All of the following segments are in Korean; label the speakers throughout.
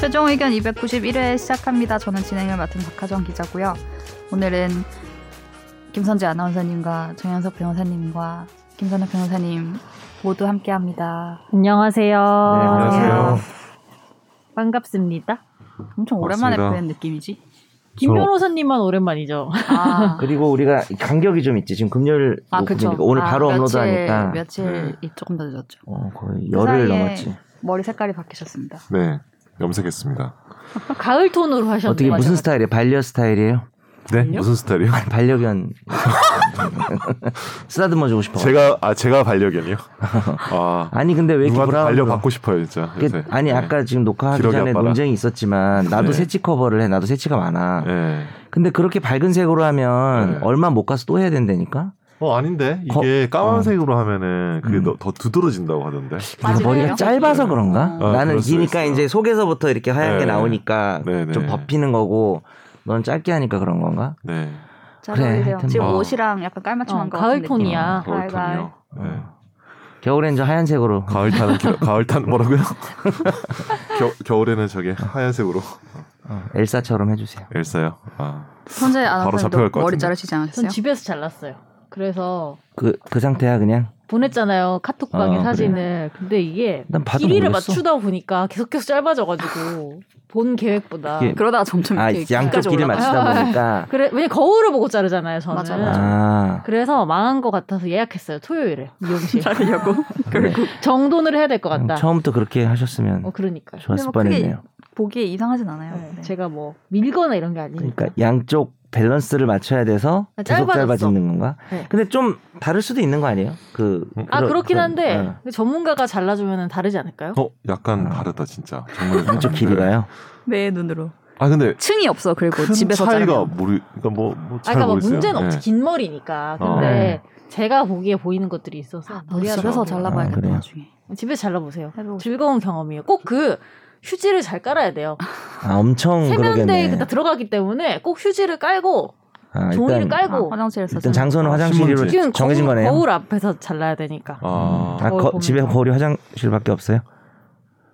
Speaker 1: 최종 의견 291회 시작합니다. 저는 진행을 맡은 박하정 기자고요. 오늘은 김선재 아나운서님과 정현석 변호사님과 김선호 변호사님 모두 함께합니다.
Speaker 2: 네, 안녕하세요.
Speaker 1: 아, 네.
Speaker 3: 안녕하세요.
Speaker 2: 반갑습니다.
Speaker 1: 엄청 오랜만에
Speaker 3: 맞습니다.
Speaker 1: 뵌 느낌이지?
Speaker 2: 김
Speaker 3: 저-
Speaker 2: 변호사님만 오랜만이죠.
Speaker 1: 아,
Speaker 3: 그리고 우리가 간격이 좀 있지. 지금 금요일
Speaker 1: 아 그쵸.
Speaker 3: 오픈이니까 오늘
Speaker 1: 아,
Speaker 3: 바로
Speaker 1: 며칠,
Speaker 3: 업로드하니까
Speaker 1: 며칠이 조금 더 늦었죠.
Speaker 3: 어, 거의
Speaker 1: 그
Speaker 3: 열흘
Speaker 1: 사이에
Speaker 3: 넘었지.
Speaker 1: 머리 색깔이 바뀌셨습니다.
Speaker 4: 네, 염색했습니다.
Speaker 2: 가을 톤으로 하셨네요.
Speaker 3: 어떻게 무슨 스타일이에요? 반려 스타일이에요?
Speaker 4: 네, 무슨 스타일이요?
Speaker 3: 반려견 쓰다듬어 주고 싶어.
Speaker 4: 제가 아 제가 반려견이요. 아
Speaker 3: 아니 근데 왜 이렇게
Speaker 4: 누구한테
Speaker 3: 브라운
Speaker 4: 반려 받고 싶어요, 진짜. 요새.
Speaker 3: 아니
Speaker 4: 네.
Speaker 3: 아까 지금 녹화하기
Speaker 4: 기러기
Speaker 3: 전에
Speaker 4: 아빠라.
Speaker 3: 논쟁이 있었지만 나도
Speaker 4: 네.
Speaker 3: 새치 커버를 해. 나도 새치가 많아.
Speaker 4: 네.
Speaker 3: 근데 그렇게 밝은 색으로 하면
Speaker 4: 네.
Speaker 3: 얼마 못 가서 또 해야 된다니까.
Speaker 4: 어 아닌데
Speaker 3: 거-
Speaker 4: 이게 까만색으로 하면은 그게
Speaker 3: 음.
Speaker 4: 더, 더 두드러진다고 하던데.
Speaker 3: 그래서
Speaker 1: 맞아요.
Speaker 3: 머리가
Speaker 2: 음.
Speaker 3: 짧아서 그런가?
Speaker 4: 아,
Speaker 3: 나는
Speaker 4: 그럴 수
Speaker 3: 기니까
Speaker 4: 있어요.
Speaker 3: 이제 속에서부터 이렇게 하얗게
Speaker 4: 네.
Speaker 3: 나오니까
Speaker 4: 네, 네.
Speaker 3: 좀 벗피는 거고 넌 짧게 하니까 그런 건가?
Speaker 4: 네.
Speaker 1: 잘
Speaker 3: 그래,
Speaker 1: 어울리세요.
Speaker 3: 하여튼
Speaker 1: 지금
Speaker 4: 뭐.
Speaker 1: 옷이랑 약간 깔맞춤한
Speaker 2: 어,
Speaker 1: 거
Speaker 2: 가을
Speaker 1: 같은
Speaker 2: 톤이야.
Speaker 1: 느낌. 가을, 가을.
Speaker 4: 가을탄이요. 네.
Speaker 3: 겨울엔 저 하얀색으로
Speaker 4: 가을 타는 기- 가을 타는 뭐라고요? 겨, 겨울에는 저게 하얀색으로
Speaker 3: 엘사처럼 해주세요.
Speaker 4: 엘사요. 아
Speaker 1: 선재
Speaker 4: 잡혀갈
Speaker 1: 아나운서님도
Speaker 4: 것
Speaker 1: 머리
Speaker 4: 같은데.
Speaker 1: 자르시지
Speaker 2: 전
Speaker 1: 않으셨어요?
Speaker 2: 집에서 잘랐어요. 그래서
Speaker 3: 그 그 상태야 그냥.
Speaker 2: 보냈잖아요 카톡방에
Speaker 3: 아,
Speaker 2: 사진을. 근데 이게
Speaker 3: 난 봐도
Speaker 2: 길이를
Speaker 3: 모르겠어.
Speaker 2: 맞추다 보니까 계속 계속 짧아져가지고 본 계획보다.
Speaker 3: 이게-
Speaker 1: 그러다가 점점
Speaker 3: 아
Speaker 1: 이렇게
Speaker 3: 양쪽
Speaker 1: 끝까지
Speaker 3: 길을
Speaker 1: 올라가.
Speaker 3: 맞추다 보니까
Speaker 2: 그래 왜냐 거울을 보고 자르잖아요 저는.
Speaker 1: 맞아, 맞아.
Speaker 3: 아
Speaker 2: 그래서 망한 것 같아서 예약했어요 토요일에 미용실.
Speaker 1: 자르려고
Speaker 3: 그래.
Speaker 1: 결국
Speaker 2: 정돈을 해야 될 것 같다.
Speaker 3: 처음부터 그렇게 하셨으면
Speaker 2: 어 그러니까. 요
Speaker 1: 근데
Speaker 3: 좋았을
Speaker 1: 뭐 크게-
Speaker 3: 뻔했네요.
Speaker 1: 보기에 이상하진 않아요. 네.
Speaker 2: 제가 뭐 밀거나 이런 게 아니니까.
Speaker 3: 그러니까 양쪽 밸런스를 맞춰야 돼서
Speaker 2: 아,
Speaker 3: 계속
Speaker 2: 짧아졌어.
Speaker 3: 짧아지는 건가?
Speaker 2: 네.
Speaker 3: 근데 좀 다를 수도 있는 거 아니에요? 그
Speaker 2: 아
Speaker 3: 그런-
Speaker 2: 그렇긴
Speaker 3: 그런-
Speaker 2: 한데
Speaker 3: 어.
Speaker 2: 근데 전문가가 잘라주면 다르지 않을까요?
Speaker 4: 어 약간
Speaker 3: 아.
Speaker 4: 다르다 진짜. 정말
Speaker 3: 양쪽
Speaker 4: 다른데.
Speaker 3: 길이가요.
Speaker 1: 내 눈으로.
Speaker 4: 아 근데
Speaker 1: 층이 없어. 그리고
Speaker 4: 큰
Speaker 1: 집에서
Speaker 4: 차이가
Speaker 1: 자르면.
Speaker 4: 모르. 그러니까 뭐뭐잘
Speaker 2: 아, 그러니까 뭐
Speaker 4: 모르겠어요.
Speaker 2: 문제는
Speaker 4: 네.
Speaker 3: 예.
Speaker 2: 없지 긴 머리니까.
Speaker 4: 어.
Speaker 2: 근데 제가 보기에 보이는 것들이 있어서
Speaker 1: 나도 집에서
Speaker 2: 무리하더라고요.
Speaker 3: 아,
Speaker 1: 잘라봐야겠다
Speaker 3: 그래요?
Speaker 1: 나중에.
Speaker 2: 집에 잘라 보세요.
Speaker 1: 해보고 싶-
Speaker 2: 즐거운 경험이에요. 꼭 그 휴지를 잘 깔아야 돼요.
Speaker 3: 아 엄청
Speaker 2: 세면대에
Speaker 3: 그러겠네.
Speaker 2: 그다 들어가기 때문에 꼭 휴지를 깔고
Speaker 3: 아,
Speaker 2: 종이를
Speaker 3: 일단
Speaker 1: 아,
Speaker 2: 깔고
Speaker 1: 화장실에서
Speaker 3: 일단
Speaker 1: 자르면.
Speaker 3: 장소는
Speaker 4: 아,
Speaker 3: 화장실로
Speaker 4: 신문지.
Speaker 2: 지금
Speaker 3: 정해진
Speaker 2: 거울,
Speaker 3: 거네요.
Speaker 2: 거울 앞에서 잘라야 되니까.
Speaker 4: 아,
Speaker 3: 아,
Speaker 2: 거울
Speaker 3: 거-
Speaker 2: 보면.
Speaker 3: 집에 거울이 화장실밖에 없어요?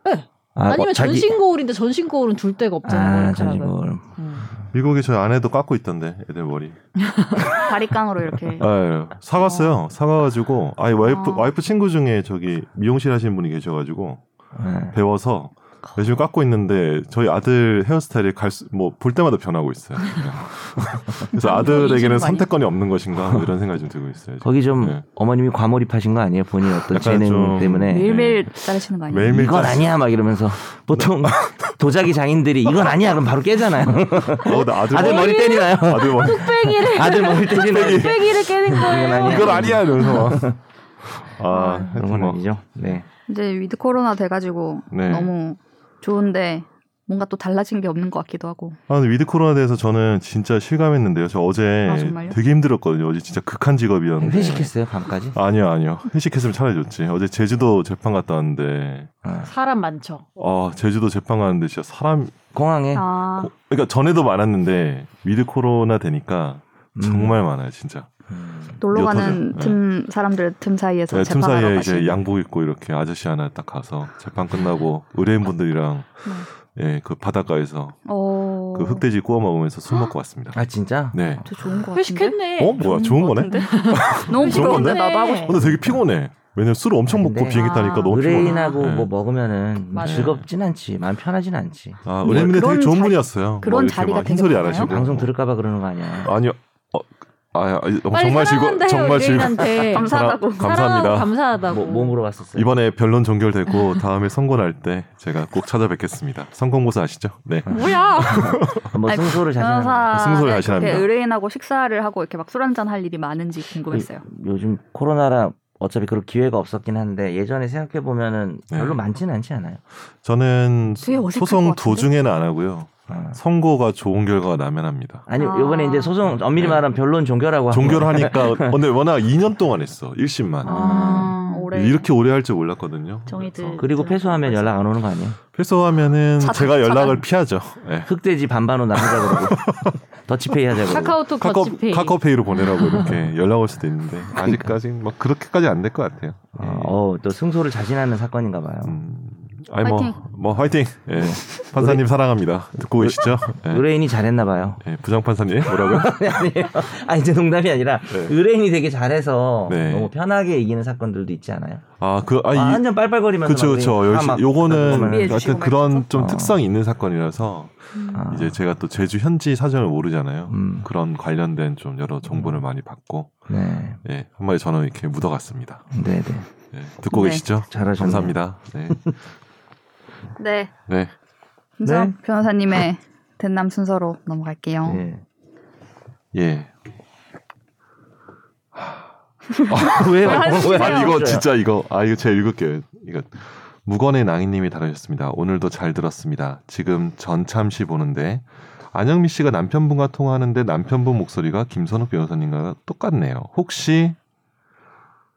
Speaker 2: 네.
Speaker 3: 아,
Speaker 2: 아, 니면
Speaker 3: 뭐 자기-
Speaker 2: 전신 거울인데 전신 거울은 둘 데가 없잖아요.
Speaker 3: 아,
Speaker 2: 머리카락은.
Speaker 3: 전신 거울.
Speaker 2: 음.
Speaker 4: 미국에 저희 아내도 깎고 있던데 애들 머리.
Speaker 1: 바리깡으로 이렇게.
Speaker 4: 아, 예. 사갔어요. 사가가지고 아니 와이프
Speaker 1: 어.
Speaker 4: 와이프 친구 중에 저기 미용실 하시는 분이 계셔가지고
Speaker 3: 네.
Speaker 4: 배워서 열심히 깎고 있는데 저희 아들 헤어스타일이 갈뭐 볼 때마다 변하고 있어요. 그래서
Speaker 2: 이중
Speaker 4: 아들에게는
Speaker 2: 아니야?
Speaker 4: 선택권이 없는 것인가 뭐 이런 생각이 좀 들고 있어요. 지금.
Speaker 3: 거기 좀
Speaker 4: 네.
Speaker 3: 어머님이 과몰입하신 거 아니에요? 본인 어떤
Speaker 4: 약간
Speaker 3: 재능
Speaker 4: 좀
Speaker 3: 때문에
Speaker 1: 매일매일 자르시는 거 아니에요?
Speaker 4: 네. 매일 매일
Speaker 3: 이건 아니야 막 이러면서 보통
Speaker 4: 네.
Speaker 3: 도자기 장인들이 이건 아니야 그럼 바로 깨잖아요.
Speaker 4: 어, 나 아들
Speaker 3: 아들
Speaker 4: 머리
Speaker 3: 머리 때리나요?
Speaker 4: 아들 머리
Speaker 2: 뚝배기를
Speaker 3: 아들 머리 때리나요?
Speaker 2: 뚝배기를 깨는
Speaker 3: 이건
Speaker 2: 거예요.
Speaker 3: 아니야.
Speaker 4: 이건 아니야 이러면서 막. 아 하여튼
Speaker 3: 그런 건
Speaker 4: 뭐.
Speaker 3: 아니죠. 네.
Speaker 1: 이제 위드 코로나 돼가지고
Speaker 4: 네.
Speaker 1: 너무 좋은데 뭔가 또 달라진 게 없는 것 같기도 하고.
Speaker 4: 아, 근데 위드 코로나 대해서 저는 진짜 실감했는데요. 저 어제
Speaker 1: 아, 정말요?
Speaker 4: 되게 힘들었거든요. 어제 진짜 극한
Speaker 2: 네.
Speaker 4: 직업이었는데.
Speaker 3: 회식했어요 밤까지?
Speaker 4: 아니요, 아니요. 회식했으면 차라리 좋지. 어제 제주도 재판 갔다 왔는데,
Speaker 3: 아,
Speaker 2: 사람 많죠.
Speaker 4: 아, 제주도 재판 가는데 진짜 사람,
Speaker 3: 공항에
Speaker 1: 아,
Speaker 4: 고- 그러니까 전에도 많았는데, 위드 코로나 되니까 정말 많아요, 진짜.
Speaker 3: 음.
Speaker 1: 놀러 가는
Speaker 4: 옅어져요.
Speaker 1: 틈 사람들 틈 사이에서
Speaker 4: 네, 틈
Speaker 1: 재판하러
Speaker 4: 사이에
Speaker 1: 가시.
Speaker 4: 이제 양복 입고 이렇게 아저씨 하나 딱 가서 재판 끝나고 의뢰인분들이랑,
Speaker 1: 네.
Speaker 4: 예, 그 바닷가에서
Speaker 1: 어.
Speaker 4: 그 흑돼지 구워 먹으면서 술 먹고 왔습니다.
Speaker 3: 아 진짜?
Speaker 4: 네.
Speaker 1: 저 좋은 거 같은데. 예.
Speaker 2: 회식했네.
Speaker 4: 어? 뭐야, 좋은 거네?
Speaker 1: 너무
Speaker 4: 좋은 건데?
Speaker 1: 부러운데 나도 하고 싶어.
Speaker 4: 근데 되게 피곤해. 왜냐면 술을 엄청 먹고
Speaker 3: 근데-
Speaker 4: 비행기 타니까
Speaker 1: 아.
Speaker 4: 너무 피곤해.
Speaker 3: 의뢰인하고
Speaker 4: 네.
Speaker 3: 뭐 먹으면은
Speaker 2: 맞아요.
Speaker 3: 즐겁진 않지, 마음 편하진 않지.
Speaker 4: 아,
Speaker 1: 뭐
Speaker 4: 의뢰인분이
Speaker 1: 그런
Speaker 4: 되게 좋은
Speaker 1: 자-
Speaker 4: 분이었어요. 막
Speaker 1: 그런
Speaker 4: 이렇게
Speaker 1: 자리가
Speaker 4: 막
Speaker 1: 되게
Speaker 4: 흰소리 안
Speaker 1: 많아요?
Speaker 4: 하시고.
Speaker 3: 방송 들을까봐 그러는 거 아니야?
Speaker 4: 아니요. 어, 아, 아,
Speaker 2: 빨리
Speaker 4: 정말 즐거
Speaker 2: 사랑한다 해요,
Speaker 4: 정말 즐거
Speaker 2: 의뢰인한테.
Speaker 1: 감사하다고.
Speaker 2: 사랑하고
Speaker 4: 감사합니다.
Speaker 2: 감사하다고.
Speaker 3: 뭐, 뭐 물어봤었어요?
Speaker 4: 이번에 변론 종결되고 다음에 선고 날 때 제가 꼭 찾아뵙겠습니다. 성공고사 아시죠? 네.
Speaker 2: 뭐야?
Speaker 3: 뭐
Speaker 1: 아니,
Speaker 3: 승소를 자신하는
Speaker 1: 변호사
Speaker 4: 승소를 하시랍니다.
Speaker 1: 의뢰인하고 식사를 하고 이렇게 막 술 한잔 할 일이 많은지 궁금했어요.
Speaker 3: 요즘 코로나라 어차피 그럴 기회가 없었긴 한데 예전에 생각해 보면은
Speaker 4: 네.
Speaker 3: 별로 많지는 않지 않아요.
Speaker 4: 저는
Speaker 1: 되게 어색할 것
Speaker 4: 소송
Speaker 1: 같은데?
Speaker 4: 도중에는 안 하고요.
Speaker 3: 아.
Speaker 4: 선고가 좋은 결과가 나면 합니다.
Speaker 3: 아니
Speaker 1: 아.
Speaker 3: 요번에 이제 소송 엄밀히
Speaker 4: 네.
Speaker 3: 말하면 변론 종결하고
Speaker 4: 종결하니까 근데 워낙 2년 동안 했어. 1심만.
Speaker 1: 네. 아, 올해
Speaker 4: 이렇게 오래 할 줄 몰랐거든요.
Speaker 1: 정의들.
Speaker 4: 그래서
Speaker 3: 그리고 패소하면 연락 안 오는 거 아니에요?
Speaker 4: 패소하면은
Speaker 1: 차단,
Speaker 4: 제가 연락을
Speaker 1: 차단.
Speaker 4: 피하죠. 네.
Speaker 3: 흑돼지 반반으로 나누자 그러고 더치페이 하자 그러고
Speaker 2: 카카오톡
Speaker 4: 카카오,
Speaker 2: 더치페이.
Speaker 4: 카카오페이로 보내라고 이렇게 연락 올 수도 있는데 네. 아직까지 막 그렇게까지 안 될 것 같아요.
Speaker 3: 어, 어, 또 승소를 자신하는 사건인가 봐요.
Speaker 4: 음, 아니 뭐
Speaker 1: 파이팅.
Speaker 4: 뭐 뭐 화이팅. 예. 판사님 사랑합니다. 듣고 계시죠? 예.
Speaker 3: 의뢰인이 잘했나 봐요.
Speaker 4: 예, 부장 판사님 뭐라고요?
Speaker 3: 아니에요. 아 이제 농담이 아니라
Speaker 4: 네.
Speaker 3: 의뢰인이 되게 잘해서
Speaker 4: 네.
Speaker 3: 너무 편하게 이기는 사건들도 있지 않아요?
Speaker 4: 아, 그 아, 이
Speaker 3: 완전 빨빨거리면서
Speaker 4: 그렇죠,
Speaker 3: 막 뭐,
Speaker 4: 그렇죠.
Speaker 3: 우리
Speaker 4: 역시
Speaker 3: 다 막-
Speaker 4: 요거는
Speaker 1: 준비해 주시고
Speaker 4: 약간 그런 좀
Speaker 3: 어.
Speaker 4: 특성이 있는 사건이라서
Speaker 3: 아,
Speaker 4: 이제 제가 또 제주 현지 사정을 모르잖아요.
Speaker 3: 음,
Speaker 4: 그런 관련된 좀 여러 정보를 많이 받고
Speaker 3: 네,
Speaker 4: 예, 한 마리 저는 이렇게 묻어갔습니다.
Speaker 3: 네, 네.
Speaker 4: 예, 듣고
Speaker 1: 네.
Speaker 4: 계시죠?
Speaker 3: 잘하셨네요.
Speaker 4: 감사합니다. 네,
Speaker 1: 네.
Speaker 4: 네.
Speaker 1: 김선 변호사님의 된남 순서로 넘어갈게요.
Speaker 3: 예.
Speaker 4: 예.
Speaker 3: 왜요?
Speaker 2: 하시세요?
Speaker 3: 왜요? 네.
Speaker 4: 아 이거 진짜 이거 아 이거 제가 읽을게요. 이거 무건의 낭인님이 다루셨습니다. 오늘도 잘 들었습니다. 지금 전참시 보는데 안영미 씨가 남편분과 통화하는데 남편분 목소리가 김선욱 변호사님과 똑같네요. 혹시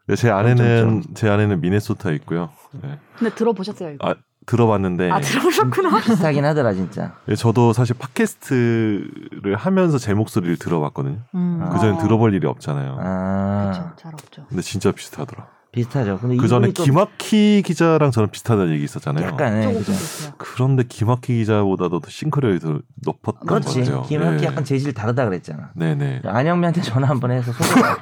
Speaker 4: 네, 제 아내는 제 아내는 미네소타 에 있고요. 네,
Speaker 2: 근데 들어보셨어요 이거?
Speaker 4: 들어봤는데
Speaker 2: 아 들어보셨구나.
Speaker 3: 비슷하긴 하더라 진짜.
Speaker 4: 예, 저도 사실 팟캐스트를 하면서 제 목소리를 들어봤거든요.
Speaker 2: 음.
Speaker 4: 그 전에 들어볼 일이 없잖아요.
Speaker 3: 아
Speaker 2: 그쵸, 잘 없죠.
Speaker 4: 근데 진짜 비슷하더라.
Speaker 3: 비슷하죠. 근데
Speaker 4: 그 전에
Speaker 3: 이분이 또
Speaker 4: 김학희 기자랑 저는 비슷하다는 얘기 있었잖아요.
Speaker 3: 약간 네,
Speaker 2: 조금
Speaker 3: 그죠.
Speaker 2: 좀 있어요.
Speaker 4: 그런데 김학희 기자보다도 더 싱크로율이 더 높았던
Speaker 3: 그렇지.
Speaker 4: 거죠.
Speaker 3: 김학기
Speaker 4: 네.
Speaker 3: 약간 재질 다르다 그랬잖아.
Speaker 4: 네네.
Speaker 3: 안영미한테 전화 한 번 해서 소개.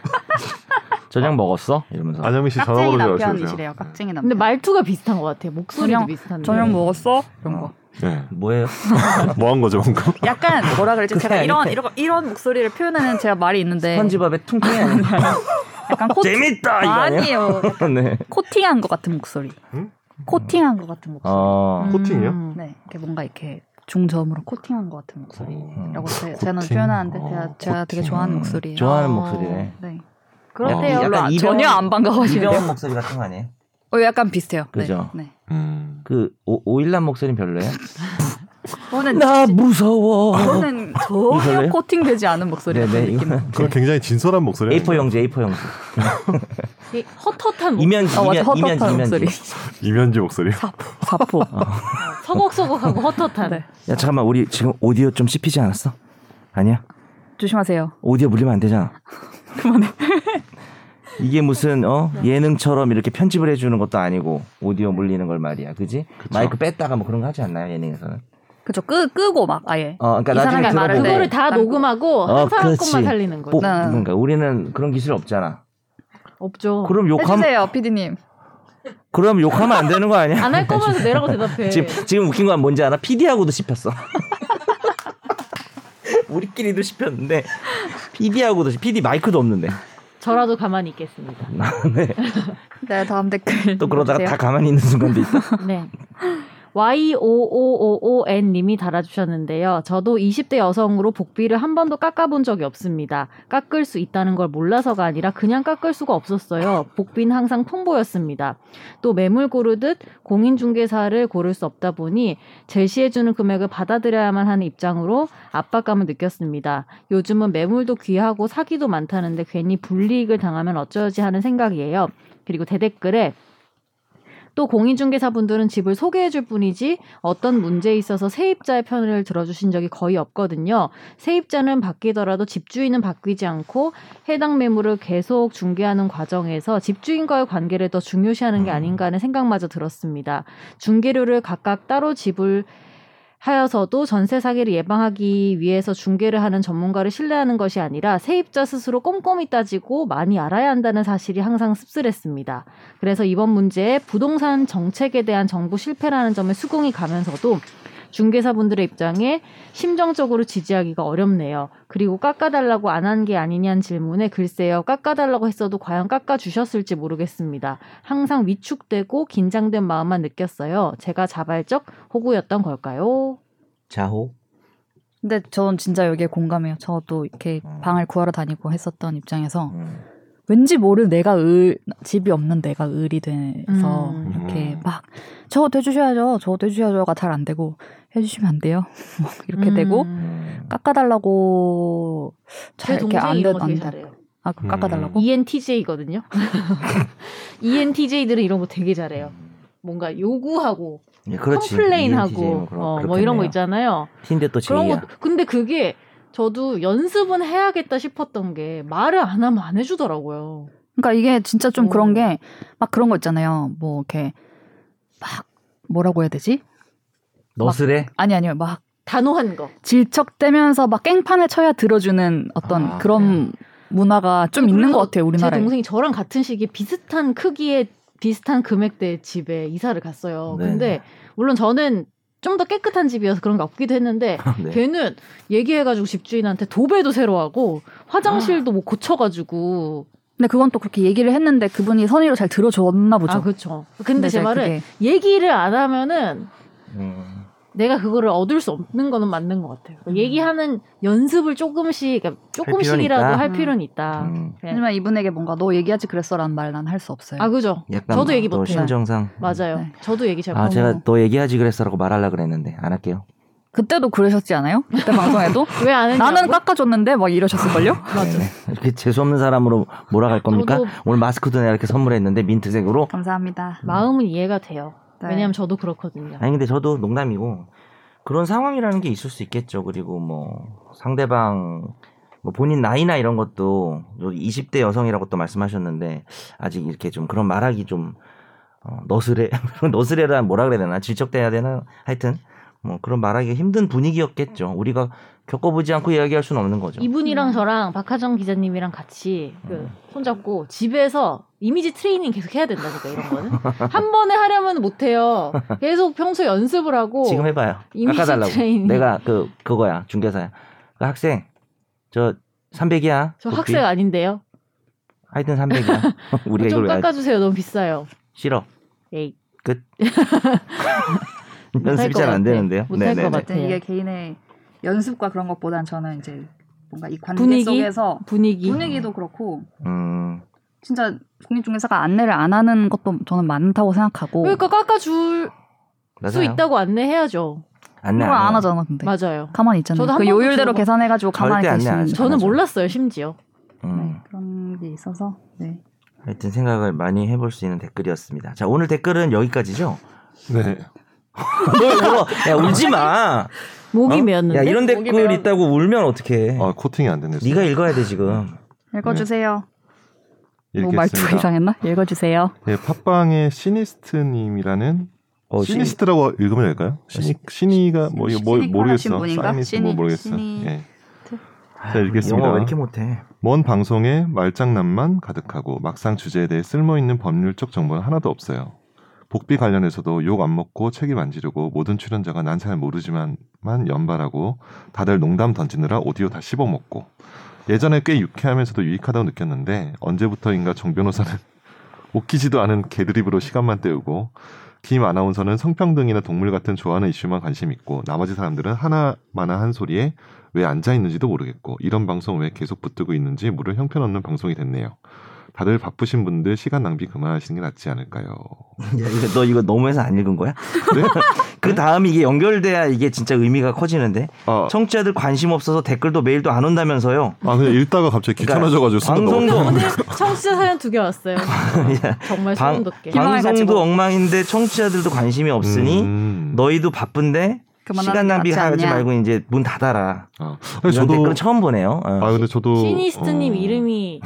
Speaker 3: 저녁 먹었어? 이러면서.
Speaker 4: 안영미 씨
Speaker 1: 깍쟁이
Speaker 4: 전화번호
Speaker 1: 남편이시래요.
Speaker 4: 알려주세요.
Speaker 3: 네.
Speaker 1: 깍쟁이 남편.
Speaker 2: 근데 말투가 비슷한 것 같아요. 목소리도
Speaker 1: 저녁-
Speaker 2: 비슷한데.
Speaker 1: 저녁 먹었어? 이런
Speaker 3: 어.
Speaker 1: 거.
Speaker 4: 네.
Speaker 3: 뭐예요?
Speaker 4: 뭐한 거죠, 뭔가?
Speaker 1: 약간 뭐라 그랬지?
Speaker 3: 그게
Speaker 1: 제가 이런
Speaker 3: 아닌데.
Speaker 1: 이런 이런 목소리를 표현하는 제가 말이
Speaker 2: 네.
Speaker 1: 있는데
Speaker 3: 편집밥에 퉁퉁이 아니야.
Speaker 1: 약간 코
Speaker 3: 재밌다 이거 아니야?
Speaker 1: 아니에요.
Speaker 3: 네.
Speaker 1: 코팅한 것 같은 목소리.
Speaker 4: 음?
Speaker 1: 코팅한 것 같은 목소리.
Speaker 3: 어.
Speaker 4: 코팅이요?
Speaker 1: 네, 이렇게 뭔가 이렇게 중저음으로 코팅한 것 같은
Speaker 3: 음.
Speaker 1: 목소리라고 제, 저는
Speaker 4: 코팅.
Speaker 1: 표현하는데
Speaker 4: 어,
Speaker 1: 제가, 제가 되게
Speaker 4: 코팅.
Speaker 1: 좋아하는 목소리예요.
Speaker 3: 좋아하는
Speaker 2: 어.
Speaker 3: 목소리네.
Speaker 1: 네.
Speaker 2: 그런데요.
Speaker 3: 어,
Speaker 1: 별로
Speaker 3: 약간
Speaker 1: 안-
Speaker 3: 이병헌-
Speaker 1: 전혀 안 반가워하시는데요.
Speaker 3: 이병헌 목소리 같은 거 아니에요?
Speaker 1: 어, 약간 비슷해요. 네,
Speaker 3: 그죠?
Speaker 1: 네.
Speaker 4: 음.
Speaker 3: 그 오, 오일남 목소리는 별로예요? 아,
Speaker 1: 저는
Speaker 3: 나 무서워.
Speaker 1: 저는 전혀
Speaker 3: 어? 이거래요?
Speaker 1: 코팅되지 않은 목소리
Speaker 3: 네, 네.
Speaker 1: 같은 느낌.
Speaker 3: 이거는
Speaker 4: 그건 굉장히 진솔한 목소리.
Speaker 3: A4 영지, A4 영지.
Speaker 2: 이 헛헛한 목
Speaker 3: 이면지,
Speaker 1: 아, 맞아.
Speaker 3: 이면, 이면지, 어.
Speaker 1: 헛헛한 목소리.
Speaker 3: 이면지.
Speaker 4: 이면지 목소리.
Speaker 1: 사포.
Speaker 2: 서걱서걱하고 헛헛한.
Speaker 1: 네.
Speaker 3: 야 잠깐만, 우리 지금 오디오 좀 씹히지 않았어? 아니야?
Speaker 1: 조심하세요.
Speaker 3: 오디오 물리면 안 되잖아.
Speaker 1: 그만해.
Speaker 3: 이게 무슨 어 예능처럼 이렇게 편집을 해주는 것도 아니고 오디오 물리는 걸 말이야, 그지? 마이크 뺐다가 뭐 그런 거 하지 않나요 예능에서는?
Speaker 1: 그죠? 끄 끄고 막 아예.
Speaker 3: 어, 그러니까
Speaker 1: 이 사람이
Speaker 3: 나중에
Speaker 1: 말을
Speaker 3: 들어보고
Speaker 1: 해.
Speaker 2: 그거를 다
Speaker 1: 딴 거.
Speaker 2: 녹음하고
Speaker 3: 어,
Speaker 2: 한 사람
Speaker 3: 그렇지.
Speaker 2: 것만 살리는 거죠.
Speaker 3: 뽑,
Speaker 1: 나-
Speaker 3: 그러니까 우리는 그런 기술 없잖아.
Speaker 2: 없죠.
Speaker 3: 그럼 욕하면
Speaker 1: 해주세요, 피디님.
Speaker 3: 그럼 욕하면 안 되는 거 아니야?
Speaker 2: 안 할 거면서 내라고 대답해.
Speaker 3: 지금 지금 웃긴 건 뭔지 알아? PD하고도 씹혔어. 우리끼리도 씹혔는데 PD하고도 PD 마이크도 없는데.
Speaker 2: 저라도 가만히 있겠습니다.
Speaker 3: 네.
Speaker 1: 네, 다음 댓글.
Speaker 3: 또 그러다가
Speaker 1: 보세요.
Speaker 3: 다 가만히 있는 순간도 있다.
Speaker 2: 네. YOOOON 님이 달아주셨는데요. 저도 20대 여성으로 복비를 한 번도 깎아본 적이 없습니다. 깎을 수 있다는 걸 몰라서가 아니라 그냥 깎을 수가 없었어요. 복비는 항상 통보였습니다. 또 매물 고르듯 공인중개사를 고를 수 없다 보니 제시해주는 금액을 받아들여야만 하는 입장으로 압박감을 느꼈습니다. 요즘은 매물도 귀하고 사기도 많다는데 괜히 불이익을 당하면 어쩌지 하는 생각이에요. 그리고 대댓글에 또 공인중개사분들은 집을 소개해줄 뿐이지 어떤 문제에 있어서 세입자의 편을 들어주신 적이 거의 없거든요. 세입자는 바뀌더라도 집주인은 바뀌지 않고 해당 매물을 계속 중개하는 과정에서 집주인과의 관계를 더 중요시하는 게 아닌가 하는 생각마저 들었습니다. 중개료를 각각 따로 지불 하여서도 전세 사기를 예방하기 위해서 중개를 하는 전문가를 신뢰하는 것이 아니라 세입자 스스로 꼼꼼히 따지고 많이 알아야 한다는 사실이 항상 씁쓸했습니다. 그래서 이번 문제에 부동산 정책에 대한 정부 실패라는 점에 수긍이 가면서도 중개사분들의 입장에 심정적으로 지지하기가 어렵네요. 그리고 깎아달라고 안 한 게 아니냐는 질문에 글쎄요, 깎아달라고 했어도 과연 깎아주셨을지 모르겠습니다. 항상 위축되고 긴장된 마음만 느꼈어요. 제가 자발적 호구였던 걸까요?
Speaker 3: 자호.
Speaker 1: 근데 저는 진짜 여기에 공감해요. 저도 이렇게
Speaker 3: 음.
Speaker 1: 방을 구하러 다니고 했었던 입장에서 왠지 모를 내가 을 집이 없는 내가 을이 돼서
Speaker 2: 음.
Speaker 1: 이렇게
Speaker 4: 음.
Speaker 1: 막 저도 해주셔야죠, 저도 해주셔야죠가 잘 안 되고 해주시면 안 돼요. 막 이렇게 되고 깎아달라고 잘
Speaker 2: 음. 제
Speaker 1: 이렇게
Speaker 2: 동생이
Speaker 1: 안
Speaker 2: 이런 거
Speaker 1: 되안
Speaker 2: 되게
Speaker 1: 돼.
Speaker 2: 잘해요. E
Speaker 1: 아
Speaker 4: 음.
Speaker 1: 깎아달라고?
Speaker 2: ENTJ거든요. E ENTJ들은 이런 거 되게 잘해요. 뭔가 요구하고
Speaker 3: 예, 그렇지.
Speaker 2: 컴플레인하고 어, 뭐 이런 거 있잖아요.
Speaker 3: 틴데 또
Speaker 2: 그런
Speaker 3: 제이야.
Speaker 2: 거 근데 그게 저도 연습은 해야겠다 싶었던 게 말을 안 하면 안 해주더라고요.
Speaker 1: 그러니까 이게 진짜 좀
Speaker 2: 오.
Speaker 1: 그런 게 막 그런 거 있잖아요. 뭐 이렇게 막 뭐라고 해야 되지?
Speaker 3: 너스레?
Speaker 1: 아니 아니요 막
Speaker 2: 단호한 거.
Speaker 1: 질척대면서 막 깽판을 쳐야 들어주는 어떤
Speaker 3: 아,
Speaker 1: 그런 문화가 좀 있는 것 같아요
Speaker 2: 제
Speaker 1: 우리나라에.
Speaker 2: 동생이 저랑 같은 시기에 비슷한 크기의 비슷한 금액대 집에 이사를 갔어요.
Speaker 3: 네.
Speaker 2: 근데 물론 저는 좀 더 깨끗한 집이어서 그런 게 없기도 했는데
Speaker 3: 네.
Speaker 2: 걔는 얘기해가지고 집주인한테 도배도 새로 하고 화장실도 뭐 고쳐가지고
Speaker 1: 근데 그건 또 그렇게 얘기를 했는데 그분이 선의로 잘 들어줬나 보죠.
Speaker 2: 아 그렇죠. 근데 제 네.
Speaker 1: 이제
Speaker 2: 말은
Speaker 1: 그게
Speaker 2: 얘기를 안 하면은
Speaker 3: 음.
Speaker 2: 내가 그거를 얻을 수 없는 거는 맞는 것 같아요.
Speaker 1: 음.
Speaker 2: 얘기하는 연습을 조금씩 그러니까 조금씩이라도
Speaker 3: 필요는 있다.
Speaker 2: 할
Speaker 1: 음.
Speaker 2: 필요는 있다.
Speaker 3: 음.
Speaker 1: 하지만 이분에게 뭔가 너 얘기하지 그랬어라는 말 난 할 수 없어요.
Speaker 2: 아 그죠.
Speaker 3: 약간
Speaker 2: 저도 얘기
Speaker 3: 또
Speaker 2: 못해요.
Speaker 3: 심정상.
Speaker 2: 맞아요.
Speaker 1: 네.
Speaker 2: 저도 얘기 잘
Speaker 3: 음. 아,
Speaker 2: 못해요.
Speaker 3: 제가 너 얘기하지 그랬어라고 말하려고 그랬는데 안 할게요.
Speaker 1: 그때도 그러셨지 않아요? 그때 방송에도
Speaker 2: 왜 안 했냐고?
Speaker 1: 나는 깎아줬는데 막 이러셨을걸요?
Speaker 2: 맞아.
Speaker 3: 네. 이렇게 재수 없는 사람으로 몰아갈 겁니까?
Speaker 2: 저도-
Speaker 3: 오늘 마스크도 내가 이렇게 선물했는데 민트색으로.
Speaker 1: 감사합니다.
Speaker 2: 마음은 이해가 돼요.
Speaker 1: 네.
Speaker 2: 왜냐면 저도 그렇거든요.
Speaker 3: 아니 근데 저도 농담이고 그런 상황이라는 게 있을 수 있겠죠. 그리고 뭐 상대방 뭐 본인 나이나 이런 것도 20대 여성이라고 또 말씀하셨는데 아직 이렇게 좀 그런 말하기 좀 어, 너스레 너스레란 뭐라 그래야 되나 질척대야 되나 하여튼 뭐 그런 말하기 힘든 분위기였겠죠. 우리가 겪어보지 않고 이야기할 수는 없는 거죠.
Speaker 2: 이분이랑
Speaker 1: 음.
Speaker 2: 저랑 박하정 기자님이랑 같이 그
Speaker 3: 음.
Speaker 2: 손잡고 집에서 이미지 트레이닝 계속 해야 된다 그러니까 이런 거는 한 번에 하려면 못해요. 계속 평소 에 연습을 하고
Speaker 3: 지금 해봐요.
Speaker 2: 이미지
Speaker 3: 깎아달라고.
Speaker 2: 트레이닝.
Speaker 3: 내가 그 그거야 중개사야. 그 학생 저 300이야.
Speaker 2: 저 학생 아닌데요.
Speaker 3: 하여튼 300이야. 우리가
Speaker 2: 좀
Speaker 3: 이걸 왜 알지?
Speaker 2: 깎아주세요. 너무 비싸요.
Speaker 3: 싫어.
Speaker 2: 에이.
Speaker 3: 끝.
Speaker 2: 못할
Speaker 3: 연습이
Speaker 2: 것
Speaker 3: 잘
Speaker 2: 같아.
Speaker 3: 안 되는데요.
Speaker 2: 못할 것
Speaker 3: 네네네.
Speaker 2: 같아.
Speaker 1: 어쨌든 이게 개인의 연습과 그런 것보단 저는 이제 뭔가 이 관계
Speaker 2: 분위기?
Speaker 1: 속에서
Speaker 2: 분위기.
Speaker 1: 분위기도 그렇고
Speaker 3: 음,
Speaker 1: 진짜 공인중개사가 안내를 안 하는 것도 저는 많다고 생각하고
Speaker 2: 그러니까 깎아줄
Speaker 3: 맞아요. 네.
Speaker 2: 수 있다고 안내해야죠.
Speaker 3: 안내
Speaker 1: 그걸
Speaker 3: 안,
Speaker 1: 안
Speaker 3: 해요.
Speaker 1: 하잖아 근데
Speaker 2: 맞아요.
Speaker 1: 가만히 있잖아요.
Speaker 2: 저도 한
Speaker 1: 그
Speaker 2: 번도
Speaker 1: 요율대로
Speaker 2: 들어보-
Speaker 1: 계산해가지고 가만히
Speaker 3: 절대 안내 안
Speaker 1: 계시는
Speaker 3: 하죠.
Speaker 2: 저는
Speaker 3: 그렇죠. 맞아.
Speaker 2: 몰랐어요. 심지어.
Speaker 3: 음,
Speaker 1: 네, 그런 게 있어서 네.
Speaker 3: 하여튼 생각을 많이 해볼 수 있는 댓글이었습니다. 자 오늘 댓글은 여기까지죠.
Speaker 4: 네.
Speaker 3: 너 울어. 야 울지 마.
Speaker 2: 목이
Speaker 3: 어?
Speaker 2: 메었는데.
Speaker 3: 야 이런
Speaker 1: 목이
Speaker 3: 댓글
Speaker 1: 메었-
Speaker 3: 있다고 울면 어떡해.
Speaker 4: 아, 코팅이 안 됐네요.
Speaker 3: 네가 읽어야 돼 지금.
Speaker 2: 네.
Speaker 1: 읽어주세요. 뭐 말투가
Speaker 4: 읽겠습니다.
Speaker 1: 이상했나? 읽어주세요.
Speaker 4: 예, 팟빵의 시니스트님이라는
Speaker 3: 어, 시-
Speaker 4: 시니스트라고 읽으면 될까요? 시니 시니가 뭐 이거 뭐
Speaker 1: 시니컬하신
Speaker 4: 모르겠어.
Speaker 1: 분인가?
Speaker 4: 사이니스 뭐
Speaker 1: 시니-
Speaker 4: 모르겠어.
Speaker 1: 시니-
Speaker 4: 예.
Speaker 3: 아유,
Speaker 4: 자, 읽겠습니다.
Speaker 3: 영어 왜 이렇게 못해?
Speaker 4: 먼 방송에 말장난만 가득하고 막상 주제에 대해 쓸모있는 법률적 정보는 하나도 없어요. 복비 관련해서도 욕 안 먹고 책임 안 지르고 모든 출연자가 난 잘 모르지만만 연발하고 다들 농담 던지느라 오디오 다 씹어먹고 예전에 꽤 유쾌하면서도 유익하다고 느꼈는데 언제부터인가 정 변호사는 웃기지도 않은 개드립으로 시간만 때우고 김 아나운서는 성평등이나 동물 같은 좋아하는 이슈만 관심 있고 나머지 사람들은 하나마나한 소리에 왜 앉아 있는지도 모르겠고 이런 방송 왜 계속 붙들고 있는지 물을 형편없는 방송이 됐네요. 다들 바쁘신 분들 시간 낭비 그만하시는 게 낫지 않을까요?
Speaker 3: 야, 이거 너 이거 너무해서 안 읽은 거야?
Speaker 4: 네?
Speaker 3: 그 다음에 이게 연결돼야 이게 진짜 의미가 커지는데
Speaker 4: 아,
Speaker 3: 청취자들 관심 없어서 댓글도 메일도 안 온다면서요?
Speaker 4: 아 그냥 읽다가 갑자기
Speaker 3: 그러니까
Speaker 4: 귀찮아져가지고 순간 넘어-
Speaker 3: 방송도
Speaker 2: 오늘 청취자 사연 두 개 왔어요.
Speaker 1: 아,
Speaker 2: 정말
Speaker 3: 방-
Speaker 2: 소름
Speaker 1: 방-
Speaker 2: 돋게.
Speaker 1: 희망을 가지고.
Speaker 3: 방송도 엉망인데 청취자들도 관심이 없으니
Speaker 4: 음.
Speaker 3: 너희도 바쁜데
Speaker 1: 그만하는
Speaker 3: 시간
Speaker 1: 게 낫지
Speaker 3: 낭비하지
Speaker 1: 않냐?
Speaker 3: 말고 이제 문 닫아라.
Speaker 4: 아,
Speaker 3: 이런
Speaker 4: 근데 저도
Speaker 3: 댓글은 처음 보네요. 어.
Speaker 4: 아 근데 저도
Speaker 2: 시니스트님
Speaker 4: 어,
Speaker 2: 이름이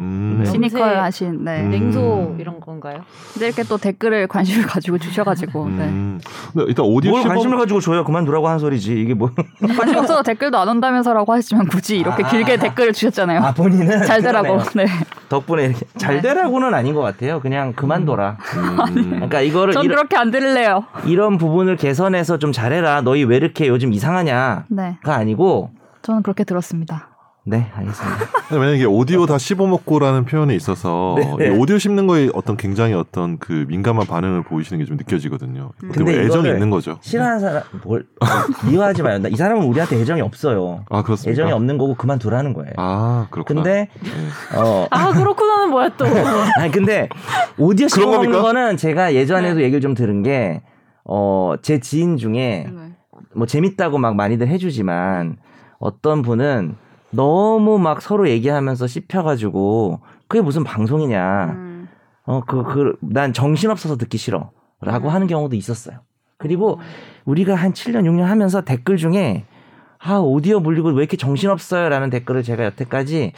Speaker 4: 음,
Speaker 3: 네.
Speaker 1: 시니컬 하신 네.
Speaker 4: 음.
Speaker 2: 냉소 이런 건가요?
Speaker 1: 근데 이렇게 또 댓글을 관심을 가지고 주셔가지고 네.
Speaker 4: 음. 근데 일단 오디오
Speaker 3: 뭘
Speaker 4: 씹어
Speaker 3: 관심을 가지고 줘요. 그만두라고 한 소리지. 이게 뭐?
Speaker 1: 관심 없어서 댓글도 안 온다면서라고 하시지만 굳이 이렇게
Speaker 3: 아.
Speaker 1: 길게 댓글을 주셨잖아요.
Speaker 3: 아 본인은
Speaker 1: 잘 되라고.
Speaker 3: 그러네요.
Speaker 1: 네.
Speaker 3: 덕분에 이렇게 잘 되라고는 아닌 것 같아요. 그냥 그만둬라.
Speaker 4: 음.
Speaker 3: 그러니까 이거를
Speaker 1: 전
Speaker 3: 이런,
Speaker 1: 그렇게 안 들을래요.
Speaker 3: 이런 부분을 개선해서 좀 잘해라. 너희 왜 이렇게 요즘 이상하냐가
Speaker 1: 네.
Speaker 3: 아니고
Speaker 1: 저는 그렇게 들었습니다.
Speaker 3: 네 알겠습니다.
Speaker 4: 아니, 만약에 이게 오디오 다 씹어먹고라는 표현에 있어서
Speaker 3: 네, 네.
Speaker 4: 이 오디오 씹는 거에 어떤 굉장히 어떤 그 민감한 반응을 보이시는 게 좀 느껴지거든요. 어떻게
Speaker 3: 근데
Speaker 4: 보면 애정이
Speaker 3: 이거를
Speaker 4: 있는 거죠.
Speaker 3: 싫어하는 사람 뭘 미워하지 마요. 나이 사람은 우리한테 애정이 없어요.
Speaker 4: 아 그렇습니다.
Speaker 3: 애정이 없는 거고 그만두라는 거예요.
Speaker 4: 아 그렇구나.
Speaker 3: 근데
Speaker 4: 예.
Speaker 3: 어
Speaker 2: 아 그렇구나는 뭐야 또.
Speaker 3: 아니 근데 오디오 씹어
Speaker 4: 그런
Speaker 3: 먹는
Speaker 4: 겁니까?
Speaker 3: 거는 제가 예전에도 얘기를 좀 들은 게 어 제 지인 중에
Speaker 1: 음. 네.
Speaker 3: 뭐 재밌다고 막 많이들 해주지만 어떤 분은 너무 막 서로 얘기하면서 씹혀가지고 그게 무슨
Speaker 1: 음.
Speaker 3: 방송이냐 어 그 그 난 정신 없어서 듣기 싫어라고 하는 경우도 있었어요. 그리고 우리가 한 7년 6년 하면서 댓글 중에 아 오디오 물리고 왜 이렇게 정신 없어요라는 댓글을 제가 여태까지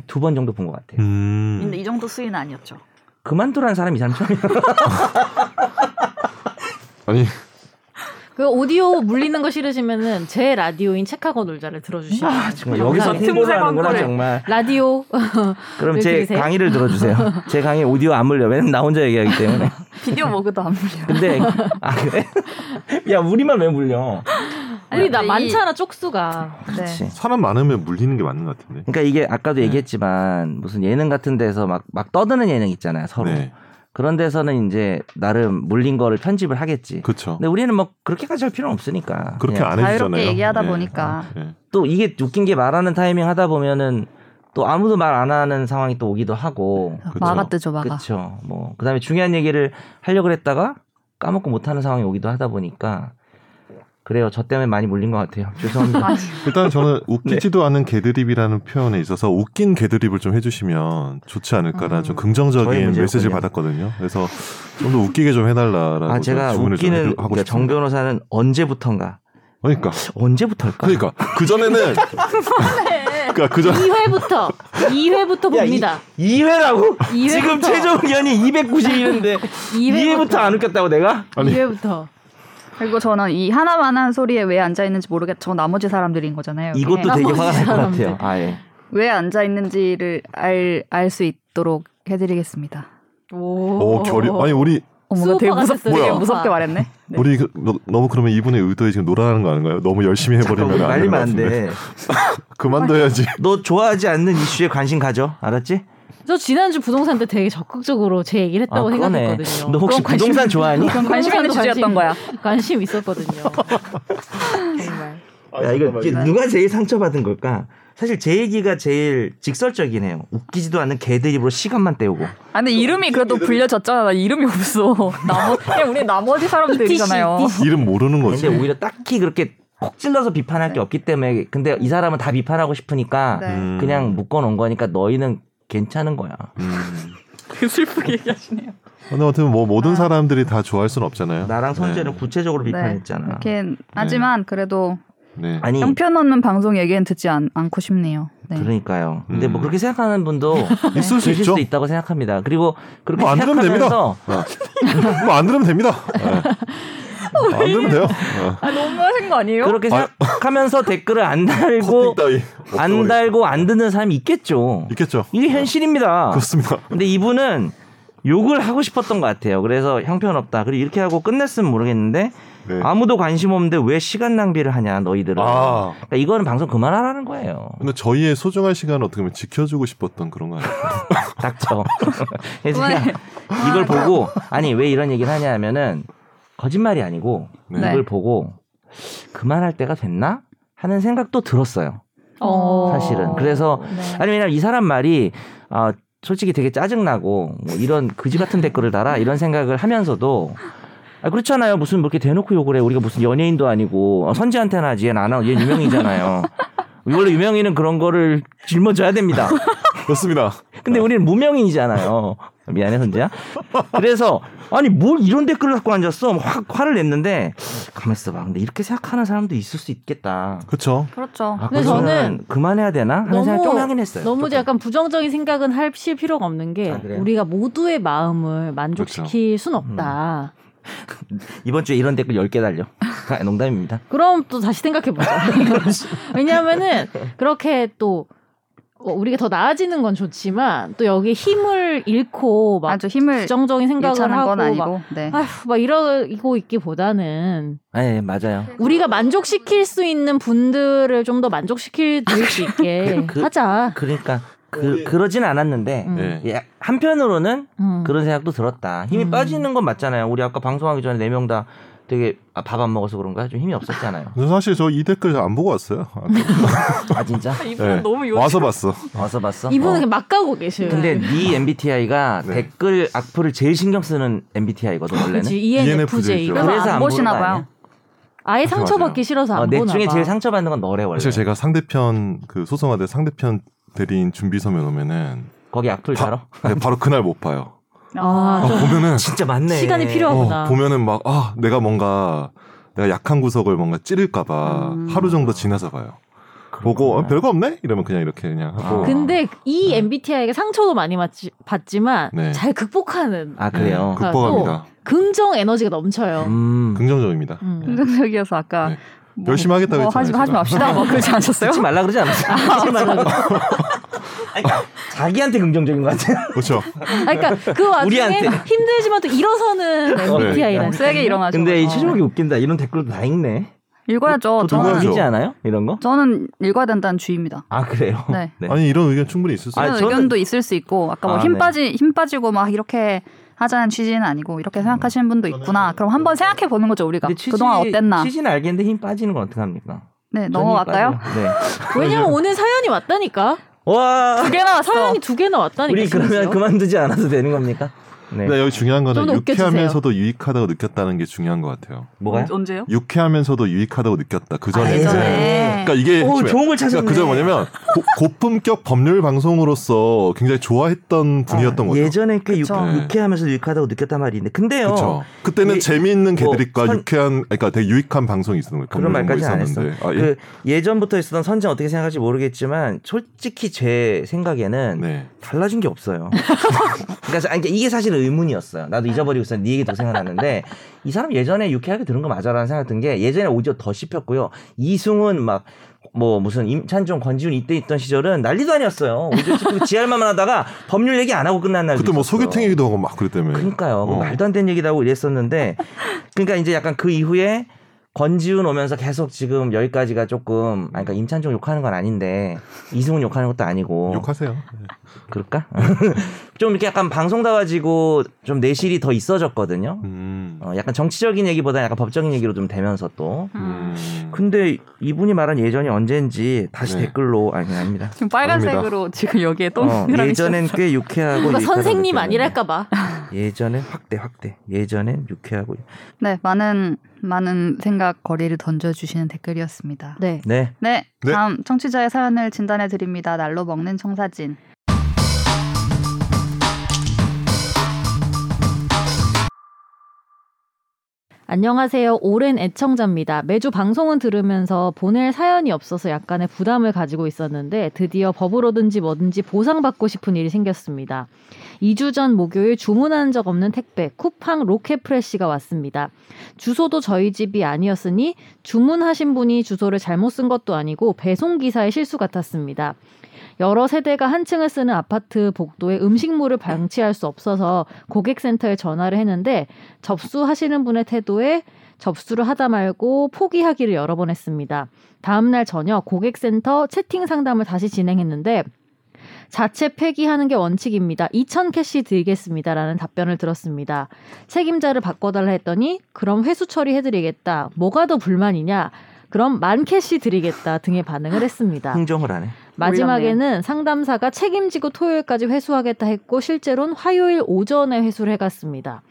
Speaker 3: 한 두 번 정도 본 것 같아요.
Speaker 4: 음.
Speaker 1: 이 정도 수위는 아니었죠.
Speaker 3: 그만두라는 사람이 이 사람 처음이야.
Speaker 4: 아니
Speaker 2: 그 오디오 물리는 거 싫으시면은 제 라디오인 책하고 놀자를 들어주시면
Speaker 3: 아, 정말 여기서
Speaker 2: 감사합니다.
Speaker 3: 홍보를 하는구나
Speaker 2: 틈새
Speaker 3: 정말.
Speaker 2: 라디오
Speaker 3: 그럼
Speaker 2: 왜
Speaker 3: 제
Speaker 2: 들으세요?
Speaker 3: 강의를 들어주세요. 제 강의 오디오 안 물려. 왜냐면 나 혼자 얘기하기 때문에.
Speaker 1: 비디오 먹어도 안 물려.
Speaker 3: 근데 아 그래? 야 우리만 왜 물려?
Speaker 2: 우리 나
Speaker 1: 이-
Speaker 2: 많잖아 쪽수가
Speaker 1: 네.
Speaker 3: 그렇지.
Speaker 4: 사람 많으면 물리는 게 맞는 것 같은데.
Speaker 3: 그러니까 이게
Speaker 2: 네.
Speaker 3: 아까도 얘기했지만 무슨 예능 같은 데서 막 막 떠드는 예능 있잖아요 서로.
Speaker 4: 네,
Speaker 3: 그런 데서는 이제 나름 물린 거를 편집을 하겠지.
Speaker 4: 그렇죠.
Speaker 3: 근데 우리는 뭐 그렇게까지 할 필요는 없으니까.
Speaker 4: 그렇게
Speaker 3: 그냥
Speaker 4: 안 해주잖아요.
Speaker 1: 자유롭게 얘기하다
Speaker 4: 네.
Speaker 1: 보니까
Speaker 4: 네.
Speaker 3: 또 이게 웃긴 게 말하는 타이밍 하다 보면은 또 아무도 말 안 하는 상황이 또 오기도 하고.
Speaker 4: 그쵸.
Speaker 1: 마가 뜨죠 마가.
Speaker 3: 그렇죠. 뭐 그다음에 중요한 얘기를 하려고 했다가 까먹고 못 하는 상황이 오기도 하다 보니까 그래요. 저 때문에 많이 물린 것 같아요. 죄송합니다.
Speaker 4: 일단
Speaker 3: 네.
Speaker 4: 저는 웃기지도 않은 개드립이라는 표현에 있어서 웃긴 개드립을 좀 해주시면 좋지 않을까라는
Speaker 1: 음.
Speaker 3: 저의
Speaker 4: 좀 긍정적인
Speaker 3: 문제였군요.
Speaker 4: 메시지를 받았거든요. 그래서 좀 더 웃기게 좀 해달라라고
Speaker 3: 아 제가
Speaker 4: 좀뭐 주문을 좀
Speaker 3: 웃기는
Speaker 4: 해주- 하고
Speaker 3: 그러니까 정
Speaker 4: 싶습니다.
Speaker 3: 변호사는 언제부턴가
Speaker 4: 그러니까
Speaker 3: 언제부터일까?
Speaker 4: 그러니까 그 전에는 그러니까 그 전.
Speaker 2: 2회부터 2회부터
Speaker 3: 네. 야,
Speaker 2: 봅니다.
Speaker 3: 2회라고?
Speaker 2: 이
Speaker 3: 지금
Speaker 2: 회부터.
Speaker 3: 최종 의견이 290인데 2회부터 안 웃겼다고 내가?
Speaker 4: 아니.
Speaker 2: 2회부터
Speaker 1: 그리고 저는 이 하나만한 소리에 왜 앉아 있는지 모르겠. 저 나머지 사람들인 거잖아요. 이게.
Speaker 3: 이것도 되게 화가 날 것
Speaker 1: 음.
Speaker 2: 사람들.
Speaker 3: 같아요. 아 예.
Speaker 1: 왜 앉아 있는지를 알 알 수 있도록 해드리겠습니다.
Speaker 2: 오,
Speaker 4: 오 결이 아니 우리
Speaker 1: 어, 뭔가 되게
Speaker 2: 수오빠가
Speaker 1: 무섭,
Speaker 2: 됐어요,
Speaker 1: 되게
Speaker 2: 수오빠.
Speaker 1: 무섭게 말했네. 네.
Speaker 4: 우리 그- 너- 너무 그러면 이분의 의도에 지금 놀아나는 거 아닌가요? 너무 열심히 해버리면 안 되는 것
Speaker 3: 말리면 네. 안
Speaker 4: 같은데
Speaker 3: 돼.
Speaker 4: 그만둬야지.
Speaker 3: 너 좋아하지 않는 이슈에 관심 가져. 알았지?
Speaker 2: 저 지난주 부동산 때 되게 적극적으로 제 얘기를
Speaker 3: 아,
Speaker 2: 했다고
Speaker 3: 그러네.
Speaker 2: 생각했거든요.
Speaker 3: 너 혹시
Speaker 2: 그건 관심-
Speaker 3: 부동산 좋아하니?
Speaker 1: 그건 관심 있는
Speaker 2: 관심-
Speaker 1: 주제였던 거야.
Speaker 2: 관심 있었거든요. 정말.
Speaker 3: 야, 이거 이게 누가 제일 상처받은 걸까? 사실 제 얘기가 제일 직설적이긴 해요. 웃기지도 않은 개드립으로 시간만 때우고.
Speaker 1: 아, 근데 이름이 그래도 불려졌잖아. 나 이름이 없어. 나머 그냥 우리 나머지 사람들이잖아요.
Speaker 4: 이름 모르는 거지.
Speaker 3: 근데 오히려 딱히 그렇게 콕 찔러서 비판할 게 없기 때문에 근데 이 사람은 다 비판하고 싶으니까
Speaker 1: 네.
Speaker 4: 음.
Speaker 3: 그냥 묶어 놓은 거니까 너희는 괜찮은 거야.
Speaker 4: 음.
Speaker 1: 되게 그 슬프게 얘기하시네요.
Speaker 4: 근데 아무튼 뭐 모든 사람들이 다 좋아할 순 없잖아요.
Speaker 3: 나랑 선재는
Speaker 4: 네.
Speaker 3: 구체적으로
Speaker 1: 네.
Speaker 3: 비판했잖아.
Speaker 1: 이렇게 하지만 그래도
Speaker 4: 네.
Speaker 3: 아니
Speaker 1: 형편없는 방송 얘기는 듣지 않, 않고 싶네요. 네.
Speaker 3: 그러니까요. 근데
Speaker 4: 음.
Speaker 3: 뭐 그렇게 생각하는 분도
Speaker 4: 있을 수
Speaker 3: 계실
Speaker 4: 있죠.
Speaker 3: 수 있다고 생각합니다. 그리고 그렇게
Speaker 4: 뭐안 들으면
Speaker 3: 생각하면서
Speaker 4: 아. 뭐안 들으면 됩니다. 네. 안 들으면 돼요. 아.
Speaker 1: 아, 너무 하신 거 아니에요?
Speaker 3: 그렇게
Speaker 4: 아. 뭐
Speaker 3: 생각하면서 댓글을 안 달고
Speaker 4: 커팅 따위
Speaker 3: 뭐 안
Speaker 4: 없애버리겠다.
Speaker 3: 달고 안 듣는 사람이 있겠죠.
Speaker 4: 있겠죠. 어.
Speaker 3: 이게 현실입니다.
Speaker 4: 아, 그렇습니다.
Speaker 3: 근데 이분은 욕을 하고 싶었던 것 같아요. 그래서 형편없다. 그리고 이렇게 하고 끝냈으면 모르겠는데
Speaker 4: 네.
Speaker 3: 아무도 관심 없는데 왜 시간 낭비를 하냐 너희들은.
Speaker 4: 아.
Speaker 3: 그러니까 이거는 방송 그만하라는 거예요.
Speaker 4: 근데 저희의 소중한 시간을 어떻게 보면 지켜주고 싶었던 그런 거 아닐까요?
Speaker 3: 닥쳐. 그래서 그냥
Speaker 1: 왜?
Speaker 3: 이걸 보고 아니 왜 이런 얘기를 하냐면은 거짓말이 아니고
Speaker 4: 네.
Speaker 1: 네.
Speaker 3: 이걸 보고 그만할 때가 됐나 하는 생각도 들었어요.
Speaker 2: 어.
Speaker 3: 사실은. 그래서
Speaker 1: 네.
Speaker 3: 아니 왜냐면 이 사람 말이 아 솔직히 되게 짜증나고 뭐 이런 그지 같은 댓글을 달아 이런 생각을 하면서도 아 그렇잖아요 무슨 뭐 이렇게 대놓고 욕을 해 우리가 무슨 연예인도 아니고 어, 선지한테나 하지 얘는 안 하고 얘 유명이잖아요 원래 유명인은 그런 거를 짊어져야 됩니다
Speaker 4: 그렇습니다.
Speaker 2: 어.
Speaker 3: 근데 우리는 무명인이잖아요 미안해 선지야 그래서 아니 뭘 이런 댓글을 갖고 앉았어 뭐 확 화를 냈는데 가만 있어봐 근데 이렇게 생각하는 사람도 있을 수 있겠다
Speaker 4: 그렇죠.
Speaker 1: 그렇죠.
Speaker 3: 아,
Speaker 2: 근데
Speaker 3: 그러면은 그만해야 되나 하는 생각 좀 하긴 했어요
Speaker 2: 너무
Speaker 3: 조금.
Speaker 2: 약간 부정적인 생각은 할 필요가 없는 게
Speaker 3: 아, 그래요? 그렇죠.
Speaker 2: 우리가 모두의 마음을 만족시킬 순 없다.
Speaker 3: 음. 이번 주에 이런 댓글 10개 달려. 아, 농담입니다.
Speaker 2: 그럼 또 다시 생각해 보자. 왜냐하면은 그렇게 또 어, 우리가 더 나아지는 건 좋지만 또 여기 에 힘을 잃고 막
Speaker 1: 아주 힘을
Speaker 2: 부정적인 생각을
Speaker 1: 일치하는
Speaker 2: 하고
Speaker 1: 건
Speaker 2: 막
Speaker 1: 아니고. 네.
Speaker 2: 아휴, 막 이러고 있기보다는
Speaker 3: 아, 예, 맞아요.
Speaker 2: 우리가 만족시킬 수 있는 분들을 좀 더 만족시킬 드릴 수 있게
Speaker 3: 그-
Speaker 2: 하자.
Speaker 3: 그러니까 그 그러진 않았는데
Speaker 2: 음.
Speaker 4: 네.
Speaker 3: 예, 한편으로는
Speaker 2: 음.
Speaker 3: 그런 생각도 들었다. 힘이
Speaker 2: 음.
Speaker 3: 빠지는 건 맞잖아요. 우리 아까 방송하기 전에 네 명 다 되게 아, 밥 안 먹어서 그런가 좀 힘이 없었잖아요.
Speaker 4: 근데 사실 저 이 댓글 안 보고 왔어요. 아,
Speaker 3: 아 진짜?
Speaker 4: 네. 와서 봤어.
Speaker 3: 와서 봤어?
Speaker 2: 이분은
Speaker 3: 어.
Speaker 2: 그냥 막 가고 계셔요.
Speaker 3: 뭐 근데 네 MBTI가
Speaker 4: 네.
Speaker 3: 댓글 악플을 제일 신경 쓰는 MBTI거든 원래는.
Speaker 2: 그치, E
Speaker 4: ENFJ 죠.
Speaker 2: ENFJ가
Speaker 1: 그래서 안
Speaker 3: 보는
Speaker 1: 보시나
Speaker 3: 거
Speaker 1: 봐요.
Speaker 3: 아니야?
Speaker 2: 아예 상처받기 싫어서 안
Speaker 3: 어, 내
Speaker 2: 보나
Speaker 3: 중에
Speaker 2: 봐.
Speaker 3: 제일 상처받는 건 너래 원래.
Speaker 4: 사실 제가 상대편 그 소송하대 상대편 대리인 준비 서면 오면은
Speaker 3: 거기 악플
Speaker 4: 바-
Speaker 3: 달아?
Speaker 4: 네, 바로 그날 못 봐요.
Speaker 2: 아,
Speaker 4: 아, 보면은
Speaker 3: 진짜 많네.
Speaker 2: 시간이 필요하고.
Speaker 4: 어,
Speaker 2: 그렇구나.
Speaker 4: 보면은 막 아, 내가 뭔가 내가 약한 구석을 뭔가 찌를까 봐
Speaker 1: 음.
Speaker 4: 하루 정도 지나서 봐요. 보고 어, 별거 없네 이러면 그냥 이렇게 그냥 하고
Speaker 3: 아.
Speaker 2: 근데 이
Speaker 4: 네.
Speaker 2: MBTI가 상처도 많이 맞지, 받지만
Speaker 4: 네.
Speaker 2: 잘 극복하는
Speaker 3: 아 그래요.
Speaker 2: 그-
Speaker 4: 극복합니다.
Speaker 2: 긍정 에너지가 넘쳐요.
Speaker 3: 음.
Speaker 4: 긍정적입니다.
Speaker 2: 음.
Speaker 4: 네.
Speaker 1: 긍정적이어서 아까
Speaker 4: 네.
Speaker 1: 뭐,
Speaker 4: 열심히 하겠다고
Speaker 1: 뭐 하지,
Speaker 4: 했잖아요.
Speaker 1: 하지
Speaker 4: 제가.
Speaker 1: 맙시다 뭐 그러지 않으셨어요? 아,
Speaker 3: 하지 말라 그러지 않았어요. 하지 말라 그러 아니, 그러니까 자기한테 긍정적인 것 같아요.
Speaker 4: 그렇죠.
Speaker 2: 아, 그러니까 그 와중에
Speaker 3: 우리한테. 네.
Speaker 2: 힘들지만 또 일어서는 MBTI라는
Speaker 1: 뭐 세게 일어나죠.
Speaker 3: 근데 이
Speaker 1: 어.
Speaker 3: 최종욱이 웃긴다. 이런 댓글도 다 읽네.
Speaker 1: 읽어야죠.
Speaker 4: 보통
Speaker 1: 저는,
Speaker 4: 읽어야죠.
Speaker 3: 읽지 않아요? 이런 거?
Speaker 1: 저는 읽어야 된다는 주의입니다.
Speaker 3: 아 그래요.
Speaker 1: 네.
Speaker 3: 네.
Speaker 4: 아니 이런 의견 충분히 있을 수
Speaker 3: 아니,
Speaker 1: 그런
Speaker 4: 있어요.
Speaker 3: 저는-
Speaker 1: 의견도 있을 수 있고 아까 뭐
Speaker 3: 아,
Speaker 1: 힘
Speaker 3: 네.
Speaker 1: 빠지 힘 빠지고 막 이렇게 하자는 취지는 아니고 이렇게 생각하시는 분도
Speaker 4: 음.
Speaker 1: 있구나. 그럼 한번 생각해 보는 거죠 우리가
Speaker 3: 근데 취지-
Speaker 1: 그동안 어땠나.
Speaker 3: 취지는 알겠는데 힘 빠지는 건 어떡합니까?
Speaker 1: 네
Speaker 3: 저는 힘
Speaker 1: 넘어갈까요?
Speaker 3: 빠져요. 네.
Speaker 2: 왜냐면 오늘 사연이 왔다니까.
Speaker 3: 와
Speaker 1: 두 개 나왔어.
Speaker 2: 사연이 두 개나 왔다니까.
Speaker 3: 우리 그러면
Speaker 2: 심지어.
Speaker 3: 그만두지 않아도 되는 겁니까? 네.
Speaker 4: 근데 여기 중요한 거는
Speaker 2: 좀 웃겨주세요.
Speaker 4: 유쾌하면서도 유익하다고 느꼈다는 게 중요한 것 같아요.
Speaker 3: 뭐가요?
Speaker 1: 언제요?
Speaker 4: 유쾌하면서도 유익하다고 느꼈다. 그 전에
Speaker 3: 아,
Speaker 4: 이제
Speaker 3: 예전에.
Speaker 4: 그러니까 이게
Speaker 3: 오
Speaker 4: 핵심이에요.
Speaker 3: 어, 좋은 걸
Speaker 4: 그러니까
Speaker 3: 찾았네.
Speaker 4: 그전 뭐냐면 고, 품격 법률 방송으로서 굉장히 좋아했던 분이었던 거죠.
Speaker 3: 예전에 꽤
Speaker 1: 그쵸.
Speaker 3: 유- 유쾌하면서 유익하다고 느꼈단 말인데 근데요.
Speaker 4: 그렇죠. 그때는
Speaker 3: 이-
Speaker 4: 재미있는
Speaker 3: 뭐
Speaker 4: 개드립과
Speaker 3: 선-
Speaker 4: 유쾌한, 그러니까 되게 유익한 방송이 있었는 거예요.
Speaker 3: 그런
Speaker 4: 방송이
Speaker 3: 말까지는 안 했어.
Speaker 4: 있었는데. 아, 예?
Speaker 3: 그 예전부터 있었던 선진 어떻게 생각할지 모르겠지만 솔직히 제 생각에는
Speaker 4: 네.
Speaker 3: 달라진 게 없어요. 그러니까 아니, 이게 사실 의문이었어요. 나도 잊어버리고 있었는데 네 얘기 더 생각났는데 이 사람 예전에 유쾌하게 들은 거 맞아라는 생각 든 게 예전에 오히려 더 씹혔고요. 이승훈 막 뭐 무슨 임찬종 권지훈 이때 있던 시절은 난리도 아니었어요. 오히려 씹히고 지할만 하다가 법률 얘기 안 하고 끝난 날도
Speaker 4: 그때 뭐
Speaker 3: 있었어요.
Speaker 4: 소개팅 얘기도 하고 막 그랬다며.
Speaker 3: 그러니까요. 뭐
Speaker 4: 어.
Speaker 3: 말도 안 되는 얘기도 하고 이랬었는데 그러니까 이제 약간 그 이후에 권지훈 오면서 계속 지금 여기까지가 조금 아니 그러니까 임찬종 욕하는 건 아닌데 이승훈 욕하는 것도 아니고
Speaker 4: 욕하세요. 네.
Speaker 3: 그럴까? 좀 이렇게 약간 방송다워지고 좀 내실이 더 있어졌거든요.
Speaker 4: 음.
Speaker 3: 어, 약간 정치적인 얘기보다 약간 법적인 얘기로 좀 되면서 또.
Speaker 1: 음.
Speaker 4: 음.
Speaker 3: 근데 이분이 말한 예전이 언젠지 다시
Speaker 4: 네.
Speaker 3: 댓글로 아니 아닙니다.
Speaker 1: 지금 빨간색으로 지금 여기에
Speaker 3: 어,
Speaker 1: 동그라미
Speaker 3: 예전엔 꽤 유쾌하고
Speaker 2: 뭔가
Speaker 3: 유익하다고
Speaker 2: 선생님
Speaker 3: 느꼈는데.
Speaker 2: 아니랄까봐.
Speaker 3: 예전엔 확대 확대 예전엔 유쾌하고
Speaker 1: 네, 많은 많은 생각 거리를 던져주시는 댓글이었습니다. 네,
Speaker 2: 네.
Speaker 3: 네
Speaker 4: 네.
Speaker 1: 다음 청취자의 사연을 진단해 드립니다. 날로 먹는 청사진.
Speaker 2: 안녕하세요. 오랜 애청자입니다. 매주 방송은 들으면서 보낼 사연이 없어서 약간의 부담을 가지고 있었는데 드디어 법으로든지 뭐든지 보상받고 싶은 일이 생겼습니다. 2주 전 목요일 주문한 적 없는 택배 쿠팡 로켓프레쉬가 왔습니다. 주소도 저희 집이 아니었으니 주문하신 분이 주소를 잘못 쓴 것도 아니고 배송 기사의 실수 같았습니다. 여러 세대가 한 층을 쓰는 아파트 복도에 음식물을 방치할 수 없어서 고객센터에 전화를 했는데 접수하시는 분의 태도에 접수를 하다 말고 포기하기를 여러 번 했습니다. 다음날 저녁 고객센터 채팅 상담을 다시 진행했는데 자체 폐기하는 게 원칙입니다. 2,000 캐시 드리겠습니다라는 답변을 들었습니다. 책임자를 바꿔달라 했더니 그럼 회수 처리해드리겠다. 뭐가 더 불만이냐? 그럼 만 캐시 드리겠다 등의 반응을 했습니다.
Speaker 3: 흥정을 안 해.
Speaker 2: 마지막에는 상담사가 책임지고 토요일까지 회수하겠다 했고 실제로는 화요일 오전에 회수를 해갔습니다.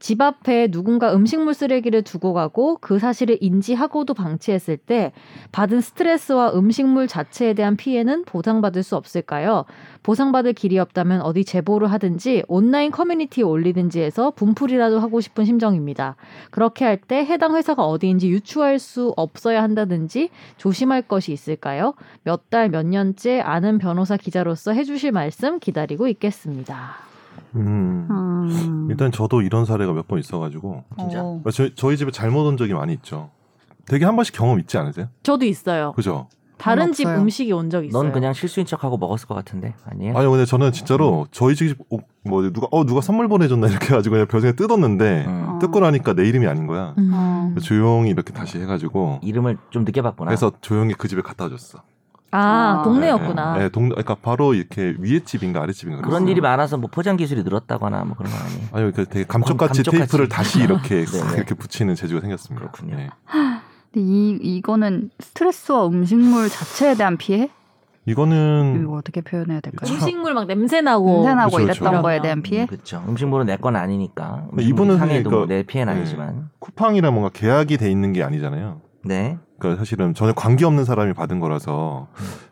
Speaker 2: 집 앞에 누군가 음식물 쓰레기를 두고 가고 그 사실을 인지하고도 방치했을 때 받은 스트레스와 음식물 자체에 대한 피해는 보상받을 수 없을까요? 보상받을 길이 없다면 어디 제보를 하든지 온라인 커뮤니티에 올리든지 해서 분풀이라도 하고 싶은 심정입니다. 그렇게 할 때 해당 회사가 어디인지 유추할 수 없어야 한다든지 조심할 것이 있을까요? 몇 달 몇 년째 아는 변호사 기자로서 해주실 말씀 기다리고 있겠습니다.
Speaker 4: 음. 일단 저도 이런 사례가 몇 번 있어가지고 아,
Speaker 3: 진짜?
Speaker 1: 어.
Speaker 4: 저희, 저희 집에 잘못 온 적이 많이 있죠. 되게 한 번씩 경험 있지 않으세요?
Speaker 2: 저도 있어요.
Speaker 4: 그죠?
Speaker 2: 다른
Speaker 1: 저는
Speaker 2: 집
Speaker 1: 없어요.
Speaker 2: 음식이 온 적 있어요.
Speaker 3: 넌 그냥 실수인 척하고 먹었을 것 같은데 아니에요?
Speaker 4: 아니 근데 저는 진짜로 저희 집 어, 뭐 누가 어 누가 선물 보내줬나 이렇게 해가지고 그냥 벼슬에 뜯었는데
Speaker 3: 음.
Speaker 4: 뜯고 나니까 내 이름이 아닌 거야.
Speaker 2: 음.
Speaker 1: 어.
Speaker 4: 조용히 이렇게 다시 해가지고
Speaker 3: 이름을 좀 늦게 봤구나.
Speaker 4: 그래서 조용히 그 집에 갖다 줬어.
Speaker 2: 아,
Speaker 1: 아.
Speaker 2: 동네였구나.
Speaker 4: 네, 네, 동 그러니까 바로 이렇게 위에 집인가 아래 집인가
Speaker 3: 그런 일이 많아서 뭐 포장 기술이 늘었다거나 뭐 그런 건 아니에요.
Speaker 4: 아니 그 되게 감쪽같이
Speaker 3: 어, 감- 감쪽같이.
Speaker 4: 테이프를 다시 이렇게 싹
Speaker 3: 네네.
Speaker 4: 이렇게 붙이는 재주가 생겼습니다. 예.
Speaker 3: 그렇군요.
Speaker 1: 근데 이 이거는 스트레스와 음식물 자체에 대한 피해?
Speaker 2: 그
Speaker 4: 이거는
Speaker 1: 이거 어떻게 표현해야 될까요?
Speaker 4: 참-
Speaker 2: 음식물 막 냄새 나고.
Speaker 1: 냄새 나고
Speaker 4: 음. 그렇죠,
Speaker 1: 이랬던
Speaker 4: 그렇죠.
Speaker 1: 거에 대한 음, 피해?
Speaker 3: 그렇죠. 음식물은 내 건 아니니까.
Speaker 4: 근데 뭐 이분은
Speaker 3: 상해도
Speaker 4: 그러니까-
Speaker 3: 내 피해는
Speaker 4: 네.
Speaker 3: 아니지만.
Speaker 4: 쿠팡이라 뭔가 계약이 돼 있는 게 아니잖아요.
Speaker 3: 네.
Speaker 4: 그러니까 사실은 전혀 관계 없는 사람이 받은 거라서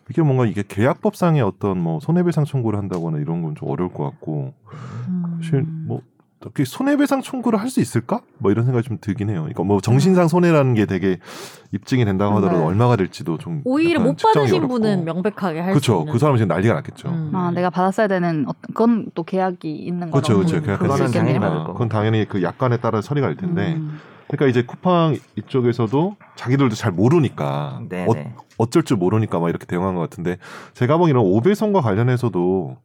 Speaker 4: 이게 뭔가 이게 계약법상의 어떤 뭐 손해배상 청구를 한다거나 이런 건 좀 어려울 것 같고
Speaker 2: 음.
Speaker 4: 사실 뭐 어떻게 손해배상 청구를 할 수 있을까? 뭐 이런 생각이 좀 들긴 해요. 그러니까 뭐 정신상 손해라는 게 되게 입증이 된다고 하더라도
Speaker 1: 네.
Speaker 4: 얼마가 될지도 좀
Speaker 2: 음. 오히려
Speaker 4: 약간
Speaker 2: 못
Speaker 4: 측정이
Speaker 2: 받으신
Speaker 4: 어렵고.
Speaker 2: 분은 명백하게 할 수
Speaker 4: 그렇죠.
Speaker 2: 있는.
Speaker 4: 그 사람은 지금 난리가 났겠죠.
Speaker 2: 음.
Speaker 1: 아, 내가 받았어야 되는 어떤 건 또 계약이 있는 거라고.
Speaker 4: 그렇죠, 그렇죠.
Speaker 1: 음,
Speaker 4: 계약까지
Speaker 1: 그럴 수
Speaker 3: 그거는 당연히
Speaker 1: 있겠네요.
Speaker 3: 받을
Speaker 4: 아,
Speaker 3: 거고.
Speaker 4: 그건 당연히 그 약관에 따라 처리가 될 텐데.
Speaker 1: 음.
Speaker 4: 그러니까 이제 쿠팡 이쪽에서도 자기들도 잘 모르니까
Speaker 3: 네,
Speaker 4: 어,
Speaker 3: 네.
Speaker 4: 어쩔 줄 모르니까 막 이렇게 대응한 것 같은데 제가 보기에는 오배송과 관련해서도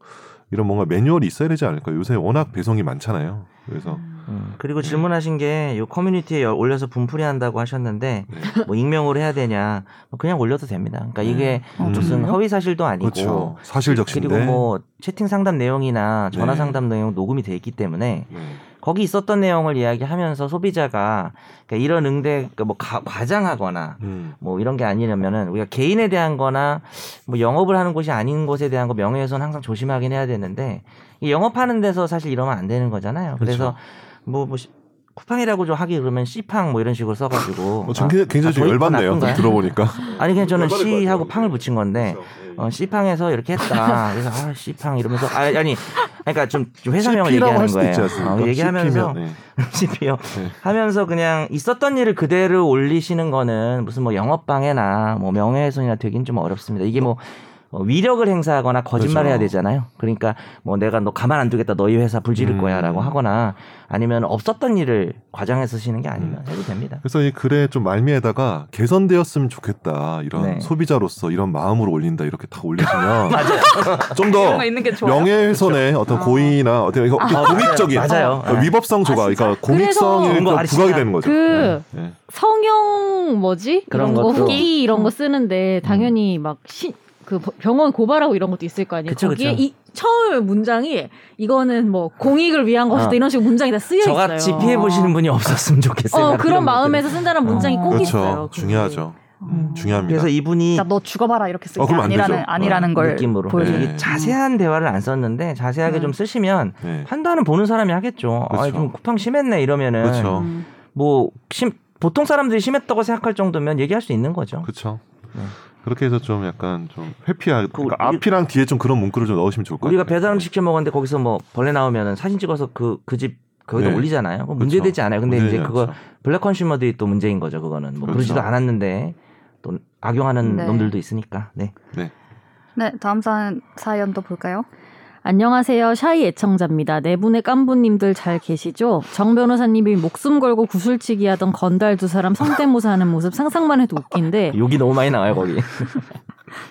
Speaker 4: 이런 뭔가 매뉴얼이 있어야 되지 않을까 요새 워낙 배송이 많잖아요 그래서
Speaker 3: 음, 그리고
Speaker 4: 네.
Speaker 3: 질문하신 게 이 커뮤니티에 여- 올려서 분풀이 한다고 하셨는데
Speaker 4: 네.
Speaker 3: 뭐 익명으로 해야 되냐? 뭐 그냥 올려도 됩니다. 그러니까 이게
Speaker 4: 음.
Speaker 1: 어,
Speaker 3: 무슨
Speaker 1: 그래요?
Speaker 3: 허위 사실도 아니고
Speaker 4: 네. 그렇죠 사실적신데
Speaker 3: 그리고 뭐 채팅 상담 내용이나 전화
Speaker 4: 네.
Speaker 3: 상담 내용 녹음이 돼 있기 때문에
Speaker 4: 네.
Speaker 3: 거기 있었던 내용을 이야기하면서 소비자가 그러니까 이런 응대 그러니까 뭐 가- 과장하거나
Speaker 4: 음.
Speaker 3: 뭐 이런 게 아니라면은 우리가 개인에 대한 거나 뭐 영업을 하는 곳이 아닌 곳에 대한 거 명예훼손 항상 조심하긴 해야 되는데 이 영업하는 데서 사실 이러면 안 되는
Speaker 4: 그렇죠.
Speaker 3: 거잖아요. 그래서 뭐, 뭐 시- 쿠팡이라고 좀 하기 그러면 씨팡 뭐 이런 식으로 써가지고
Speaker 4: 어, 전 굉장히
Speaker 3: 아,
Speaker 4: 좀
Speaker 3: 도입도
Speaker 4: 열받네요
Speaker 3: 나쁜가요?
Speaker 4: 들어보니까 예.
Speaker 3: 아니 그냥 저는
Speaker 4: 열받을 것 같아요. 그렇죠.
Speaker 3: 씨하고 팡을 붙인 건데 어, 씨팡에서 이렇게 했다. 그래서 아 씨팡 이러면서 아, 아니 그러니까 좀, 좀 회사명을
Speaker 4: CP라고 할
Speaker 3: 얘기하는
Speaker 4: 수도
Speaker 3: 거예요.
Speaker 4: 있지 않습니까?
Speaker 3: 어, 얘기하면서
Speaker 4: CP면, 네.
Speaker 3: CP요
Speaker 4: 네.
Speaker 3: 하면서 그냥 있었던 일을 그대로 올리시는 거는 무슨 뭐 영업방해나 뭐 명예훼손이나 되긴 좀 어렵습니다. 이게 뭐 어, 위력을 행사하거나 거짓말을
Speaker 4: 그렇죠.
Speaker 3: 해야 되잖아요. 그러니까 뭐 내가 너 가만 안 두겠다 너희 회사 불지를
Speaker 4: 음.
Speaker 3: 거야라고 하거나 아니면 없었던 일을 과장해서 쓰시는 게 아니면
Speaker 4: 음.
Speaker 3: 해도 됩니다.
Speaker 4: 그래서 이 글에 좀 말미에다가 개선되었으면 좋겠다 이런
Speaker 3: 네.
Speaker 4: 소비자로서 이런 마음으로 올린다 이렇게 다 올리시면 좀
Speaker 1: 이런
Speaker 4: 더
Speaker 1: 거 있는 게 좋아요.
Speaker 4: 명예훼손의
Speaker 3: 그렇죠.
Speaker 4: 어떤
Speaker 1: 아.
Speaker 4: 아, 고의나 어떤 이거 공익적인
Speaker 3: 네, 맞아요.
Speaker 4: 어, 위법성 조가 그러니까
Speaker 2: 그래서
Speaker 4: 공익성이 좀
Speaker 3: 뭔가
Speaker 4: 부각이
Speaker 3: 아시잖아.
Speaker 4: 되는 거죠.
Speaker 2: 그-
Speaker 4: 네. 네.
Speaker 2: 성형 뭐지?
Speaker 3: 그런
Speaker 2: 이런 거
Speaker 3: 것도. 음.
Speaker 2: 후기 이런 거 쓰는데 당연히 막 그 병원 고발하고 이런 것도 있을 거 아니에요.
Speaker 3: 그쵸,
Speaker 2: 거기에
Speaker 3: 그쵸.
Speaker 2: 이 처음 문장이 이거는 뭐 공익을 위한 것이다
Speaker 3: 어.
Speaker 2: 이런 식으로 문장이 다 쓰여
Speaker 3: 저같이
Speaker 2: 있어요.
Speaker 3: 피해 보시는 분이 없었으면 좋겠어요.
Speaker 2: 어
Speaker 3: 이런
Speaker 2: 그런 마음에서 쓴다는 문장이
Speaker 1: 어.
Speaker 2: 꼭 있어요.
Speaker 4: 그렇죠.
Speaker 2: 그게.
Speaker 4: 중요하죠. 음,
Speaker 3: 것들은.
Speaker 4: 중요합니다.
Speaker 3: 그래서 이분이
Speaker 1: 진짜 너 죽어봐라 이렇게
Speaker 4: 어,
Speaker 1: 쓰기
Speaker 4: 그러면 안 되죠.
Speaker 1: 아니라는 아니라는 걸
Speaker 3: 느낌으로
Speaker 1: 보여주기.
Speaker 4: 네.
Speaker 3: 자세한 대화를 안 썼는데 자세하게
Speaker 1: 음.
Speaker 3: 좀 쓰시면
Speaker 4: 네.
Speaker 3: 판단은 보는 사람이 하겠죠. 아,
Speaker 4: 그렇죠.
Speaker 3: 좀 쿠팡 심했네 이러면은
Speaker 4: 그렇죠.
Speaker 1: 음.
Speaker 3: 뭐 심, 보통 사람들이 심했다고 생각할 정도면 얘기할 수 있는 거죠.
Speaker 4: 그렇죠.
Speaker 3: 네.
Speaker 4: 그렇게 해서 좀 약간 좀 회피하.
Speaker 3: 그
Speaker 4: 그러니까
Speaker 3: 우리-
Speaker 4: 앞이랑 뒤에 좀 그런 문구를 좀 넣으시면 좋을 것
Speaker 3: 우리가
Speaker 4: 같아요.
Speaker 3: 배달 음식 시켜 먹었는데 거기서 뭐 벌레 나오면은 사진 찍어서 그 그 집 거기다
Speaker 4: 네.
Speaker 3: 올리잖아요. 그럼
Speaker 4: 그렇죠.
Speaker 3: 문제되지 않아요. 근데
Speaker 4: 문제되지
Speaker 3: 이제 그거
Speaker 4: 않죠.
Speaker 3: 블랙 컨슈머들이 또 문제인 거죠. 그거는 뭐
Speaker 4: 그렇죠.
Speaker 3: 그러지도 않았는데 또 악용하는
Speaker 1: 네.
Speaker 3: 놈들도 있으니까. 네.
Speaker 1: 네, 다음 사연 사연 또 볼까요?
Speaker 2: 안녕하세요. 샤이 애청자입니다. 네 분의 깐부님들 잘 계시죠? 정 변호사님이 목숨 걸고 구슬치기 하던 건달 두 사람 성대모사하는 모습 상상만 해도 웃긴데
Speaker 3: 욕이 너무 많이 나와요 거기.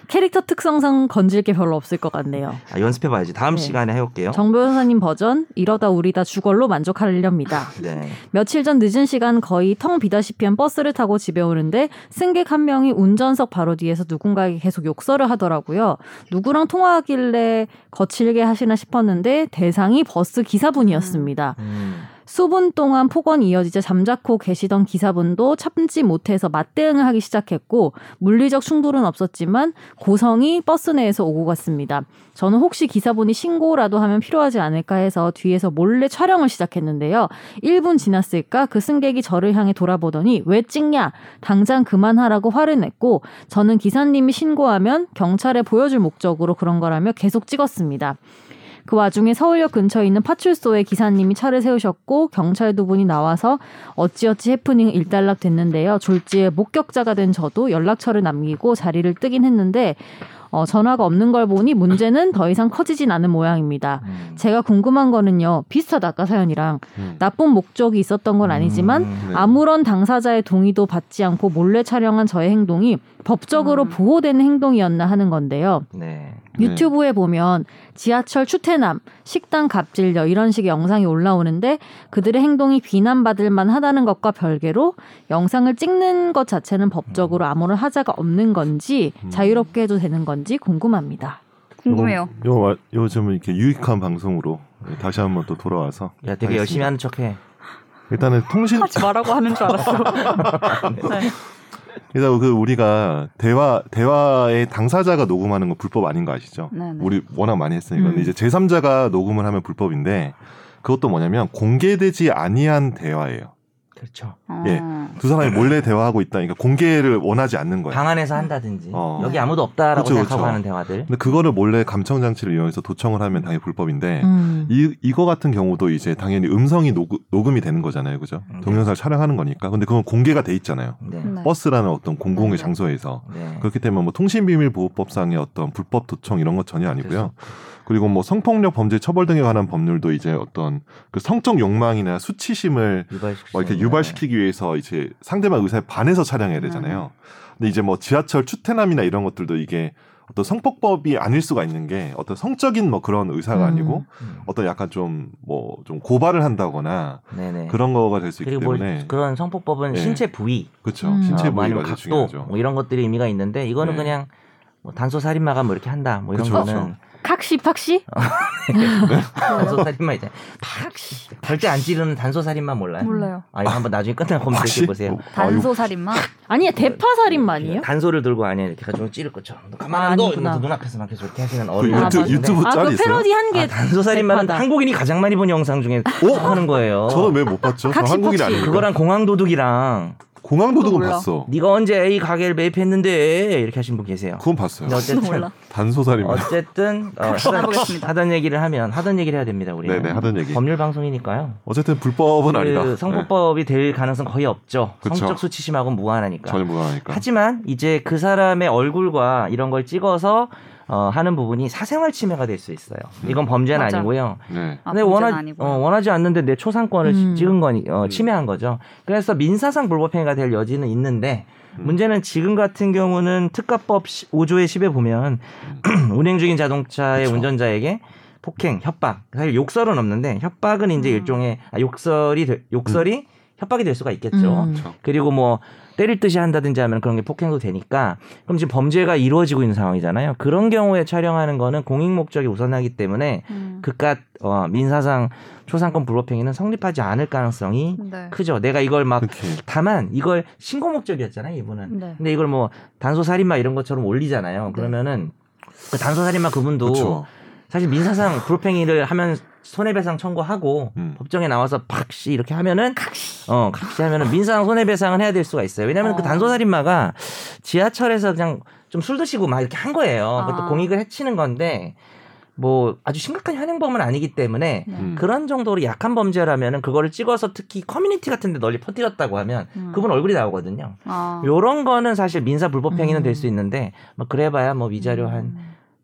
Speaker 2: 캐릭터 특성상 건질 게 별로 없을 것 같네요.
Speaker 3: 아, 연습해 봐야지. 다음
Speaker 2: 네.
Speaker 3: 시간에 해올게요.
Speaker 2: 정 변호사님 버전 이러다 우리다 주걸로 만족하려니다.
Speaker 3: 네.
Speaker 2: 며칠 전 늦은 시간 거의 텅 비다시피 한 버스를 타고 집에 오는데 승객 한 명이 운전석 바로 뒤에서 누군가에게 계속 욕설을 하더라고요. 누구랑 통화하길래 거칠게 하시나 싶었는데 대상이 버스 기사분이었습니다.
Speaker 3: 음.
Speaker 2: 수분 동안 폭언이 이어지자 잠자코 계시던 기사분도 참지 못해서 맞대응을 하기 시작했고 물리적 충돌은 없었지만 고성이 버스 내에서 오고 갔습니다. 저는 혹시 기사분이 신고라도 하면 필요하지 않을까 해서 뒤에서 몰래 촬영을 시작했는데요. 1분 지났을까 그 승객이 저를 향해 돌아보더니 왜 찍냐? 당장 그만하라고 화를 냈고 저는 기사님이 신고하면 경찰에 보여줄 목적으로 그런 거라며 계속 찍었습니다. 그 와중에 서울역 근처에 있는 파출소에 기사님이 차를 세우셨고 경찰 두 분이 나와서 어찌어찌 해프닝 일단락 됐는데요. 졸지에 목격자가 된 저도 연락처를 남기고 자리를 뜨긴 했는데 어, 전화가 없는 걸 보니 문제는 더 이상 커지진 않은 모양입니다.
Speaker 3: 음.
Speaker 2: 제가 궁금한 거는요. 비슷하다 아까 사연이랑
Speaker 4: 음.
Speaker 2: 나쁜 목적이 있었던 건 아니지만
Speaker 3: 음.
Speaker 4: 네.
Speaker 2: 아무런 당사자의 동의도 받지 않고 몰래 촬영한 저의 행동이 법적으로
Speaker 1: 음.
Speaker 2: 보호되는 행동이었나 하는 건데요.
Speaker 3: 네.
Speaker 4: 네.
Speaker 2: 유튜브에 보면 지하철 추태남, 식당 갑질녀 이런 식의 영상이 올라오는데 그들의 행동이 비난받을 만하다는 것과 별개로 영상을 찍는 것 자체는 법적으로 아무런 하자가 없는 건지
Speaker 4: 음.
Speaker 2: 자유롭게 해도 되는 건지 궁금합니다.
Speaker 1: 궁금해요.
Speaker 4: 요거 요 와- 요좀 이렇게 유익한 방송으로 다시 한번 또 돌아와서
Speaker 3: 야 되게
Speaker 4: 하겠습니다.
Speaker 3: 열심히 하는 척해.
Speaker 4: 일단은 통신
Speaker 1: 하지 말라고 하는 줄 알았어. 네.
Speaker 4: 일단 그 우리가 대화 대화의 당사자가 녹음하는 거 불법 아닌 거 아시죠?
Speaker 1: 네, 네.
Speaker 4: 우리 워낙 많이 했으니까 근데
Speaker 1: 음.
Speaker 4: 이제 제3자가 녹음을 하면 불법인데 그것도 뭐냐면 공개되지 아니한 대화예요.
Speaker 3: 그렇죠.
Speaker 1: 어.
Speaker 4: 예. 두 사람이 몰래 대화하고 있다니까 그러니까 공개를 원하지 않는 거예요.
Speaker 3: 방 안에서 한다든지
Speaker 4: 뭐 어.
Speaker 3: 여기 아무도 없다라고
Speaker 4: 그쵸,
Speaker 3: 생각하고
Speaker 4: 그쵸.
Speaker 3: 하는 대화들.
Speaker 4: 근데 그거를 몰래 감청 장치를 이용해서 도청을 하면 당연히 불법인데
Speaker 2: 음.
Speaker 4: 네. 이 이거 같은 경우도 이제 당연히 음성이 녹, 녹음이 되는 거잖아요, 그죠?
Speaker 3: 음.
Speaker 4: 동영상을 촬영하는 거니까. 근데 그건 공개가 돼 있잖아요.
Speaker 3: 네.
Speaker 2: 음.
Speaker 1: 네.
Speaker 4: 버스라는 어떤 공공의
Speaker 1: 네.
Speaker 4: 장소에서
Speaker 3: 네.
Speaker 4: 그렇기 때문에 뭐 통신비밀보호법상의 어떤 불법 도청 이런 것 전혀 아니고요. 그리고뭐 성폭력 범죄 처벌 등에 관한 법률도 이제 어떤 그 성적 욕망이나 수치심을
Speaker 3: 유발시키.
Speaker 4: 뭐 이렇게 유발시키기 위해서 이제 상대방 의사에 반해서 촬영해야 되잖아요. 근데 이제 뭐 지하철 추태남이나 이런 것들도 이게 어떤 성폭법이 아닐 수가 있는 게 어떤 성적인 뭐 그런 의사가
Speaker 2: 음.
Speaker 4: 아니고
Speaker 3: 음.
Speaker 4: 어떤 약간 좀 뭐 좀 고발을 한다거나
Speaker 3: 네네.
Speaker 4: 그런 거가 될 수 있기
Speaker 3: 그리고 뭐
Speaker 4: 때문에 그,
Speaker 3: 그런 성폭법은
Speaker 4: 네.
Speaker 3: 신체 부위,
Speaker 4: 렇죠
Speaker 2: 음.
Speaker 4: 신체
Speaker 3: 어, 뭐
Speaker 4: 부위가
Speaker 3: 아니면
Speaker 4: 제일
Speaker 3: 각도
Speaker 4: 중요하죠.
Speaker 3: 뭐 이런 것들이 의미가 있는데 이거는
Speaker 4: 네.
Speaker 3: 그냥 뭐 단소 살인마가 뭐 이렇게 한다 뭐 이런
Speaker 4: 그쵸,
Speaker 3: 거는
Speaker 2: 칵시 팍시?
Speaker 3: 단소 살인마 이제
Speaker 2: 팍시.
Speaker 3: 절대 안 찌르는 단소 살인마 몰라요?
Speaker 1: 몰라요.
Speaker 3: 아 이거 한번 나중에 끝나고 검색해
Speaker 4: 확실히-
Speaker 3: 보세요.
Speaker 1: 단소 살인마?
Speaker 2: 아니야
Speaker 4: 네.
Speaker 2: 대파살인만이에요?
Speaker 3: 단소를 들고 아니야 이렇게 가지고 찌를 거죠. 너 가만
Speaker 2: 아,
Speaker 3: 안둬
Speaker 2: 아니구나.
Speaker 3: 이러면서 눈 앞에서 막 계속 이렇게 하시는
Speaker 4: 그
Speaker 3: 어른.
Speaker 2: 아,
Speaker 4: 유튜,
Speaker 2: 맞네.
Speaker 4: 유튜브
Speaker 2: 아,
Speaker 4: 짤이
Speaker 2: 그
Speaker 4: 있어요?
Speaker 2: 패러디 한 게
Speaker 3: 아, 단소 살인마는
Speaker 2: 대파다.
Speaker 3: 한국인이 가장 많이 본 영상 중에 하는 거예요.
Speaker 4: 어? 저는 왜 못 봤죠? 저
Speaker 2: 각시,
Speaker 4: 한국인
Speaker 2: 각시.
Speaker 4: 아니니까.
Speaker 3: 그거랑 공항 도둑이랑
Speaker 4: 공항 도둑은
Speaker 1: 몰라.
Speaker 4: 봤어.
Speaker 3: 네가 언제 A 가게를 매입했는데 이렇게 하신 분 계세요.
Speaker 4: 그건 아, 봤어요.
Speaker 3: 근데 어쨌든
Speaker 1: 몰라.
Speaker 4: 단소살입니다.
Speaker 3: 어쨌든 어, 하던,
Speaker 1: 찾아보겠습니다.
Speaker 3: 하던 얘기를 하면 하던 얘기를 해야 됩니다. 우리
Speaker 4: 네네 하던 얘기.
Speaker 3: 법률 방송이니까요.
Speaker 4: 어쨌든 불법은 아니다.
Speaker 3: 그
Speaker 4: 네.
Speaker 3: 성폭법이 될 가능성 거의 없죠.
Speaker 4: 그쵸.
Speaker 3: 성적 수치심하고 는
Speaker 4: 네,
Speaker 3: 무한하니까.
Speaker 4: 전혀 무관하니까.
Speaker 3: 하지만 이제 그 사람의 얼굴과 이런 걸 찍어서 어, 하는 부분이 사생활 침해가 될 수 있어요. 이건 범죄는
Speaker 1: 맞아.
Speaker 3: 아니고요.
Speaker 4: 네.
Speaker 1: 아,
Speaker 3: 근데
Speaker 1: 범죄는
Speaker 3: 원하,
Speaker 1: 아니고.
Speaker 3: 어, 원하지 않는데 내 초상권을
Speaker 2: 음.
Speaker 3: 찍은 거니 어, 침해한 거죠. 그래서 민사상 불법행위가 될 여지는 있는데
Speaker 4: 음.
Speaker 3: 문제는 지금 같은 경우는 특가법 5조의 10에 보면 운행 중인 자동차의
Speaker 4: 그쵸.
Speaker 3: 운전자에게 폭행, 협박, 사실 욕설은 없는데 협박은 이제
Speaker 1: 음.
Speaker 3: 일종의 아, 욕설이 될- 욕설이
Speaker 4: 음.
Speaker 3: 협박이 될 수가 있겠죠.
Speaker 2: 음.
Speaker 4: 그렇죠.
Speaker 3: 그리고 뭐 때릴 듯이 한다든지 하면 그런 게 폭행도 되니까 그럼 지금 범죄가 이루어지고 있는 상황이잖아요. 그런 경우에 촬영하는 거는 공익 목적이 우선하기 때문에
Speaker 1: 음.
Speaker 3: 그깟 어, 민사상 초상권 불법행위는 성립하지 않을 가능성이
Speaker 1: 네.
Speaker 3: 크죠. 내가 이걸 막
Speaker 4: 그렇게
Speaker 3: 다만 이걸 신고 목적이었잖아요, 이분은.
Speaker 1: 네.
Speaker 3: 근데 이걸 뭐 단소 살인마 이런 것처럼 올리잖아요. 그러면은 그 단소 살인마 그분도
Speaker 4: 그렇죠.
Speaker 3: 사실 민사상 불법행위를 하면 손해배상 청구하고
Speaker 4: 음.
Speaker 3: 법정에 나와서 팍씨 이렇게 하면은 어 팍씨 하면은 민사상 손해배상은 해야 될 수가 있어요. 왜냐하면 그
Speaker 1: 어.
Speaker 3: 단소살인마가 지하철에서 그냥 좀 술 드시고 막 이렇게 한 거예요. 그것도
Speaker 1: 아.
Speaker 3: 공익을 해치는 건데 뭐 아주 심각한 현행범은 아니기 때문에
Speaker 1: 네.
Speaker 4: 음.
Speaker 3: 그런 정도로 약한 범죄라면은 그거를 찍어서 특히 커뮤니티 같은데 널리 퍼뜨렸다고 하면
Speaker 1: 음.
Speaker 3: 그분 얼굴이 나오거든요.
Speaker 1: 아.
Speaker 3: 요런 거는 사실 민사 불법행위는
Speaker 2: 음.
Speaker 3: 될 수 있는데 뭐 그래봐야 뭐 위자료 한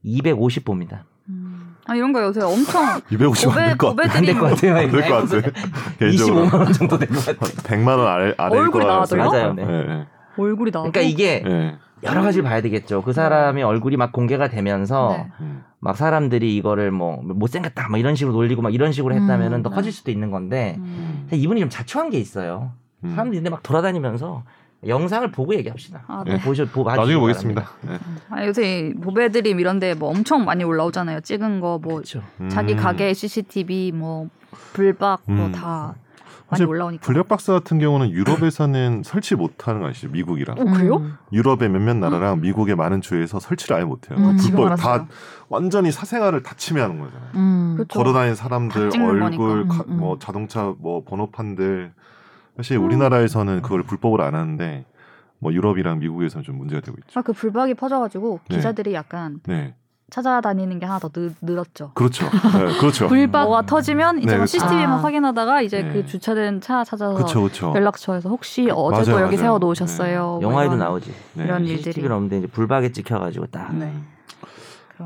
Speaker 3: 250 봅니다.
Speaker 2: 음.
Speaker 1: 아, 이런 거 요새 엄청
Speaker 4: 250만
Speaker 1: 고배
Speaker 4: 될것 같아.
Speaker 3: 안 될 것
Speaker 1: 고배들이
Speaker 3: 같아요.
Speaker 4: 안될것 같아요. 개인적으로
Speaker 3: 25만 원 정도 될 것 같아요.
Speaker 4: 100만 원 아래 아래일
Speaker 1: 얼굴이
Speaker 4: 것
Speaker 1: 나와도요?
Speaker 3: 맞아요. 네.
Speaker 4: 네.
Speaker 1: 얼굴이 나오고
Speaker 3: 그러니까 이게
Speaker 4: 네. 네.
Speaker 3: 여러 가지 봐야 되겠죠. 그 사람의 얼굴이 막 공개가 되면서
Speaker 1: 네.
Speaker 4: 음.
Speaker 3: 막 사람들이 이거를 뭐 못생겼다 막 이런 식으로 놀리고 막 이런 식으로 했다면은
Speaker 2: 음,
Speaker 3: 더
Speaker 1: 네.
Speaker 3: 커질 수도 있는 건데
Speaker 1: 음.
Speaker 3: 사실 이분이 좀 자초한 게 있어요.
Speaker 4: 음.
Speaker 3: 사람들이 근데 막 돌아다니면서 영상을 보고 얘기합시다. 어,
Speaker 1: 아,
Speaker 4: 예.
Speaker 1: 네.
Speaker 3: 보셔 보
Speaker 4: 나중에
Speaker 3: 봐주시기
Speaker 4: 보겠습니다.
Speaker 3: 바랍니다.
Speaker 4: 네.
Speaker 1: 아, 요새 보배드림 이런 데뭐 엄청 많이 올라오잖아요. 찍은 거 뭐
Speaker 3: 그렇죠.
Speaker 4: 음.
Speaker 1: 자기 가게 CCTV 뭐 불박
Speaker 4: 음.
Speaker 1: 뭐 다 많이
Speaker 4: 사실
Speaker 1: 올라오니까.
Speaker 4: 블랙박스 같은 경우는 유럽에서는 설치 못하는 거 아시죠? 미국이랑
Speaker 1: 어,
Speaker 2: 음.
Speaker 1: 그래요?
Speaker 4: 유럽의 몇몇 나라랑 미국의 많은 주에서 설치를 아예 못해요. 그러니까
Speaker 2: 음.
Speaker 4: 그 불법,
Speaker 1: 음. 지금 알았어요.
Speaker 4: 다 완전히 사생활을 다 침해하는 거잖아요.
Speaker 2: 음.
Speaker 1: 그렇죠.
Speaker 4: 걸어다니는
Speaker 1: 다
Speaker 4: 사람들
Speaker 1: 찍는
Speaker 4: 얼굴,
Speaker 2: 거니까.
Speaker 4: 가-
Speaker 2: 음, 음.
Speaker 4: 뭐 자동차 뭐 번호판들 사실 우리나라에서는
Speaker 1: 음.
Speaker 4: 그걸 불법으로 안 하는데 뭐 유럽이랑 미국에서는 좀 문제가 되고 있죠.
Speaker 1: 아, 그 불박이 퍼져가지고
Speaker 4: 네.
Speaker 1: 기자들이 약간
Speaker 4: 네,
Speaker 1: 찾아다니는 게 하나 더 늘, 늘었죠.
Speaker 4: 그렇죠. 네, 그렇죠.
Speaker 2: 불법.
Speaker 1: 뭐가 터지면 이제
Speaker 4: 네,
Speaker 1: 뭐
Speaker 4: 그쵸.
Speaker 1: CCTV만
Speaker 2: 아.
Speaker 1: 확인하다가 이제
Speaker 4: 네.
Speaker 1: 그 주차된 차 찾아서
Speaker 4: 그렇죠, 그렇죠.
Speaker 1: 연락처에서 혹시 어제도
Speaker 4: 맞아요,
Speaker 1: 여기
Speaker 4: 맞아요.
Speaker 1: 세워 놓으셨어요. 뭐
Speaker 3: 영화에도 나오지.
Speaker 4: 네.
Speaker 1: 이런 일들이.
Speaker 3: CCTV를 없는데 이제 불박에 찍혀가지고 딱.
Speaker 1: 네.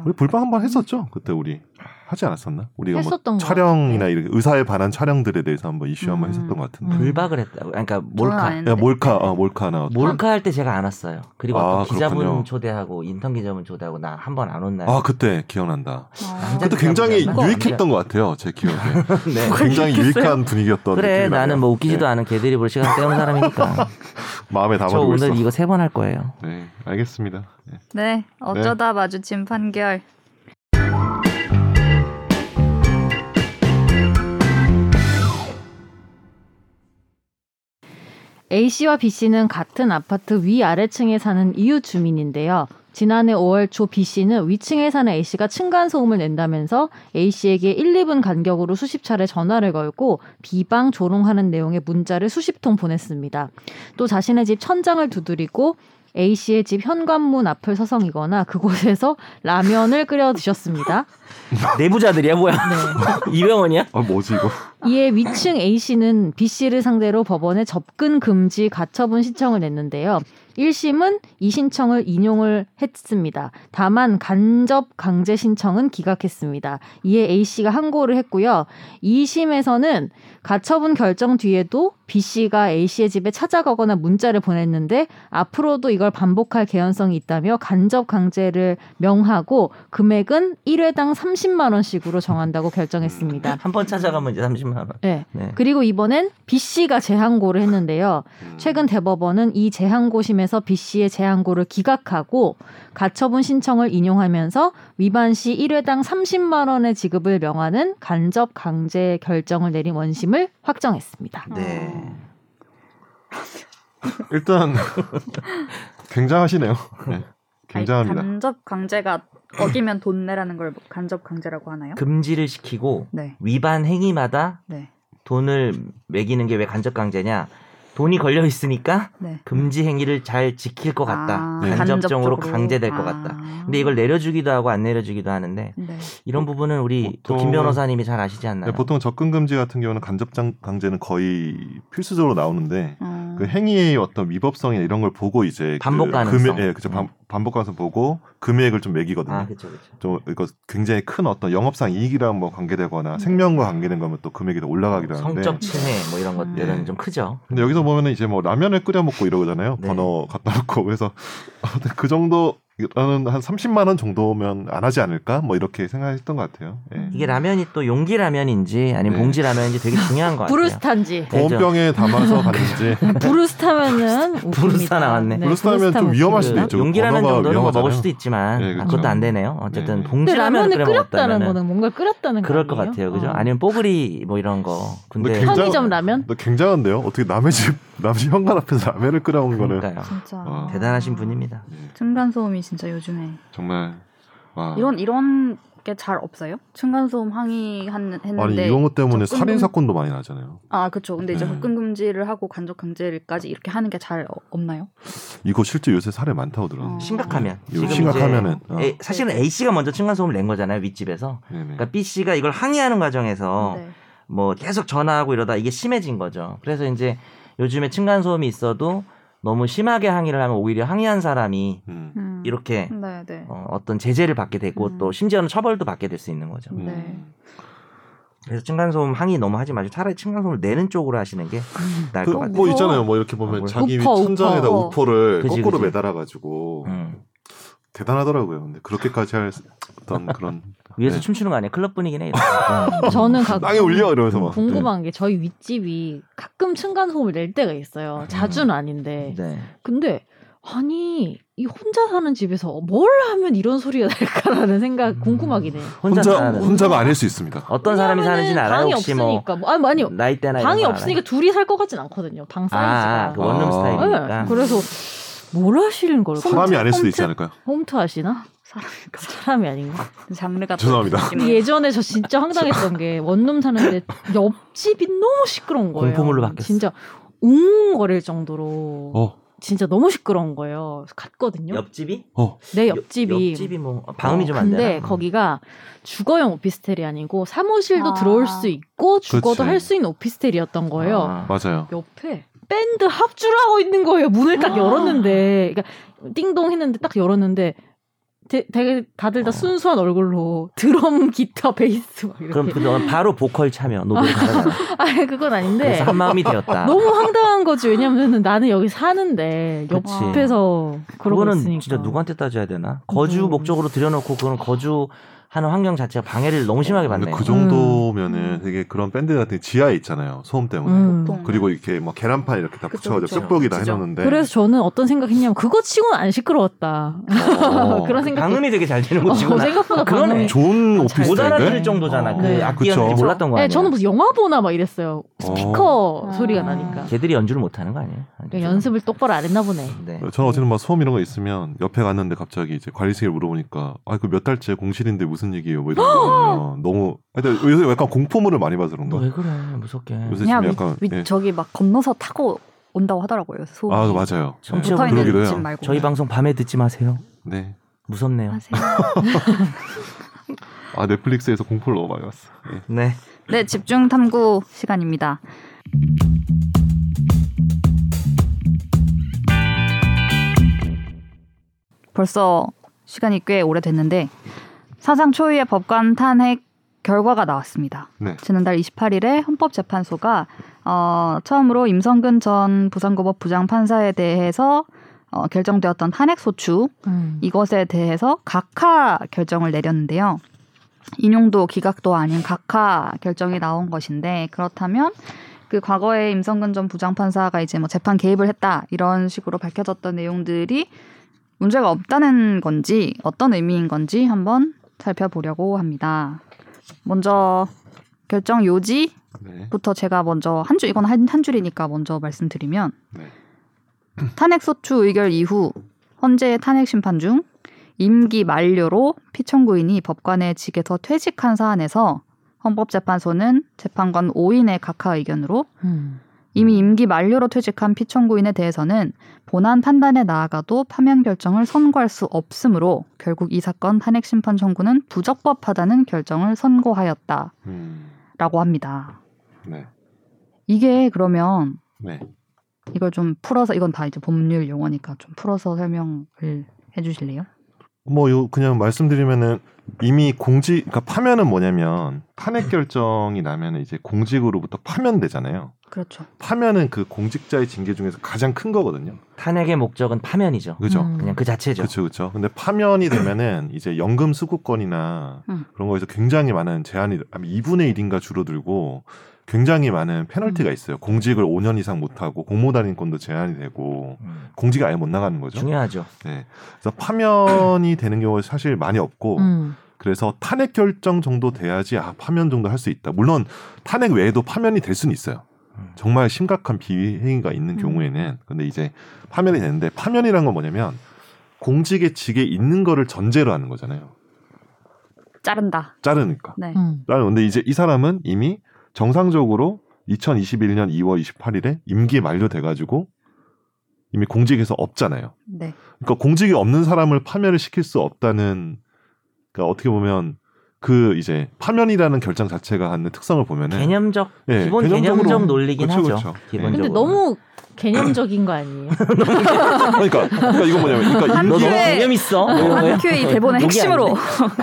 Speaker 4: 우리 불방 한 번 했었죠. 그때 우리 하지 않았었나? 우리가
Speaker 2: 했었던
Speaker 4: 뭐
Speaker 2: 것
Speaker 4: 촬영이나 이렇게 의사에 반한 촬영들에 대해서 한번 이슈
Speaker 1: 음.
Speaker 4: 한번 했었던 것 같은데.
Speaker 2: 음.
Speaker 3: 불박을 했다고. 그러니까 몰카.
Speaker 4: 야, 몰카, 어, 몰카나 어떤-
Speaker 3: 몰카 할 때 제가 안 왔어요. 그리고
Speaker 4: 아,
Speaker 3: 어떤 기자분
Speaker 4: 그렇군요.
Speaker 3: 초대하고 인턴 기자분 초대하고 나 한 번 안 온 날.
Speaker 4: 아 그때 기억난다.
Speaker 1: 아.
Speaker 3: 남자-
Speaker 4: 그때 굉장히
Speaker 3: 그거
Speaker 4: 유익했던 것 같아요. 제 기억에
Speaker 3: 네.
Speaker 4: 굉장히 유익한 분위기였던.
Speaker 3: 그래
Speaker 4: 어,
Speaker 3: 나는
Speaker 4: 느낌이 나네요.
Speaker 3: 뭐 웃기지도
Speaker 4: 네,
Speaker 3: 않은 개드립으로 시간 때우는 사람이니까
Speaker 4: 마음에
Speaker 3: 저
Speaker 4: 담아두고 있어.
Speaker 3: 오늘 이거 세 번 할 거예요
Speaker 4: 네, 알겠습니다. 네.
Speaker 1: 네, 어쩌다 마주친 판결.
Speaker 2: A씨와 B씨는 같은 아파트 위아래층에 사는 이웃 주민인데요. 지난해 5월 초 B 씨는 위층에 사는 A 씨가 층간 소음을 낸다면서 A 씨에게 1, 2분 간격으로 수십 차례 전화를 걸고 비방 조롱하는 내용의 문자를 수십 통 보냈습니다. 또 자신의 집 천장을 두드리고 A 씨의 집 현관문 앞을 서성이거나 그곳에서 라면을 끓여 드셨습니다.
Speaker 3: 내부자들이야 뭐야?
Speaker 1: 네.
Speaker 3: 이병헌이야?
Speaker 4: 아 뭐지 이거?
Speaker 2: 이에 위층 A 씨는 B 씨를 상대로 법원에 접근 금지 가처분 신청을 냈는데요. 1심은 이 신청을 인용을 했습니다. 다만 간접 강제 신청은 기각했습니다. 이에 A 씨가 항고를 했고요. 2심에서는 가처분 결정 뒤에도 B 씨가 A 씨의 집에 찾아가거나 문자를 보냈는데 앞으로도 이걸 반복할 개연성이 있다며 간접 강제를 명하고 금액은 1회당 30만 원씩으로 정한다고 결정했습니다.
Speaker 3: 한 번 찾아가면 이제 30만 원.
Speaker 2: 네.
Speaker 3: 네.
Speaker 2: 그리고 이번엔 B 씨가 재항고를 했는데요.
Speaker 4: 음.
Speaker 2: 최근 대법원은 이 재항고심에서 B 씨의 재항고를 기각하고 가처분 신청을 인용하면서 위반 시 1회당 30만 원의 지급을 명하는 간접 강제 결정을 내린 원심을 확정했습니다.
Speaker 3: 네.
Speaker 4: 일단 굉장하시네요. 네, 굉장합니다.
Speaker 1: 아니, 간접 강제가 어기면 돈 내라는 걸뭐 간접 강제라고 하나요?
Speaker 4: 그
Speaker 3: 금지를 시키고
Speaker 1: 네.
Speaker 3: 위반 행위마다
Speaker 1: 네.
Speaker 3: 돈을 매기는 게 왜 간접 강제냐? 돈이 걸려 있으니까
Speaker 1: 네.
Speaker 3: 금지 행위를 잘 지킬 것 같다.
Speaker 1: 아,
Speaker 4: 네.
Speaker 1: 간접적으로.
Speaker 3: 간접적으로 강제될 것
Speaker 1: 아.
Speaker 3: 같다. 근데 이걸 내려주기도 하고 안 내려주기도 하는데
Speaker 1: 네.
Speaker 3: 이런 부분은 우리 또
Speaker 4: 어, 보통은-
Speaker 3: 김 변호사님이 잘 아시지 않나요?
Speaker 4: 네, 보통 접근 금지 같은 경우는 간접 강제는 거의 필수적으로 나오는데
Speaker 1: 어,
Speaker 4: 그 행위의 어떤 위법성이나 이런 걸 보고 이제
Speaker 3: 반복
Speaker 4: 그
Speaker 3: 가능성.
Speaker 4: 금액, 예, 그죠. 반- 반복 가능성 보고 금액을 좀 매기거든요.
Speaker 3: 아, 그렇죠, 그렇죠.
Speaker 4: 좀 이거 굉장히 큰 어떤 영업상 이익이랑 뭐 관계되거나 생명과 관계된 거면 또 금액이 더 올라가기도 하는데
Speaker 3: 음. 성적 침해 뭐
Speaker 2: 음.
Speaker 3: 이런 것들은
Speaker 4: 네.
Speaker 3: 좀 크죠.
Speaker 4: 근데 여기서 보면은 이제 뭐 라면을 끓여 먹고 이러잖아요.
Speaker 3: 네.
Speaker 4: 번호 갖다 놓고 그래서 그 정도라는 한 30만 원 정도면 안 하지 않을까? 뭐 이렇게 생각했던 것 같아요.
Speaker 1: 음.
Speaker 4: 예.
Speaker 3: 이게 라면이 또 용기 라면인지 아니면
Speaker 4: 네.
Speaker 3: 봉지 라면인지 되게 중요한 것 같아요.
Speaker 2: 브루스타인지
Speaker 4: 보온병에 담아서 갔는지
Speaker 2: 브루스타면은 웃깁니다.
Speaker 3: 브루스타 나왔네.
Speaker 4: 브루스타면 좀
Speaker 2: 브루스타
Speaker 4: 위험할
Speaker 2: 웃기고요.
Speaker 4: 수도 있죠.
Speaker 3: 그 용기라면 정도는
Speaker 4: 그렇죠. 번호가
Speaker 3: 뭐 먹을
Speaker 4: 위험하잖아요.
Speaker 3: 수도 있지만
Speaker 4: 네, 그렇죠.
Speaker 3: 그것도안 되네요. 어쨌든
Speaker 4: 네.
Speaker 2: 근데
Speaker 3: 봉지 라면을
Speaker 2: 라면을
Speaker 3: 끓여
Speaker 2: 끓였다는
Speaker 3: 먹었다면
Speaker 2: 거는 뭔가 끓였다는 거
Speaker 3: 그럴 것
Speaker 2: 아니에요?
Speaker 3: 같아요. 그죠?
Speaker 2: 어.
Speaker 3: 아니면 뽀글이 뭐 이런 거. 근데
Speaker 4: 굉장히-
Speaker 2: 편의점 라면?
Speaker 4: 너 굉장한데요? 어떻게 남의 집 남의 집 현관 앞에서 라면을 끓여온 거는
Speaker 3: 그러니까요.
Speaker 1: 진짜
Speaker 4: 어.
Speaker 3: 대단하신 분입니다.
Speaker 1: 층간 소음이 진짜 요즘에
Speaker 4: 정말 와
Speaker 1: 이런 이런 게 잘 없어요? 층간 소음 항의 한, 했는데
Speaker 4: 아니 이런 것 때문에
Speaker 1: 접근금-
Speaker 4: 살인 사건도 많이 나잖아요.
Speaker 1: 아 그렇죠. 근데 이제
Speaker 4: 네.
Speaker 1: 접근 금지를 하고 간접 강제까지 이렇게 하는 게 잘 어, 없나요?
Speaker 4: 이거 실제 요새 살해 많다고 들었는데.
Speaker 3: 심각하면.
Speaker 4: 요-
Speaker 3: 음. 지금 이제
Speaker 4: 네, 심각하면은 어.
Speaker 3: A- 사실은
Speaker 2: 네.
Speaker 3: A 씨가 먼저 층간 소음을 낸 거잖아요 윗집에서.
Speaker 4: 네네.
Speaker 3: 그러니까 B 씨가 이걸 항의하는
Speaker 4: 어,
Speaker 3: 과정에서
Speaker 1: 네.
Speaker 3: 뭐 계속 전화하고 이러다 이게 심해진 거죠. 그래서 이제 요즘에 층간 소음이 있어도 너무 심하게 항의를 하면 오히려 항의한 사람이
Speaker 4: 음.
Speaker 1: 음.
Speaker 3: 이렇게
Speaker 1: 네, 네.
Speaker 3: 어, 어떤 제재를 받게 되고
Speaker 1: 음.
Speaker 3: 또 심지어는 처벌도 받게 될 수 있는 거죠.
Speaker 1: 음. 네.
Speaker 3: 그래서 층간소음 항의 너무 하지 마시고 차라리 층간소음을 내는 쪽으로 하시는 게
Speaker 2: 음.
Speaker 3: 나을
Speaker 4: 그,
Speaker 3: 것 같아요.
Speaker 4: 뭐 있잖아요. 뭐 이렇게 보면
Speaker 3: 아, 뭐야.
Speaker 4: 자기
Speaker 2: 우퍼,
Speaker 4: 천장에다
Speaker 1: 우퍼.
Speaker 4: 우퍼를
Speaker 3: 그지,
Speaker 4: 거꾸로
Speaker 3: 그지.
Speaker 4: 매달아가지고
Speaker 3: 음.
Speaker 4: 대단하더라고요. 근데 그렇게까지 할 수- 어떤 그런
Speaker 3: 위에서
Speaker 4: 네.
Speaker 3: 춤추는 음, 거 음. 아니야? 클럽 분위기네. 이러면서.
Speaker 2: 저는 가끔
Speaker 4: 땅에 울려 이러면서 막 네.
Speaker 2: 궁금한 게 저희 윗집이 가끔 층간 소음을 낼 때가 있어요. 자주는 아닌데.
Speaker 3: 네.
Speaker 2: 근데 아니 이 혼자 사는 집에서 뭘 하면 이런 소리가 날까라는
Speaker 4: 음.
Speaker 2: 생각 궁금하긴 해요.
Speaker 3: 혼자,
Speaker 4: 네. 혼자
Speaker 3: 사는
Speaker 4: 혼자가 아닐 수 있습니다.
Speaker 3: 어떤 사람이 사는지는 알아요?
Speaker 2: 방이
Speaker 3: 혹시 뭐
Speaker 2: 없으니까. 뭐, 아니 뭐, 아니요.
Speaker 3: 나이대나 이런
Speaker 2: 방이
Speaker 3: 거 알아요?
Speaker 2: 없으니까 둘이 살 것 같진 않거든요. 방
Speaker 3: 아, 아,
Speaker 2: 사이즈가.
Speaker 3: 그 원룸
Speaker 4: 아.
Speaker 3: 스타일이니까.
Speaker 2: 네, 그래서 뭘 하시는 걸까?
Speaker 4: 사람이 아닐 수도 있지 않을까요?
Speaker 2: 홈트 하시나?
Speaker 1: 사람이니까
Speaker 2: 사람이 아닌가?
Speaker 1: 장르가 또
Speaker 4: 죄송합니다. 음.
Speaker 1: 바뀌네요.
Speaker 2: 예전에 저 진짜 황당했던 게 원룸 사는데 옆집이 너무 시끄러운 거예요.
Speaker 3: 공포물로 바뀌었어.
Speaker 2: 진짜 웅거릴 정도로
Speaker 4: 어,
Speaker 2: 진짜 너무 시끄러운 거예요. 그래서 갔거든요.
Speaker 3: 옆집이?
Speaker 4: 어,
Speaker 2: 내
Speaker 3: 옆-
Speaker 2: 옆집이.
Speaker 3: 옆집이 뭐 어, 방음이
Speaker 2: 어,
Speaker 3: 좀 안 되나?
Speaker 2: 근데 거기가 주거용 오피스텔이 아니고 사무실도
Speaker 1: 아.
Speaker 2: 들어올 수 있고 주거도
Speaker 4: 그치.
Speaker 2: 할 수 있는 오피스텔이었던 거예요.
Speaker 3: 아.
Speaker 4: 맞아요.
Speaker 2: 옆에 밴드 합주를 하고 있는 거예요. 문을
Speaker 3: 아.
Speaker 2: 딱 열었는데, 그러니까 띵동 했는데 딱 열었는데 되, 게 다들 다
Speaker 3: 어.
Speaker 2: 순수한 얼굴로 드럼, 기타, 베이스 막 이렇게.
Speaker 3: 그럼 그동안 바로 보컬 참여 노래 가라.
Speaker 2: 아, 그건 아닌데
Speaker 3: 그래서 한 마음이 되었다.
Speaker 2: 너무 황당한 거지. 왜냐면은 나는 여기 사는데
Speaker 3: 그치.
Speaker 2: 옆에서 그러고
Speaker 3: 그거는
Speaker 2: 있으니까.
Speaker 3: 진짜 누구한테 따져야 되나? 거주
Speaker 2: 음.
Speaker 3: 목적으로 들여놓고 그건 거주하는 환경 자체가 방해를 너무 심하게
Speaker 4: 근데
Speaker 3: 받네요. 음.
Speaker 4: 그 정도면 보면은 되게 그런 밴드 같은 게 지하에 있잖아요. 소음 때문에.
Speaker 2: 음.
Speaker 1: 보통.
Speaker 4: 그리고 이렇게 뭐 계란판 이렇게 다
Speaker 5: 그쵸,
Speaker 4: 붙여가지고
Speaker 5: 그쵸.
Speaker 4: 쓱보기 다
Speaker 5: 그죠.
Speaker 3: 네.
Speaker 4: 해놓는데.
Speaker 2: 그래서 저는 어떤 생각했냐면 그거 치고는 안 시끄러웠다.
Speaker 4: 어,
Speaker 2: 그런 생각.
Speaker 3: 방음이 되게 잘 되는 곳이구나.
Speaker 2: 어, 생각보다
Speaker 3: 그러네.
Speaker 2: 방음이.
Speaker 4: 좋은
Speaker 2: 잘
Speaker 3: 못
Speaker 4: 오피스텔인데.
Speaker 3: 알아들을 정도잖아.
Speaker 4: 어.
Speaker 3: 그
Speaker 2: 네.
Speaker 3: 악기였는지
Speaker 4: 그쵸.
Speaker 3: 몰랐던 거 아니야?
Speaker 2: 네, 저는 무슨 영화 보나 막 이랬어요. 스피커
Speaker 1: 어.
Speaker 2: 소리가
Speaker 1: 아.
Speaker 2: 나니까.
Speaker 3: 걔들이 연주를 못하는 거 아니에요?
Speaker 2: 그러니까 연습을 똑바로 안 했나 보네.
Speaker 3: 네.
Speaker 4: 저는 어쨌든 막 소음 이런 거 있으면 옆에 갔는데 갑자기 이제 관리실에 물어보니까 아 그 몇 달째 공실인데 무슨 얘기예요? 뭐 이런 거 너무 아, 근데 요새 약간 공포물을 많이 봐서 그런가?
Speaker 3: 너왜 그래? 무섭게.
Speaker 4: 요새
Speaker 1: 그냥
Speaker 4: 좀
Speaker 1: 위,
Speaker 4: 약간
Speaker 1: 위-
Speaker 4: 예.
Speaker 1: 저기 막 건너서 타고 온다고 하더라고요. 소음.
Speaker 4: 아 맞아요.
Speaker 3: 좀
Speaker 4: 네,
Speaker 1: 붙어
Speaker 3: 그러기도
Speaker 1: 있는
Speaker 4: 해요.
Speaker 1: 집 말고.
Speaker 3: 저희 방송 밤에 듣지 마세요.
Speaker 4: 네.
Speaker 3: 무섭네요.
Speaker 1: 하세요.
Speaker 4: 아 넷플릭스에서 공포를 너무 많이 봤어. 예.
Speaker 3: 네.
Speaker 1: 네, 집중 탐구 시간입니다. 벌써 시간이 꽤 오래됐는데 사상 초유의 법관 탄핵 결과가 나왔습니다.
Speaker 4: 네.
Speaker 1: 지난달 28일에 헌법재판소가 어, 처음으로 임성근 전 부산고법 부장 판사에 대해서 어, 결정되었던 탄핵 소추
Speaker 2: 음.
Speaker 1: 이것에 대해서 각하 결정을 내렸는데요. 인용도 기각도 아닌 각하 결정이 나온 것인데 그렇다면 그 과거에 임성근 전 부장판사가 이제 뭐 재판 개입을 했다 이런 식으로 밝혀졌던 내용들이 문제가 없다는 건지 어떤 의미인 건지 한번 살펴보려고 합니다. 먼저 결정 요지
Speaker 4: 네.
Speaker 1: 부터 제가 먼저 한 줄 이건 한, 한 줄이니까 먼저 말씀드리면
Speaker 4: 네.
Speaker 1: 탄핵 소추 의결 이후 헌재의 탄핵 심판 중 임기 만료로 피청구인이 법관의 직에서 퇴직한 사안에서 헌법재판소는 재판관 5인의 각하 의견으로
Speaker 2: 음.
Speaker 1: 이미 임기 만료로 퇴직한 피청구인에 대해서는 본안 판단에 나아가도 파면 결정을 선고할 수 없으므로 결국 이 사건 탄핵 심판 청구는 부적법하다는 결정을 선고하였다라고
Speaker 4: 음.
Speaker 1: 합니다.
Speaker 4: 네.
Speaker 1: 이게 그러면
Speaker 4: 네.
Speaker 1: 이걸 좀 풀어서 이건 다 이제 법률 용어니까 좀 풀어서 설명을 해주실래요?
Speaker 4: 뭐 요 그냥 말씀드리면은 이미 공직 그러니까 파면은 뭐냐면 탄핵 결정이 나면 이제 공직으로부터 파면되잖아요.
Speaker 1: 그렇죠.
Speaker 4: 파면은 그 공직자의 징계 중에서 가장 큰 거거든요.
Speaker 3: 탄핵의 목적은 파면이죠.
Speaker 4: 그죠?
Speaker 2: 음.
Speaker 3: 그냥 그 자체죠.
Speaker 4: 그렇죠, 그렇죠. 근데 파면이 되면은 이제 연금 수급권이나
Speaker 1: 음.
Speaker 4: 그런 거에서 굉장히 많은 제한이 아, 2분의 1인가 줄어들고 굉장히 많은
Speaker 3: 음.
Speaker 4: 페널티가 있어요. 공직을 5년 이상 못 하고 공모 단위권도 제한이 되고
Speaker 3: 음,
Speaker 4: 공직 아예 못 나가는 거죠.
Speaker 3: 중요하죠.
Speaker 4: 네. 그래서 파면이 되는 경우가 사실 많이 없고
Speaker 2: 음.
Speaker 4: 그래서 탄핵 결정 정도 돼야지 아 파면 정도 할 수 있다. 물론 탄핵 외에도 파면이 될 수는 있어요.
Speaker 3: 음.
Speaker 4: 정말 심각한 비행위가 있는
Speaker 1: 음.
Speaker 4: 경우에는 근데 이제 파면이 되는데 파면이란 건 뭐냐면 공직의 직에 있는 거를 전제로 하는 거잖아요.
Speaker 1: 자른다.
Speaker 4: 자르니까.
Speaker 1: 네.
Speaker 2: 음.
Speaker 4: 나는 근데 이제 이 사람은 이미 정상적으로 2021년 2월 28일에 임기 만료돼 가지고 이미 공직에서 없잖아요.
Speaker 1: 네.
Speaker 4: 그러니까 공직이 없는 사람을 파면을 시킬 수 없다는 그러니까 어떻게 보면 그 이제 파면이라는 결정 자체가 갖는 특성을 보면은
Speaker 3: 개념적
Speaker 4: 예,
Speaker 3: 기본
Speaker 4: 개념적으로- 그렇죠.
Speaker 3: 개념적 논리긴
Speaker 4: 그쵸,
Speaker 3: 하죠.
Speaker 4: 그쵸.
Speaker 3: 기본적으로.
Speaker 2: 근데 너무 개념적인 거 아니에요?
Speaker 4: 그러니까, 그러니까 이거 뭐냐면 그러니까
Speaker 3: 너
Speaker 4: 임기
Speaker 3: 너무
Speaker 1: 네.
Speaker 3: 개념 있어.
Speaker 1: 한 큐의 이 대본의
Speaker 3: 여기 안
Speaker 1: 핵심으로.
Speaker 3: 돼.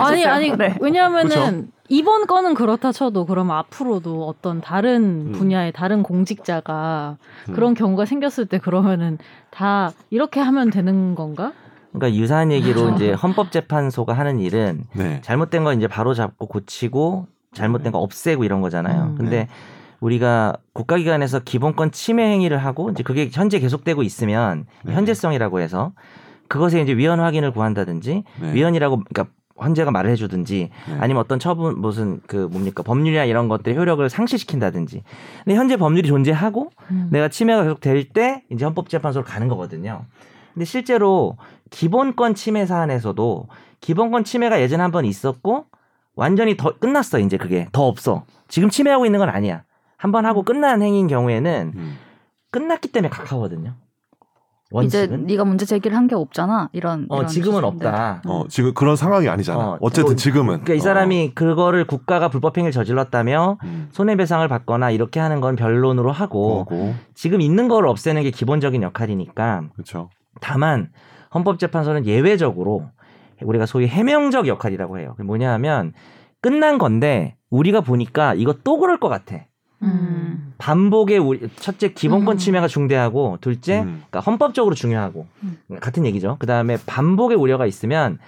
Speaker 2: 아니 아니
Speaker 1: 네.
Speaker 2: 왜냐하면은 이번 건은 그렇다 쳐도 그럼 앞으로도 어떤 다른
Speaker 4: 음.
Speaker 2: 분야의 다른 공직자가
Speaker 4: 음.
Speaker 2: 그런 경우가 생겼을 때 그러면은 다 이렇게 하면 되는 건가?
Speaker 3: 그러니까 유사한 얘기로
Speaker 1: 그렇죠.
Speaker 3: 이제 헌법재판소가 하는 일은
Speaker 4: 네.
Speaker 3: 잘못된 건 이제 바로 잡고 고치고 잘못된 거 없애고 이런 거잖아요.
Speaker 2: 음.
Speaker 1: 네.
Speaker 3: 근데 우리가 국가기관에서 기본권 침해 행위를 하고 이제 그게 현재 계속되고 있으면
Speaker 4: 네.
Speaker 3: 현재성이라고 해서 그것에 이제 위헌 확인을 구한다든지
Speaker 4: 네.
Speaker 3: 위헌이라고 그러니까 헌재가 말을 해주든지
Speaker 4: 네.
Speaker 3: 아니면 어떤 처분 무슨 그 뭡니까 법률이나 이런 것들의 효력을 상실시킨다든지 근데 현재 법률이 존재하고
Speaker 2: 음.
Speaker 3: 내가 침해가 계속 될 때 이제 헌법재판소로 가는 거거든요. 근데 실제로 기본권 침해 사안에서도 기본권 침해가 예전에 한 번 있었고 완전히 더 끝났어 이제 그게 더 없어 지금 침해하고 있는 건 아니야 한 번 하고 끝난 행위인 경우에는
Speaker 4: 음.
Speaker 3: 끝났기 때문에 각하거든요.
Speaker 1: 이제
Speaker 3: 원칙은
Speaker 1: 네가 문제 제기를 한 게 없잖아. 이런.
Speaker 3: 어
Speaker 1: 이런
Speaker 3: 지금은
Speaker 1: 취지인데.
Speaker 3: 없다.
Speaker 4: 어 지금 그런 상황이 아니잖아.
Speaker 3: 음. 어,
Speaker 4: 어, 쨌든
Speaker 3: 어,
Speaker 4: 지금은
Speaker 3: 그러니까 이
Speaker 1: 어.
Speaker 3: 사람이 그거를 국가가 불법행위를 저질렀다며
Speaker 4: 어. 음.
Speaker 3: 손해배상을 받거나 이렇게 하는 건 변론으로 하고
Speaker 4: 뭐고
Speaker 3: 지금 있는 걸 없애는 게 기본적인 역할이니까
Speaker 4: 그렇죠.
Speaker 3: 다만 헌법재판소는 예외적으로 우리가 소위 해명적 역할이라고 해요. 그게 뭐냐 하면 끝난 건데 우리가 보니까 이거 또 그럴 것 같아.
Speaker 2: 음.
Speaker 3: 반복의 우리 첫째 기본권
Speaker 2: 음.
Speaker 3: 침해가 중대하고 둘째
Speaker 4: 음.
Speaker 3: 그러니까 헌법적으로 중요하고
Speaker 1: 음.
Speaker 3: 같은 얘기죠. 그 다음에 반복의 우려가 있으면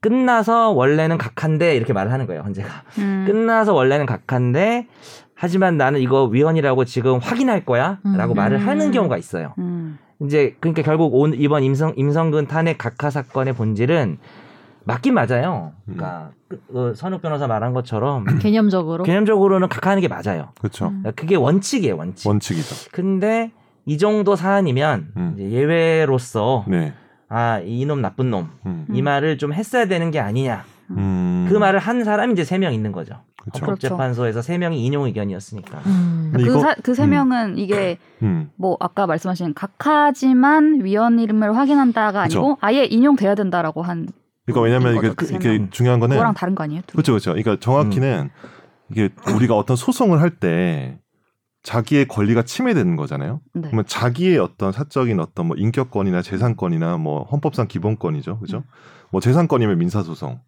Speaker 3: 끝나서 원래는 각한데 이렇게 말을 하는 거예요. 헌재가.
Speaker 1: 음.
Speaker 3: 끝나서 원래는 각한데 하지만 나는 이거 위헌이라고 지금 확인할 거야라고
Speaker 2: 음.
Speaker 3: 말을 하는 경우가 있어요.
Speaker 1: 음.
Speaker 3: 이제 그러니까 결국 온 이번 임성 임성근 탄핵 각하 사건의 본질은 맞긴 맞아요. 그러니까
Speaker 4: 음.
Speaker 3: 그, 어, 선욱 변호사 말한 것처럼
Speaker 2: 개념적으로.
Speaker 3: 개념적으로는 각하하는 게 맞아요. 그러니까
Speaker 4: 그렇죠.
Speaker 2: 음.
Speaker 3: 그게 원칙이에요, 원칙.
Speaker 4: 원칙이죠.
Speaker 3: 근데 이 정도 사안이면
Speaker 4: 음.
Speaker 3: 이제 예외로서
Speaker 4: 네.
Speaker 3: 아 이놈 나쁜 놈 이
Speaker 4: 음.
Speaker 1: 음.
Speaker 3: 말을 좀 했어야 되는 게 아니냐
Speaker 4: 음.
Speaker 3: 그 어, 말을 한 사람이 이제 세 명 있는 거죠.
Speaker 4: 그렇죠.
Speaker 1: 그렇죠.
Speaker 3: 재판소에서 세 명이 인용 의견이었으니까.
Speaker 2: 음.
Speaker 1: 네.
Speaker 4: 근데 이거-
Speaker 1: 그그 세
Speaker 4: 음.
Speaker 1: 명은 이게
Speaker 4: 음.
Speaker 1: 뭐 아까 말씀하신 각하지만 위원 이름을 확인한다가 아니고 아예 인용돼야 된다라고 한
Speaker 4: 그러니까 왜냐면 이게
Speaker 1: 이거죠, 그
Speaker 4: 이게
Speaker 1: 생각은.
Speaker 4: 중요한 거는
Speaker 1: 그거랑 다른 거 아니에요? 둘이?
Speaker 4: 네. 그렇죠, 그렇죠. 그러니까 정확히는
Speaker 1: 음.
Speaker 4: 이게 우리가 어떤 소송을 할 때 자기의 권리가 침해되는 거잖아요.
Speaker 1: 네.
Speaker 4: 그러면 자기의 어떤 사적인 어떤 뭐 인격권이나 재산권이나 뭐 헌법상 기본권이죠, 그죠?
Speaker 1: 음.
Speaker 4: 뭐 재산권이면 민사소송,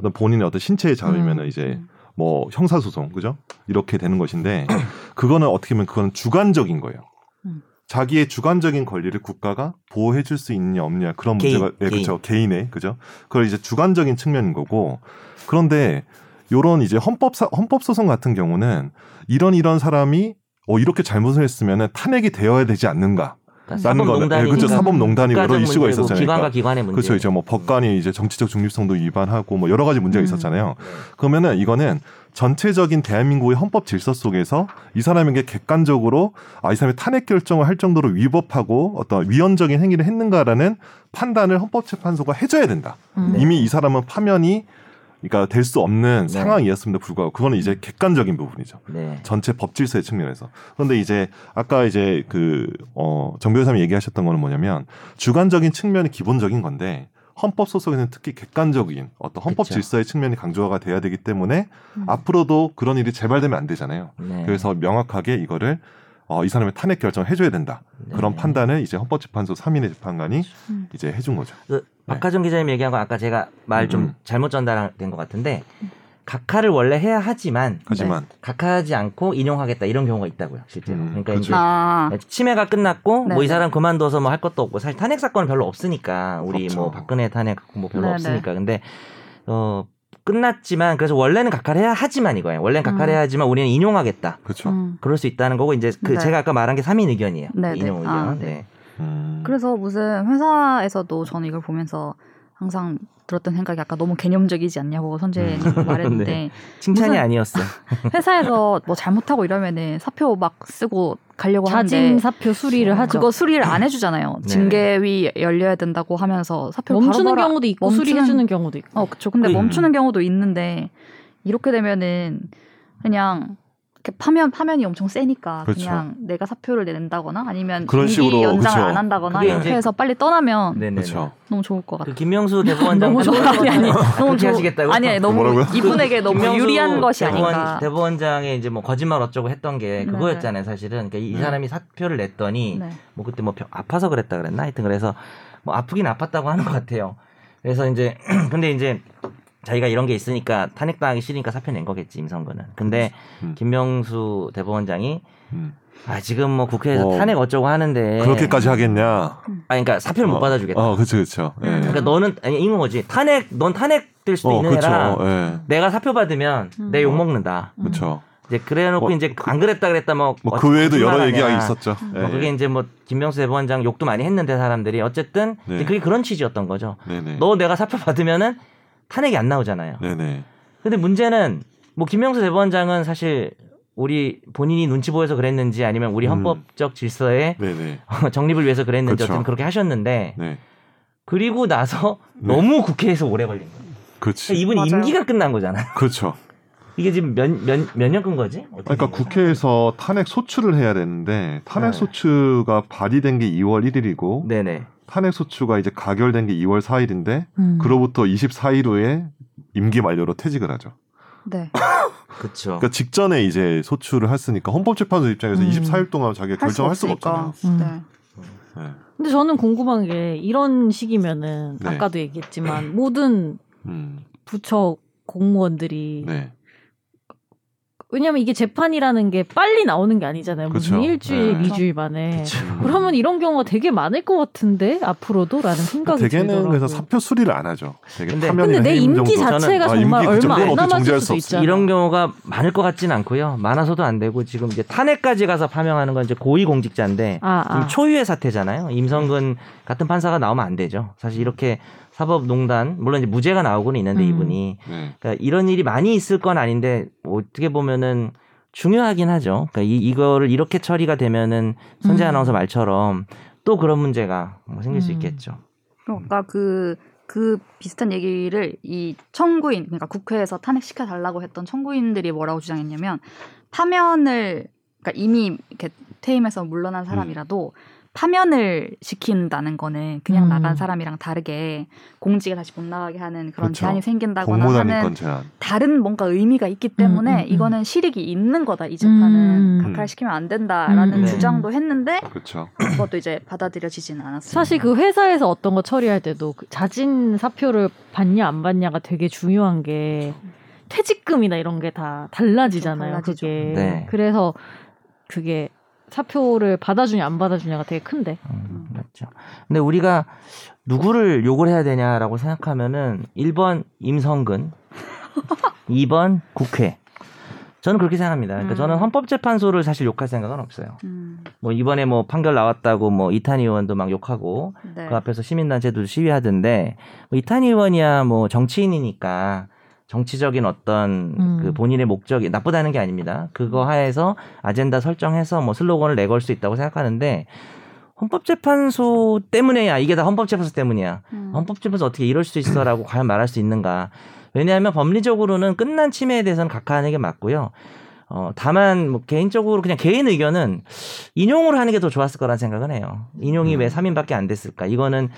Speaker 4: 어떤 본인의 어떤 신체의 자유면
Speaker 1: 음.
Speaker 4: 이제 뭐 형사소송, 그죠? 이렇게 되는 것인데 그거는 어떻게 보면 그거는 주관적인 거예요.
Speaker 2: 음.
Speaker 4: 자기의 주관적인 권리를 국가가 보호해줄 수 있느냐 없느냐 그런
Speaker 3: 개인,
Speaker 4: 문제가 예,
Speaker 3: 개인.
Speaker 4: 그렇죠 개인의 그죠 그걸 이제 주관적인 측면인 거고 그런데 요런 이제 헌법 사, 헌법 소송 같은 경우는 이런 이런 사람이 어 이렇게 잘못을 했으면 탄핵이 되어야 되지 않는가
Speaker 3: 그러니까
Speaker 4: 라는 거는 예, 그렇죠
Speaker 3: 사법농단이니까
Speaker 4: 사법농단이
Speaker 3: 국가적
Speaker 4: 여러 이슈가
Speaker 3: 문제고
Speaker 4: 있었잖아요
Speaker 3: 기관과 기관의 문제.
Speaker 4: 그렇죠 이제 뭐
Speaker 3: 음.
Speaker 4: 법관이 이제 정치적 중립성도 위반하고 뭐 여러 가지 문제가
Speaker 2: 음.
Speaker 4: 있었잖아요 그러면은 이거는 전체적인 대한민국의 헌법 질서 속에서 이 사람에게 객관적으로 아 이 사람이 탄핵 결정을 할 정도로 위법하고 어떤 위헌적인 행위를 했는가라는 판단을 헌법재판소가 해줘야 된다.
Speaker 2: 음.
Speaker 3: 네.
Speaker 4: 이미 이 사람은 파면이 그러니까 될 수 없는
Speaker 3: 네.
Speaker 4: 상황이었음에도 불구하고 그거는 이제 객관적인 부분이죠.
Speaker 3: 네.
Speaker 4: 전체 법질서의 측면에서. 그런데 이제 아까 이제 그, 어, 정 변호사님이 얘기하셨던 거는 뭐냐면 주관적인 측면이 기본적인 건데 헌법 소속에는 특히 객관적인 어떤 헌법
Speaker 3: 그쵸.
Speaker 4: 질서의 측면이 강조가 돼야 되기 때문에
Speaker 1: 음.
Speaker 4: 앞으로도 그런 일이 재발되면 안 되잖아요.
Speaker 3: 네.
Speaker 4: 그래서 명확하게 이거를 어, 이 사람의 탄핵 결정을 해줘야 된다.
Speaker 3: 네. 그렇죠.
Speaker 4: 그런 판단을 이제 헌법재판소 3인의 재판관이
Speaker 1: 음.
Speaker 4: 이제 해준 거죠.
Speaker 3: 그 박하정 기자님 얘기한 건 아까 제가 말 좀
Speaker 4: 음.
Speaker 3: 잘못 전달된 것 같은데 각하를 원래 해야 하지만
Speaker 4: 하지만
Speaker 3: 네. 각하하지 않고 인용하겠다 이런 경우가 있다고요 실제로.
Speaker 4: 음,
Speaker 3: 그러니까
Speaker 4: 그렇죠.
Speaker 3: 이제
Speaker 1: 아
Speaker 3: 치매가 끝났고
Speaker 1: 네.
Speaker 3: 뭐 이 사람 그만둬서 뭐 할 것도 없고 사실 탄핵 사건은 별로 없으니까 우리
Speaker 4: 그렇죠.
Speaker 3: 뭐 박근혜 탄핵 뭐 별로
Speaker 1: 네, 네.
Speaker 3: 없으니까 근데 어 끝났지만 그래서 원래는 각하를 해야 하지만 이거예요. 원래는
Speaker 2: 음.
Speaker 3: 각하를 해야 하지만 우리는 인용하겠다.
Speaker 4: 그렇죠.
Speaker 2: 음.
Speaker 3: 그럴 수 있다는 거고 이제 그
Speaker 1: 네.
Speaker 3: 제가 아까 말한 게 3인 의견이에요.
Speaker 1: 네, 네.
Speaker 3: 인용 의견.
Speaker 1: 아,
Speaker 3: 네.
Speaker 1: 네.
Speaker 4: 음.
Speaker 1: 그래서 무슨 회사에서도 저는 이걸 보면서 항상 들었던 생각이 아까 너무 개념적이지 않냐고 선재
Speaker 4: 음.
Speaker 1: 말했는데
Speaker 3: 네. 칭찬이
Speaker 1: 무슨-
Speaker 3: 아니었어.
Speaker 1: 회사에서 뭐 잘못하고 이러면은 사표 막 쓰고 가려고
Speaker 2: 자진
Speaker 1: 하는데
Speaker 2: 사표 수리를 하죠.
Speaker 1: 그거 수리를 안 해주잖아요.
Speaker 3: 네네.
Speaker 1: 징계위 열려야 된다고 하면서 사표
Speaker 2: 멈추는
Speaker 1: 바로 넣어라.
Speaker 2: 경우도 있고
Speaker 1: 멈추는-
Speaker 2: 수리해주는 경우도 있고.
Speaker 1: 어, 그쵸. 근데
Speaker 4: 음.
Speaker 1: 멈추는 경우도 있는데 이렇게 되면은 그냥 이렇게 파면 파면이 엄청 세니까 그
Speaker 4: 그렇죠.
Speaker 1: 냥 내가 사표를 낸다거나 아니면
Speaker 4: 그런
Speaker 1: 임기
Speaker 4: 식으로,
Speaker 1: 연장을
Speaker 4: 그쵸.
Speaker 1: 안 한다거나
Speaker 3: 그게
Speaker 1: 이렇게
Speaker 3: 이제-
Speaker 1: 해서 빨리 떠나면
Speaker 3: 네네.
Speaker 4: 그렇죠.
Speaker 1: 너무 좋을 것 같아요.
Speaker 3: 그 김명수 대법원장
Speaker 2: 너무 좋은 거 아니-
Speaker 1: 어. 너무
Speaker 3: 그렇게 하시겠다고요?
Speaker 1: 아니 아니, 너무
Speaker 4: 뭐라고요?
Speaker 1: 이분에게 너무
Speaker 3: 김명수
Speaker 1: 유리한 것이
Speaker 3: 대법원-
Speaker 1: 아닌가.
Speaker 3: 대법원장의 이제 뭐 거짓말 어쩌고 했던 게
Speaker 1: 네네.
Speaker 3: 그거였잖아요, 사실은. 그러니까 이
Speaker 4: 네.
Speaker 3: 사람이 사표를 냈더니
Speaker 1: 네.
Speaker 3: 뭐 그때 뭐 병- 아파서 그랬다 그랬나 하여튼 그래서 뭐 아프긴 아팠다고 하는 것 같아요. 그래서 이제 근데 이제 자기가 이런 게 있으니까 탄핵당하기 싫으니까 사표 낸 거겠지 임성근은. 근데
Speaker 4: 음.
Speaker 3: 김명수 대법원장이
Speaker 4: 음.
Speaker 3: 아 지금 뭐 국회에서
Speaker 4: 어.
Speaker 3: 탄핵 어쩌고 하는데
Speaker 4: 그렇게까지 하겠냐?
Speaker 3: 아니 그러니까 사표를
Speaker 4: 어,
Speaker 3: 네. 못 받아주겠다.
Speaker 4: 어, 그렇죠, 그렇죠. 예.
Speaker 1: 음.
Speaker 3: 그러니까 너는 아니 이건 거지 탄핵 넌 탄핵 될 수도
Speaker 4: 어,
Speaker 3: 있는
Speaker 4: 그렇죠.
Speaker 3: 애라
Speaker 4: 예.
Speaker 3: 내가 사표 받으면 내 욕 먹는다.
Speaker 4: 그렇죠.
Speaker 3: 이제 그래놓고
Speaker 4: 어,
Speaker 3: 이제 안 그랬다 그랬다 뭐
Speaker 4: 뭐
Speaker 3: 어떻게
Speaker 4: 그 외에도 여러
Speaker 3: 거짓말하냐.
Speaker 4: 얘기가 있었죠. 예.
Speaker 3: 뭐 그게 이제 뭐 김명수 대법원장 욕도 많이 했는데 사람들이 어쨌든
Speaker 4: 네.
Speaker 3: 이제 그게 그런 취지였던 거죠.
Speaker 4: 네네.
Speaker 3: 너 내가 사표 받으면은 탄핵이 안 나오잖아요.
Speaker 4: 네네.
Speaker 3: 근데 문제는 뭐 김명수 대법원장은 사실 우리 본인이 눈치 보여서 그랬는지 아니면 우리
Speaker 4: 음.
Speaker 3: 헌법적 질서의
Speaker 4: 네네.
Speaker 3: 정립을 위해서 그랬는지
Speaker 4: 그쵸.
Speaker 3: 어쨌든 그렇게 하셨는데
Speaker 4: 네.
Speaker 3: 그리고 나서
Speaker 4: 네.
Speaker 3: 너무 국회에서 오래 걸린 거예요. 그러니까
Speaker 4: 그렇지.
Speaker 3: 이분
Speaker 1: 맞아요.
Speaker 3: 임기가 끝난 거잖아.
Speaker 4: 그렇죠.
Speaker 3: 이게 지금 몇 몇 몇 년 끈 거지? 어떻게
Speaker 4: 그러니까
Speaker 3: 된 거야?
Speaker 4: 국회에서 탄핵 소추를 해야 되는데 탄핵
Speaker 3: 네.
Speaker 4: 소추가 발의된 게 2월 1일이고
Speaker 3: 네네.
Speaker 4: 탄핵 소추가 이제 가결된 게 2월 4일인데
Speaker 2: 음.
Speaker 4: 그로부터 24일 후에 임기 만료로 퇴직을 하죠.
Speaker 1: 네.
Speaker 3: 그렇죠.
Speaker 4: 그러니까 직전에 이제 소추를 했으니까 헌법재판소 입장에서
Speaker 2: 음.
Speaker 4: 24일 동안 자기가
Speaker 1: 할 수가
Speaker 4: 결정할 수가 없잖아요.
Speaker 1: 없으니까.
Speaker 2: 음.
Speaker 1: 네.
Speaker 4: 네.
Speaker 2: 근데 저는 궁금한 게 이런 식이면은
Speaker 4: 네.
Speaker 2: 아까도 얘기했지만 모든
Speaker 4: 음.
Speaker 2: 부처 공무원들이
Speaker 4: 네.
Speaker 2: 왜냐면 이게 재판이라는 게 빨리 나오는 게 아니잖아요. 무슨
Speaker 4: 그쵸.
Speaker 2: 일주일,
Speaker 4: 네.
Speaker 2: 이주일 만에.
Speaker 3: 그쵸.
Speaker 2: 그러면 이런 경우가 되게 많을 것 같은데 앞으로도라는 생각이
Speaker 5: 대개는
Speaker 2: 들더라고요.
Speaker 5: 그래서 사표 수리를 안 하죠. 되게
Speaker 3: 근데-
Speaker 5: 파면이나
Speaker 2: 그러니까 근데 내
Speaker 5: 해임
Speaker 2: 임기
Speaker 5: 정도.
Speaker 2: 자체가
Speaker 5: 저는- 아,
Speaker 2: 정말
Speaker 5: 임기 그쵸. 그건
Speaker 2: 얼마 안
Speaker 5: 어떻게
Speaker 2: 남았을
Speaker 5: 정지할
Speaker 2: 수도
Speaker 5: 수 없어.
Speaker 2: 있잖아.
Speaker 3: 이런 경우가 많을 것 같진 않고요. 많아서도 안 되고 지금 이제 탄핵까지 가서 파명하는 건 이제 고위공직자인데
Speaker 2: 아, 아.
Speaker 3: 지금 초유의 사태잖아요. 임성근 같은 판사가 나오면 안 되죠. 사실 이렇게 사법농단 물론 이제 무죄가 나오고는 있는데
Speaker 2: 음.
Speaker 3: 이분이
Speaker 4: 네.
Speaker 3: 그러니까 이런 일이 많이 있을 건 아닌데 뭐 어떻게 보면은 중요하긴 하죠. 그러니까 이 이거를 이렇게 처리가 되면은 손재
Speaker 2: 음.
Speaker 3: 아나운서 말처럼 또 그런 문제가 뭐 생길 수
Speaker 2: 음.
Speaker 3: 있겠죠.
Speaker 1: 그러니까 그, 그 비슷한 얘기를 이 청구인, 그러니까 국회에서 탄핵시켜 달라고 했던 청구인들이 뭐라고 주장했냐면 파면을, 그러니까 이미 이렇게 퇴임해서 물러난 사람이라도
Speaker 4: 음.
Speaker 1: 파면을 시킨다는 거는 그냥
Speaker 2: 음.
Speaker 1: 나간 사람이랑 다르게 공직에 다시 못 나가게 하는 그런
Speaker 4: 그쵸.
Speaker 1: 제한이 생긴다거나
Speaker 4: 그렇죠. 공무단
Speaker 1: 하는
Speaker 4: 인권 제한.
Speaker 1: 다른 뭔가 의미가 있기 때문에
Speaker 2: 음, 음.
Speaker 1: 이거는 실익이 있는 거다 이 재판은
Speaker 2: 음.
Speaker 1: 각하시키면 안 된다라는
Speaker 2: 음,
Speaker 3: 음.
Speaker 1: 주장도 했는데
Speaker 4: 그렇죠.
Speaker 1: 그것도 이제 받아들여지지는 않았어요.
Speaker 2: 사실 그 회사에서 어떤 거 처리할 때도 그 자진 사표를 받냐 안 받냐가 되게 중요한 게 퇴직금이나 이런 게 다 달라지잖아요.
Speaker 1: 그렇죠, 달라지죠.
Speaker 2: 그게
Speaker 3: 네.
Speaker 2: 그래서 그게 사표를 받아주냐 안 받아주냐가 되게 큰데.
Speaker 3: 음, 맞죠. 근데 우리가 누구를 욕을 해야 되냐라고 생각하면은 1번 임성근, 2번 국회. 저는 그렇게 생각합니다. 그러니까
Speaker 1: 음.
Speaker 3: 저는 헌법재판소를 사실 욕할 생각은 없어요.
Speaker 1: 음,
Speaker 3: 뭐 이번에 뭐 판결 나왔다고 뭐 이탄 의원도 막 욕하고
Speaker 1: 네.
Speaker 3: 그 앞에서 시민단체도 시위하던데 뭐 이탄 의원이야 뭐 정치인이니까 정치적인 어떤
Speaker 2: 음.
Speaker 3: 그 본인의 목적이 나쁘다는 게 아닙니다. 그거 하에서 아젠다 설정해서 뭐 슬로건을 내걸 수 있다고 생각하는데 헌법재판소 때문에야 이게 다 헌법재판소 때문이야.
Speaker 1: 음.
Speaker 3: 헌법재판소 어떻게 이럴 수 있어라고 과연 말할 수 있는가? 왜냐하면 법리적으로는 끝난 침해에 대해서는 각하하는 게 맞고요. 어, 다만 뭐 개인적으로 그냥 개인 의견은 인용을 하는 게 더 좋았을 거란 생각은 해요. 인용이
Speaker 4: 음.
Speaker 3: 왜 3인밖에 안 됐을까? 이거는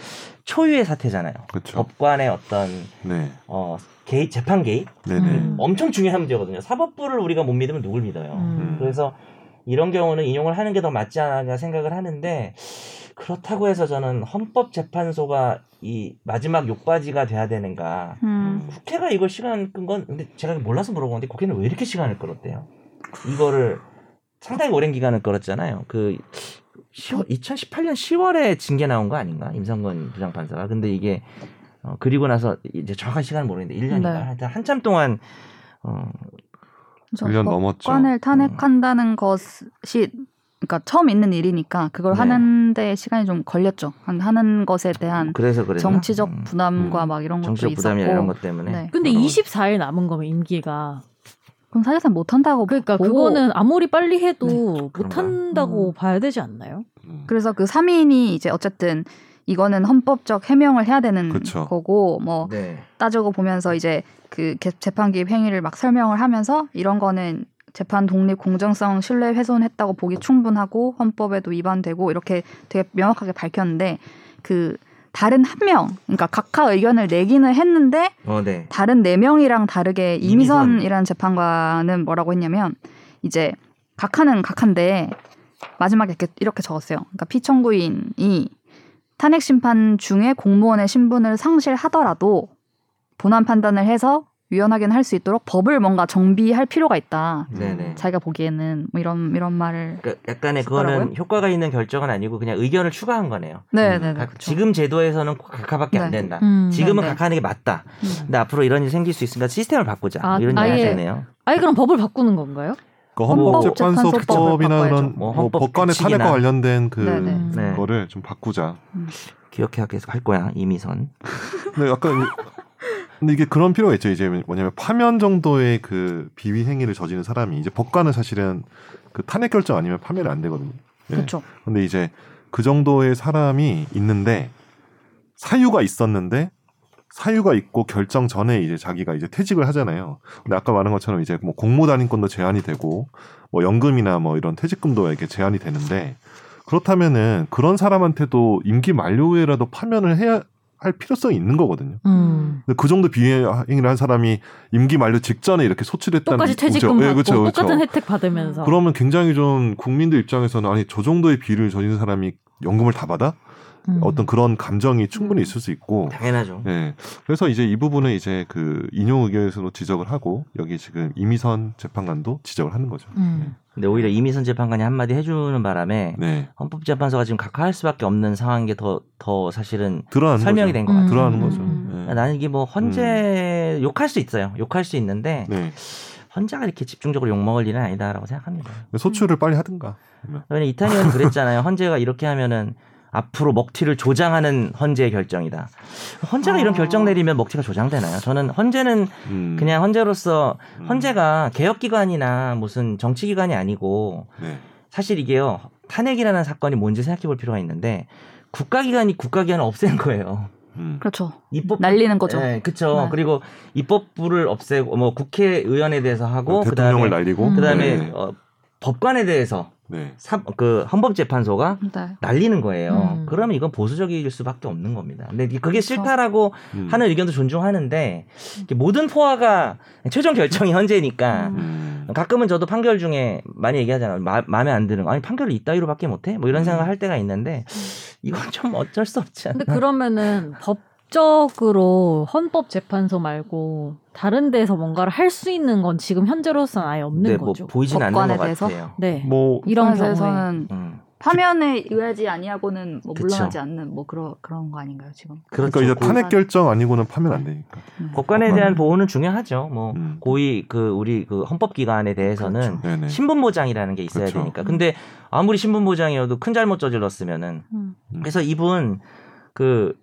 Speaker 3: 초유의 사태잖아요.
Speaker 4: 그렇죠.
Speaker 3: 법관의 어떤
Speaker 4: 네.
Speaker 3: 어, 개입, 재판 개입
Speaker 4: 네네.
Speaker 2: 음.
Speaker 3: 엄청 중요한 문제거든요. 사법부를 우리가 못 믿으면 누굴 믿어요?
Speaker 2: 음.
Speaker 4: 네.
Speaker 3: 그래서 이런 경우는 인용을 하는 게 더 맞지 않나 생각을 하는데 그렇다고 해서 저는 헌법재판소가 이 마지막 욕받이가 돼야 되는가
Speaker 1: 음.
Speaker 3: 국회가 이걸 시간 끈 건 근데 제가 몰라서 물어보는데 국회는 왜 이렇게 시간을 끌었대요? 이거를 상당히 오랜 기간을 끌었잖아요. 그 2018년 10월에 징계 나온 거 아닌가 임성근 부장판사가 근데 이게 어, 그리고 나서 이제 정확한 시간은 모르겠는데 1년인가
Speaker 2: 네.
Speaker 3: 하여튼 한참 동안 어,
Speaker 1: 그래서
Speaker 4: 1년 넘었죠.
Speaker 1: 법관을 탄핵한다는 것이 그러니까 처음 있는 일이니까 그걸
Speaker 3: 네.
Speaker 1: 하는데 시간이 좀 걸렸죠. 한- 하는 것에 대한
Speaker 3: 그래서 그래서
Speaker 1: 정치적 부담과 막 이런 것도
Speaker 3: 음. 정치적
Speaker 1: 뭐 있었고.
Speaker 3: 부담이 이런 것 때문에
Speaker 1: 네.
Speaker 2: 근데
Speaker 4: 그럼.
Speaker 2: 24일 남은 거면 임기가
Speaker 1: 그럼 사실상 못 한다고
Speaker 2: 그러니까
Speaker 1: 보고
Speaker 2: 그거는 아무리 빨리 해도 못
Speaker 1: 네.
Speaker 3: 그런가?
Speaker 2: 한다고
Speaker 1: 음.
Speaker 2: 봐야 되지 않나요?
Speaker 4: 음.
Speaker 1: 그래서 그 3인이 이제 어쨌든 이거는 헌법적 해명을 해야 되는
Speaker 4: 그쵸.
Speaker 1: 거고 뭐
Speaker 3: 네.
Speaker 1: 따지고 보면서 이제 그 개- 재판 개입 행위를 막 설명을 하면서 이런 거는 재판 독립 공정성 신뢰 훼손했다고 보기 충분하고 헌법에도 위반되고 이렇게 되게 명확하게 밝혔는데 그 다른 한 명 그러니까 각하 의견을 내기는 했는데
Speaker 3: 어, 네.
Speaker 1: 다른 네 명이랑 다르게
Speaker 3: 이미선.
Speaker 1: 이미선이라는 재판관은 뭐라고 했냐면 이제 각하는 각한데 마지막에 이렇게, 이렇게 적었어요. 그러니까 피청구인이 탄핵 심판 중에 공무원의 신분을 상실하더라도 본안 판단을 해서 유연하게는 할 수 있도록 법을 뭔가 정비할 필요가 있다.
Speaker 3: 네네.
Speaker 1: 음. 자기가 보기에는 뭐 이런 이런 말을
Speaker 3: 그러니까 약간의
Speaker 1: 그거라고요?
Speaker 3: 그거는 효과가 있는 결정은 아니고 그냥 의견을 추가한 거네요.
Speaker 1: 네, 네, 네.
Speaker 3: 각-
Speaker 1: 그렇죠.
Speaker 3: 음, 아, 지금 제도에서는 각하밖에 안
Speaker 1: 네.
Speaker 3: 된다.
Speaker 2: 음.
Speaker 3: 지금은
Speaker 1: 네, 네.
Speaker 3: 각하는 게 맞다.
Speaker 1: 음.
Speaker 3: 근데 앞으로 이런 일이 생길 수 있으니까 시스템을 바꾸자.
Speaker 2: 아,
Speaker 3: 이런
Speaker 2: 아예-
Speaker 3: 얘기 하시네요.
Speaker 2: 아니 그럼 법을 바꾸는 건가요?
Speaker 5: 그
Speaker 1: 헌법재판소법을
Speaker 5: 헌법재판소법이나 그런
Speaker 1: 바꿔야죠.
Speaker 5: 뭐
Speaker 3: 뭐 헌법
Speaker 5: 법관의
Speaker 3: 규칙이나.
Speaker 5: 탄핵과 관련된 그
Speaker 1: 네네.
Speaker 2: 음.
Speaker 3: 네.
Speaker 4: 거를 좀 바꾸자.
Speaker 3: 기억해야 계속 할 거야 이미선.
Speaker 5: 근데 약간 이-
Speaker 4: 근데 이게 그런 필요가 있죠. 이제 뭐냐면 파면 정도의 그 비위 행위를 저지른 사람이 이제 법관은 사실은 그 탄핵 결정 아니면 파면이 안 되거든요. 네.
Speaker 1: 그렇죠.
Speaker 4: 근데 이제 그 정도의 사람이 있는데 사유가 있었는데 사유가 있고 결정 전에 이제 자기가 이제 퇴직을 하잖아요. 근데 아까 말한 것처럼 이제 뭐 공무단인권도 제한이 되고 뭐 연금이나 뭐 이런 퇴직금도 이렇게 제한이 되는데 그렇다면은 그런 사람한테도 임기 만료에라도 파면을 해야 할 필요성이 있는 거거든요.
Speaker 2: 음.
Speaker 4: 근데 그 정도 비위 행위를 한 사람이 임기 만료 직전에 이렇게 소치됐다는
Speaker 2: 똑같이 퇴직금
Speaker 4: 예,
Speaker 2: 받고
Speaker 4: 그쵸, 그쵸.
Speaker 2: 똑같은 혜택 받으면서
Speaker 4: 그러면 굉장히 좀 국민들 입장에서는 아니 저 정도의 비위를 저지른 사람이 연금을 다 받아?
Speaker 2: 음. 네.
Speaker 4: 어떤 그런 감정이 충분히 있을 수 있고
Speaker 3: 당연하죠.
Speaker 4: 예. 그래서 이제 이 부분은 이제 그 인용 의견에서도 지적을 하고 여기 지금 이미선 재판관도 지적을 하는 거죠.
Speaker 2: 음.
Speaker 3: 근데 오히려 이미선 재판관이 한마디 해주는 바람에
Speaker 4: 네.
Speaker 3: 헌법재판소가 지금 각하할 수밖에 없는 상황인 게 더 더 사실은
Speaker 4: 드러나는
Speaker 3: 설명이
Speaker 4: 거죠.
Speaker 3: 된 것 같아요.
Speaker 4: 들어가는 거죠.
Speaker 2: 음.
Speaker 4: 예.
Speaker 3: 나는 이게 뭐 헌재 욕할 수 있어요. 욕할 수 있는데
Speaker 4: 네.
Speaker 3: 헌재가 이렇게 집중적으로 욕 먹을 일은 아니다라고 생각합니다.
Speaker 4: 소출을 빨리 하든가.
Speaker 3: 왜냐면 이탄 의원이 그랬잖아요. 헌재가 이렇게 하면은 앞으로 먹튀를 조장하는 헌재의 결정이다. 헌재가 이런
Speaker 1: 아.
Speaker 3: 결정 내리면 먹튀가 조장되나요? 저는 헌재는
Speaker 4: 음.
Speaker 3: 그냥 헌재로서
Speaker 4: 음.
Speaker 3: 헌재가 개혁기관이나 무슨 정치기관이 아니고
Speaker 4: 네.
Speaker 3: 사실 이게요 탄핵이라는 사건이 뭔지 생각해 볼 필요가 있는데 국가기관이 국가기관을 없앤 거예요.
Speaker 4: 음.
Speaker 1: 그렇죠.
Speaker 3: 입법
Speaker 1: 날리는 거죠.
Speaker 3: 네, 그렇죠.
Speaker 1: 네.
Speaker 3: 그리고 입법부를 없애고 뭐 국회의원에 대해서 하고
Speaker 4: 뭐 대통령을
Speaker 3: 그다음에
Speaker 4: 날리고
Speaker 3: 그다음에
Speaker 4: 네.
Speaker 3: 어, 법관에 대해서
Speaker 4: 네.
Speaker 3: 사- 그 헌법재판소가
Speaker 1: 네.
Speaker 3: 날리는 거예요.
Speaker 2: 음.
Speaker 3: 그러면 이건 보수적일 수밖에 없는 겁니다. 근데 이- 그게
Speaker 1: 그렇죠.
Speaker 3: 싫다라고
Speaker 4: 음.
Speaker 3: 하는 의견도 존중하는데 이게 모든 포화가 최종 결정이 헌재니까
Speaker 1: 음.
Speaker 4: 음.
Speaker 3: 가끔은 저도 판결 중에 많이 얘기하잖아요. 마, 마음에 안 드는 거. 아니 판결을 이따위로밖에 못해?
Speaker 1: 음.
Speaker 3: 뭐 이런 생각을 할 때가 있는데 이건 좀 어쩔 수 없지 않나.
Speaker 2: 근데 그러면은 법적으로 헌법재판소 말고 다른 데서 뭔가를 할 수 있는 건 지금 현재로서는 아예 없는
Speaker 3: 네, 뭐
Speaker 2: 거죠.
Speaker 3: 보이진 않는 것
Speaker 1: 법관에 대해서?
Speaker 3: 같아요.
Speaker 2: 네.
Speaker 4: 뭐
Speaker 2: 이런 경우에
Speaker 1: 에서는
Speaker 3: 음.
Speaker 1: 파면에 의하지 아니하고는 뭐
Speaker 3: 그쵸.
Speaker 1: 물러나지 않는 뭐 그런 그런 거 아닌가요 지금?
Speaker 4: 그러니까 이제
Speaker 3: 그렇죠. 고-
Speaker 4: 탄핵 결정 아니고는 파면 안 되니까.
Speaker 3: 법관에
Speaker 4: 법관.
Speaker 3: 대한 보호는 중요하죠. 뭐
Speaker 4: 음. 그렇죠.
Speaker 3: 고위 그 우리 그 헌법기관에 대해서는
Speaker 4: 네네.
Speaker 3: 신분보장이라는 게 있어야
Speaker 4: 그렇죠.
Speaker 3: 되니까. 근데 아무리 신분보장이어도 큰 잘못 저질렀으면은
Speaker 2: 음.
Speaker 3: 그래서 이분 그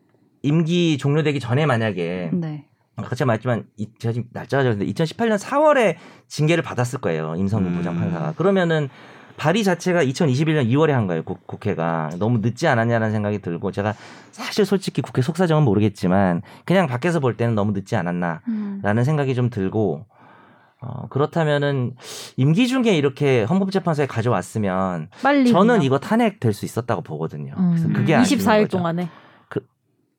Speaker 3: 임기 종료되기 전에 만약에
Speaker 1: 네.
Speaker 3: 아까 제가 말했지만 이- 제가 지금 날짜가 적는데 2018년 4월에 징계를 받았을 거예요. 임성근
Speaker 4: 음.
Speaker 3: 부장판사가. 그러면은 발의 자체가 2021년 2월에 한 거예요. 국, 국회가 너무 늦지 않았냐라는 생각이 들고 제가 사실 솔직히 국회 속사정은 모르겠지만 그냥 밖에서 볼 때는 너무 늦지 않았나 라는 생각이 좀 들고 어, 그렇다면은 임기 중에 이렇게 헌법재판소에 가져왔으면
Speaker 2: 빨리
Speaker 3: 저는
Speaker 2: 그냥.
Speaker 3: 이거 탄핵 될 수 있었다고 보거든요.
Speaker 2: 음.
Speaker 3: 그래서 그게 그렇죠. 아쉬운
Speaker 2: 24일
Speaker 3: 거죠.
Speaker 2: 동안에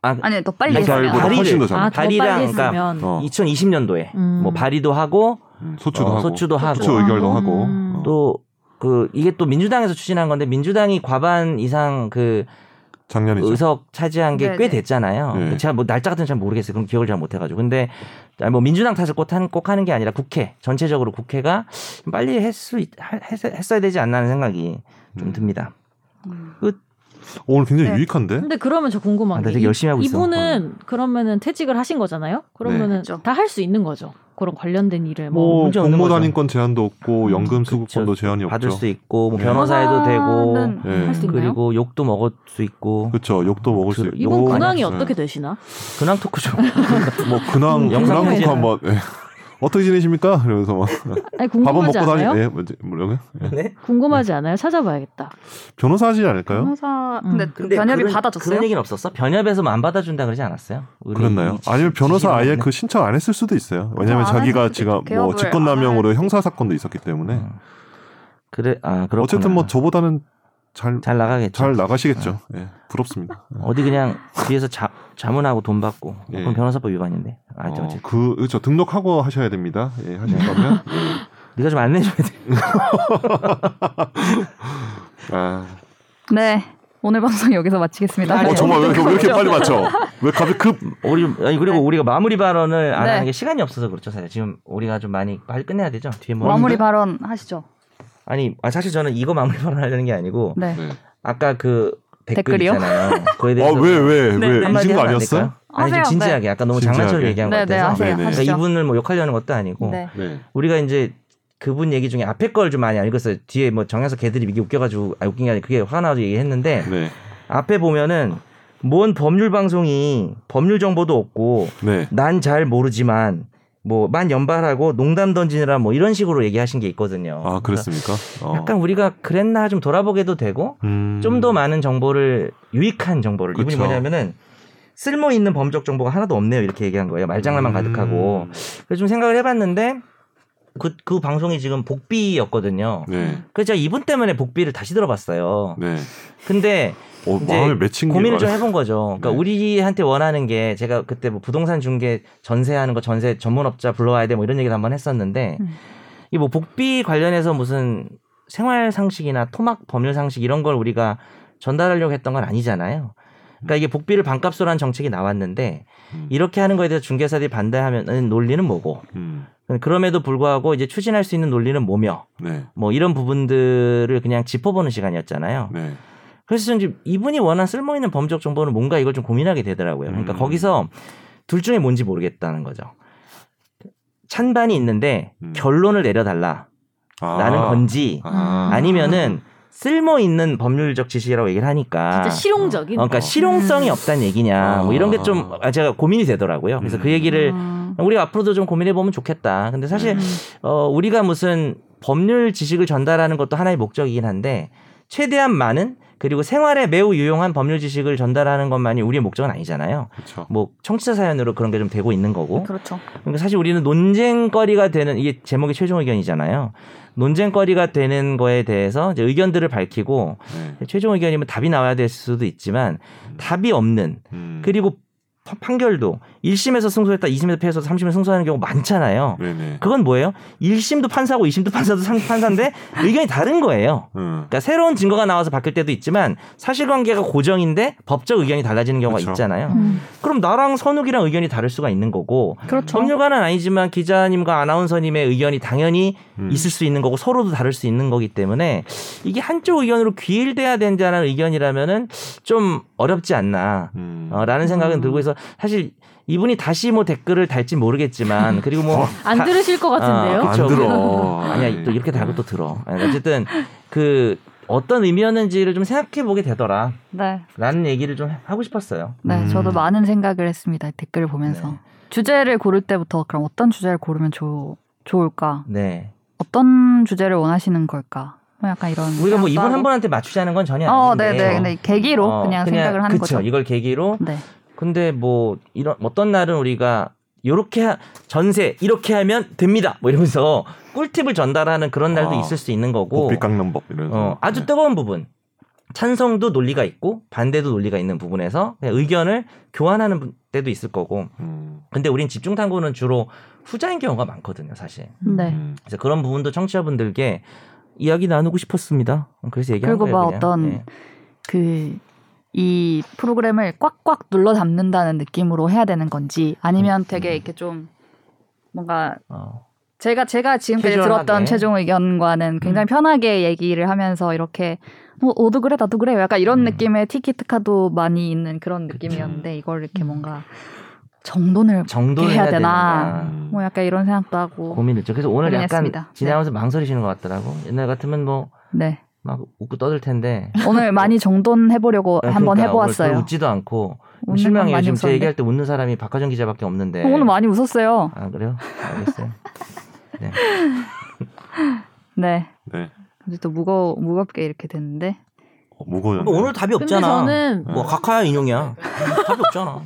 Speaker 3: 아,
Speaker 1: 아니 더 빨리
Speaker 3: 이사를
Speaker 1: 했으면.
Speaker 4: 이사일보다
Speaker 3: 다리를-
Speaker 4: 훨씬 더 잘.
Speaker 2: 아, 더 빨리
Speaker 3: 발의랑 그러니까
Speaker 2: 했으면
Speaker 4: 어.
Speaker 3: 2020년도에
Speaker 2: 음.
Speaker 3: 뭐 발의도 하고
Speaker 4: 음,
Speaker 3: 어,
Speaker 4: 소추도 하고.
Speaker 3: 소추도 하고
Speaker 4: 소추 의결도
Speaker 2: 음.
Speaker 4: 하고. 어.
Speaker 3: 또 그 이게 또 민주당에서 추진한 건데 민주당이 과반 이상 그
Speaker 4: 작년이죠.
Speaker 3: 의석 차지한 게 꽤
Speaker 1: 네네.
Speaker 3: 됐잖아요.
Speaker 4: 그렇죠. 네.
Speaker 3: 제가 뭐 날짜 같은 건 잘 모르겠어요. 그럼 기억을 잘 못해가지고. 근데 아니, 뭐 민주당 탓을 꼭, 한, 꼭 하는 게 아니라 국회 전체적으로 국회가 빨리 했수 있- 하- 했- 했어야 되지 않나 하는 생각이 좀
Speaker 4: 음.
Speaker 3: 듭니다.
Speaker 1: 음.
Speaker 4: 오늘 굉장히
Speaker 1: 네.
Speaker 4: 유익한데.
Speaker 2: 근데 그러면 저 궁금한
Speaker 3: 아, 나
Speaker 2: 게
Speaker 3: 되게
Speaker 2: 이-
Speaker 3: 열심히 하고 있어.
Speaker 2: 이분은 그러면은 퇴직을 하신 거잖아요. 그러면은
Speaker 1: 그렇죠.
Speaker 2: 다 할 수 있는 거죠. 그런 관련된 일을 뭐,
Speaker 4: 뭐
Speaker 3: 문제 없는
Speaker 4: 공모
Speaker 3: 거죠. 음,
Speaker 4: 단위권 제한도 없고 연금 수급권도
Speaker 3: 그쵸.
Speaker 4: 제한이 없죠.
Speaker 3: 받을 수 있고 뭐
Speaker 4: 네.
Speaker 3: 변호사에도 되고
Speaker 4: 예.
Speaker 2: 할수 있나요?
Speaker 3: 그리고 욕도 먹을 수 있고
Speaker 4: 그렇죠. 욕도 먹을 수
Speaker 3: 그-
Speaker 4: 있고.
Speaker 2: 이분
Speaker 3: 요-
Speaker 2: 근황이
Speaker 4: 네.
Speaker 2: 어떻게 되시나?
Speaker 3: 근황 토크죠.
Speaker 4: 뭐 근황
Speaker 3: 음, 영상
Speaker 4: 근황
Speaker 3: 편지.
Speaker 4: 토크 한번. 예. 어떻게 지내십니까? 이러면서 막
Speaker 2: 아니
Speaker 4: 밥은
Speaker 2: 궁금하지
Speaker 4: 먹고
Speaker 2: 않아요?
Speaker 4: 다니. 예, 뭐지? 뭐라고요? 예.
Speaker 3: 네?
Speaker 2: 궁금하지 않아요? 찾아봐야겠다.
Speaker 4: 변호사 하시지 않을까요?
Speaker 1: 변호사
Speaker 2: 음.
Speaker 1: 근데, 변협이
Speaker 3: 그런-
Speaker 1: 받아줬어요?
Speaker 3: 그런 얘기는 없었어? 변협에서 뭐 안 받아준다 그러지 않았어요? 우리
Speaker 4: 그랬나요?
Speaker 3: 이 지-
Speaker 4: 아니면 변호사 아예
Speaker 3: 지식인은
Speaker 4: 그 신청 안 했을 수도 있어요. 왜냐면
Speaker 1: 아, 안
Speaker 4: 자기가
Speaker 1: 했을 수도
Speaker 4: 지금
Speaker 1: 있죠.
Speaker 4: 뭐
Speaker 1: 개업을 아. 안
Speaker 4: 직권남용으로
Speaker 1: 했을
Speaker 4: 형사 사건도 있었기 때문에
Speaker 3: 음. 그래 아 그렇구나.
Speaker 4: 네. 어쨌든 뭐 저보다는 잘 잘
Speaker 3: 잘 나가겠죠.
Speaker 4: 나가시겠죠.
Speaker 3: 네.
Speaker 4: 예, 부럽습니다.
Speaker 3: 어디 그냥 뒤에서 자, 자문하고 돈 받고
Speaker 4: 예.
Speaker 3: 그럼 변호사법 위반인데. 아, 네. 어.
Speaker 4: 어, 그 그렇죠. 등록하고 하셔야 됩니다. 예, 하실 거면. 예.
Speaker 3: 네가 좀 안내줘야 돼.
Speaker 4: 아,
Speaker 1: 네. 오늘 방송 여기서 마치겠습니다. 네.
Speaker 3: 아니요. 네.
Speaker 4: 어, 정말 왜, 이렇게- 왜 이렇게 빨리 맞춰? 왜 갑자기 급?
Speaker 3: 우리 좀 아니, 그리고
Speaker 1: 네.
Speaker 3: 우리가 마무리 발언을 안
Speaker 1: 네.
Speaker 3: 하는 게 시간이 없어서 그렇죠 사실 지금 우리가 좀 많이 빨리 끝내야 되죠 뒤에 뭐
Speaker 1: 마무리 발언 하시죠.
Speaker 3: 아니 아, 사실 저는 이거 마무리 발언하려는 게 아니고
Speaker 1: 네.
Speaker 4: 네.
Speaker 3: 아까 그 댓글
Speaker 1: 댓글이요?
Speaker 3: 있잖아요 그거에 대해서
Speaker 4: 아왜 왜
Speaker 1: 네, 네.
Speaker 4: 왜? 이
Speaker 3: 한마디
Speaker 4: 친구
Speaker 3: 하면 안
Speaker 4: 아니었어요?
Speaker 3: 될까요? 아니 좀
Speaker 1: 하세요.
Speaker 3: 진지하게 아까 너무
Speaker 4: 진지하게.
Speaker 3: 장난처럼 얘기한 것
Speaker 1: 네, 네,
Speaker 3: 같아서
Speaker 1: 하세요.
Speaker 4: 네, 네.
Speaker 1: 하시죠.
Speaker 3: 그러니까 이분을 뭐 욕하려는 것도 아니고
Speaker 1: 네.
Speaker 4: 네.
Speaker 3: 우리가 이제 그분 얘기 중에 앞에 걸 좀 많이 안 읽었어요. 뒤에 뭐 정현석 걔들이 이게 웃겨가지고 아 웃긴 게 아니라 그게 화나서 얘기했는데
Speaker 4: 네.
Speaker 3: 앞에 보면은 뭔 법률 방송이 법률 정보도 없고
Speaker 4: 네.
Speaker 3: 난 잘 모르지만 뭐 만 연발하고 농담 던지느라 뭐 이런 식으로 얘기하신 게 있거든요.
Speaker 4: 아 그랬습니까? 어.
Speaker 3: 그러니까 네. 약간 우리가 그랬나 좀 돌아보게도 되고
Speaker 4: 음.
Speaker 3: 좀 더 많은 정보를 유익한 정보를 이분이
Speaker 4: 그쵸.
Speaker 3: 뭐냐면은 쓸모 있는 범죄적 정보가 하나도 없네요 이렇게 얘기한 거예요. 말장난만
Speaker 4: 음.
Speaker 3: 가득하고 그래서 좀 생각을 해봤는데 그, 그 방송이 지금 복비였거든요.
Speaker 4: 네.
Speaker 3: 그래서 제가 이분 때문에 복비를 다시 들어봤어요.
Speaker 4: 네.
Speaker 3: 근데
Speaker 4: 어,
Speaker 3: 이제
Speaker 4: 마음에 맺힌 게
Speaker 3: 고민을 좀
Speaker 4: 많아요.
Speaker 3: 해본 거죠. 그러니까
Speaker 4: 네.
Speaker 3: 우리한테 원하는 게 제가 그때 뭐 부동산 중개 전세하는 거 전세 전문업자 불러와야 돼 뭐 이런 얘기도 한번 했었는데
Speaker 1: 음.
Speaker 3: 이 뭐 복비 관련해서 무슨 생활 상식이나 토막 법률 상식 이런 걸 우리가 전달하려고 했던 건 아니잖아요. 그러니까 이게 복비를 반값으로 한 정책이 나왔는데 이렇게 하는 거에 대해서 중개사들이 반대하면 논리는 뭐고
Speaker 5: 음.
Speaker 3: 그럼에도 불구하고 이제 추진할 수 있는 논리는 뭐며
Speaker 4: 음.
Speaker 5: 네.
Speaker 3: 뭐 이런 부분들을 그냥 짚어보는 시간이었잖아요.
Speaker 5: 네.
Speaker 3: 그래서 이제 이분이 원한 쓸모 있는 범죄적 정보는 뭔가 이걸 좀 고민하게 되더라고요. 그러니까
Speaker 5: 음.
Speaker 3: 거기서 둘 중에 뭔지 모르겠다는 거죠. 찬반이 있는데
Speaker 5: 음.
Speaker 3: 결론을 내려달라라는
Speaker 5: 아.
Speaker 3: 건지 음.
Speaker 5: 아.
Speaker 3: 아니면은 쓸모 있는 법률적 지식이라고 얘기를 하니까
Speaker 2: 진짜 실용적인.
Speaker 3: 어, 그러니까 실용성이
Speaker 1: 음.
Speaker 3: 없다는 얘기냐 뭐 이런 게
Speaker 5: 아.
Speaker 3: 좀 제가 고민이 되더라고요. 그래서 그 얘기를
Speaker 1: 음.
Speaker 3: 우리 가 앞으로도 좀 고민해 보면 좋겠다. 근데 사실 어, 우리가 무슨 법률 지식을 전달하는 것도 하나의 목적이긴 한데 최대한 많은 그리고 생활에 매우 유용한 법률 지식을 전달하는 것만이 우리의 목적은 아니잖아요.
Speaker 5: 그렇죠.
Speaker 3: 뭐 청취자 사연으로 그런 게 좀 되고 있는 거고.
Speaker 1: 그렇죠.
Speaker 3: 그러니까 사실 우리는 논쟁거리가 되는 이게 제목이 최종 의견이잖아요. 논쟁거리가 되는 거에 대해서 이제 의견들을 밝히고
Speaker 5: 네.
Speaker 3: 최종 의견이면 답이 나와야 될 수도 있지만 답이 없는
Speaker 5: 음.
Speaker 3: 그리고 파- 판결도 1심에서 승소했다 2심에서 패해서 3심에 승소하는 경우 많잖아요.
Speaker 5: 네네.
Speaker 3: 그건 뭐예요? 1심도 판사고 2심도 판사도 상- 판사인데 의견이 다른 거예요.
Speaker 5: 음.
Speaker 3: 그러니까 새로운 증거가 나와서 바뀔 때도 있지만 사실관계가 고정인데 법적 의견이 달라지는 경우가
Speaker 5: 그렇죠.
Speaker 3: 있잖아요.
Speaker 1: 음.
Speaker 3: 그럼 나랑 선욱이랑 의견이 다를 수가 있는 거고
Speaker 1: 그렇죠.
Speaker 3: 법률가는 아니지만 기자님과 아나운서님의 의견이 당연히
Speaker 5: 음.
Speaker 3: 있을 수 있는 거고 서로도 다를 수 있는 거기 때문에 이게 한쪽 의견으로 귀일돼야 된다는 의견이라면은 좀 어렵지 않나.
Speaker 5: 음.
Speaker 3: 어, 라는 생각은
Speaker 2: 음.
Speaker 3: 들고 해서 사실 이분이 다시 뭐 댓글을 달지 모르겠지만 그리고 뭐
Speaker 2: 안
Speaker 3: 다-
Speaker 2: 들으실 것 같은데요.
Speaker 3: 아, 그쵸.
Speaker 5: 안 들어.
Speaker 3: 아니야 또 이렇게 달고 또 들어. 아니, 어쨌든 그 어떤 의미였는지를 좀 생각해 보게 되더라.
Speaker 1: 네,
Speaker 3: 라는 얘기를 좀 하고 싶었어요.
Speaker 1: 네,
Speaker 5: 음.
Speaker 1: 저도 많은 생각을 했습니다. 댓글을 보면서
Speaker 3: 네.
Speaker 1: 주제를 고를 때부터 그럼 어떤 주제를 고르면 좋 좋을까?
Speaker 3: 네.
Speaker 1: 어떤 주제를 원하시는 걸까? 뭐 약간 이런
Speaker 3: 우리가 뭐 이분
Speaker 1: 생각도
Speaker 3: 한
Speaker 1: 하고.
Speaker 3: 분한테 맞추자는 건 전혀
Speaker 1: 어,
Speaker 3: 아닌데.
Speaker 1: 네, 네, 근데 계기로
Speaker 3: 어,
Speaker 1: 그냥, 생각을 하는
Speaker 3: 그쵸.
Speaker 1: 거죠.
Speaker 3: 이걸 계기로
Speaker 1: 네,
Speaker 3: 근데 뭐 이런 어떤 날은 우리가 요렇게 하- 전세 이렇게 하면 됩니다. 뭐 이러면서 꿀팁을 전달하는 그런 날도
Speaker 5: 아,
Speaker 3: 있을 수 있는
Speaker 4: 뭐
Speaker 3: 거고.
Speaker 5: 복비 깎는 법 이런.
Speaker 3: 어, 아주
Speaker 5: 네.
Speaker 3: 뜨거운 부분. 찬성도 논리가 있고 반대도 논리가 있는 부분에서 그냥 의견을 교환하는 분- 때도 있을 거고.
Speaker 5: 음.
Speaker 3: 근데 우린 집중 탐구는 주로 후자인 경우가 많거든요, 사실.
Speaker 1: 네.
Speaker 5: 음.
Speaker 3: 그래서 그런 부분도 청취자분들께 이야기 나누고 싶었습니다. 그래서 얘기한
Speaker 1: 그리고
Speaker 3: 거예요.
Speaker 1: 막
Speaker 3: 그냥.
Speaker 1: 어떤
Speaker 3: 예.
Speaker 1: 그 이 프로그램을 꽉꽉 눌러 담는다는 느낌으로 해야 되는 건지 아니면
Speaker 3: 음,
Speaker 1: 되게 이렇게 좀 뭔가
Speaker 3: 어,
Speaker 1: 제가 제가 지금까지
Speaker 3: 캐주얼하게. 음.
Speaker 1: 들었던 최종 의견과는 굉장히 편하게 얘기를 하면서 이렇게 뭐 오도 그래 나도 그래 약간 이런
Speaker 3: 음.
Speaker 1: 느낌의 티키타카도 많이 있는 그런 느낌이었는데 이걸
Speaker 3: 음.
Speaker 1: 이렇게 뭔가 정돈을
Speaker 3: 정도를
Speaker 1: 해야
Speaker 3: 해야
Speaker 1: 되나.
Speaker 3: 되나.
Speaker 5: 음.
Speaker 1: 뭐 약간 이런 생각도 하고
Speaker 3: 고민했죠. 그래서 오늘
Speaker 1: 고민했습니다.
Speaker 3: 약간 지나면서 망설이시는 것 같더라고. 옛날 같으면 뭐 막
Speaker 1: 네
Speaker 3: 웃고 떠들 텐데.
Speaker 1: 오늘 많이 정돈해 보려고 한번
Speaker 3: 그러니까 오늘
Speaker 1: 해보았어요.
Speaker 3: 별로 웃지도 않고
Speaker 1: 오늘
Speaker 3: 실망해요.
Speaker 1: 많이
Speaker 3: 지금 제
Speaker 1: 웃었네. 어,
Speaker 3: 얘기할 때 웃는 사람이 박하정 기자밖에 없는데.
Speaker 1: 오늘 많이 웃었어요.
Speaker 3: 아 그래요? 알겠어요. 네.
Speaker 1: 네.
Speaker 5: 네.
Speaker 1: 근데 또 무거 무겁게 이렇게 됐는데
Speaker 5: 어, 무거워.
Speaker 3: 오늘 답이
Speaker 2: 근데 저는 네.
Speaker 3: 뭐 각하야 인형이야. 답이 없잖아.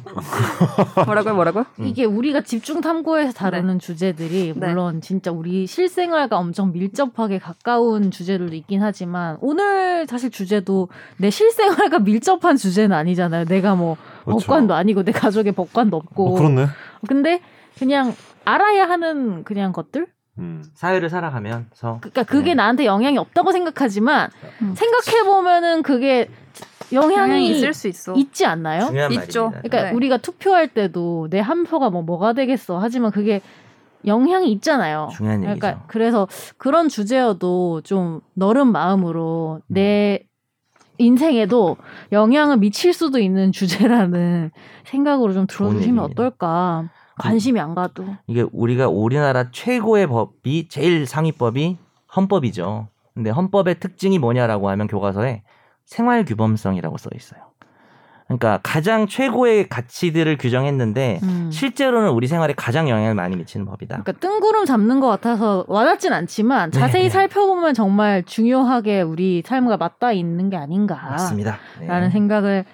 Speaker 1: 뭐라고요 뭐라고요?
Speaker 3: 음.
Speaker 2: 이게 우리가 집중 탐구해서 다루는 주제들이
Speaker 1: 네.
Speaker 2: 물론 진짜 우리 실생활과 엄청 밀접하게 가까운 주제들도 있긴 하지만 오늘 사실 주제도 내 실생활과 밀접한 주제는 아니잖아요. 내가 뭐
Speaker 5: 그렇죠.
Speaker 2: 법관도 아니고 내 가족의 법관도 없고.
Speaker 5: 어, 그렇네.
Speaker 2: 근데 그냥 알아야 하는 그냥 것들?
Speaker 5: 음.
Speaker 3: 사회를 살아가면서
Speaker 2: 그러니까 그게
Speaker 3: 네.
Speaker 2: 나한테 영향이 없다고 생각하지만
Speaker 1: 음.
Speaker 2: 생각해 보면은 그게 영향이 있
Speaker 1: 수 있어.
Speaker 2: 지 않나요?
Speaker 3: 중요한
Speaker 1: 있죠.
Speaker 3: 말입니다.
Speaker 2: 그러니까
Speaker 1: 네.
Speaker 2: 우리가 투표할 때도 내 한 표가 뭐 뭐가 되겠어 하지만 그게 영향이 있잖아요.
Speaker 3: 중요한 얘기죠.
Speaker 2: 그러니까 그래서 그런 주제여도 좀 너른 마음으로 내 인생에도 영향을 미칠 수도 있는 주제라는 생각으로 좀 들어주시면
Speaker 3: 얘기입니다. 음.
Speaker 2: 어떨까. 관심이 안 가도.
Speaker 3: 이게 우리가 우리나라 최고의 법이 제일 상위법이 헌법이죠. 근데 헌법의 특징이 뭐냐라고 하면 교과서에 생활 규범성이라고 써 있어요. 그러니까 가장 최고의 가치들을 규정했는데
Speaker 2: 음.
Speaker 3: 실제로는 우리 생활에 가장 영향을 많이 미치는 법이다.
Speaker 2: 그러니까 뜬구름 잡는 것 같아서 와닿진 않지만
Speaker 3: 네,
Speaker 2: 자세히
Speaker 3: 네.
Speaker 2: 살펴보면 정말 중요하게 우리 삶과 맞닿아 있는 게 아닌가라는
Speaker 3: 맞습니다. 네.
Speaker 2: 생각을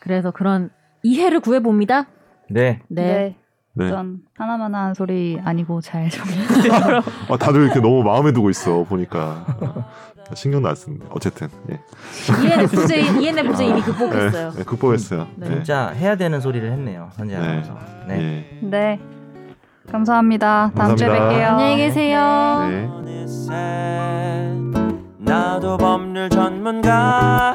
Speaker 2: 그래서 그런 이해를 구해봅니다.
Speaker 3: 네.
Speaker 2: 네.
Speaker 1: 네.
Speaker 5: 네.
Speaker 1: 전 하나만한 소리 아니고 잘 좀.
Speaker 5: 아, 다들 이렇게 너무 마음에 두고 있어 보니까
Speaker 2: 아,
Speaker 5: 어, 신경도 안 쓰는데 어쨌든 예.
Speaker 2: ENFJ, ENFJ 이미 극복했어요.
Speaker 5: 예, 예, 극복했어요.
Speaker 2: 아. 네.
Speaker 5: 네.
Speaker 3: 진짜 해야 되는 소리를 했네요. 선재
Speaker 5: 네.
Speaker 3: 아나운서. 네.
Speaker 5: 네.
Speaker 1: 네. 감사합니다. 다음 주에
Speaker 5: 감사합니다.
Speaker 1: 뵐게요.
Speaker 2: 안녕히 계세요.
Speaker 5: 예. 네.
Speaker 6: 어느새 나도 법률 전문가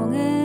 Speaker 2: 의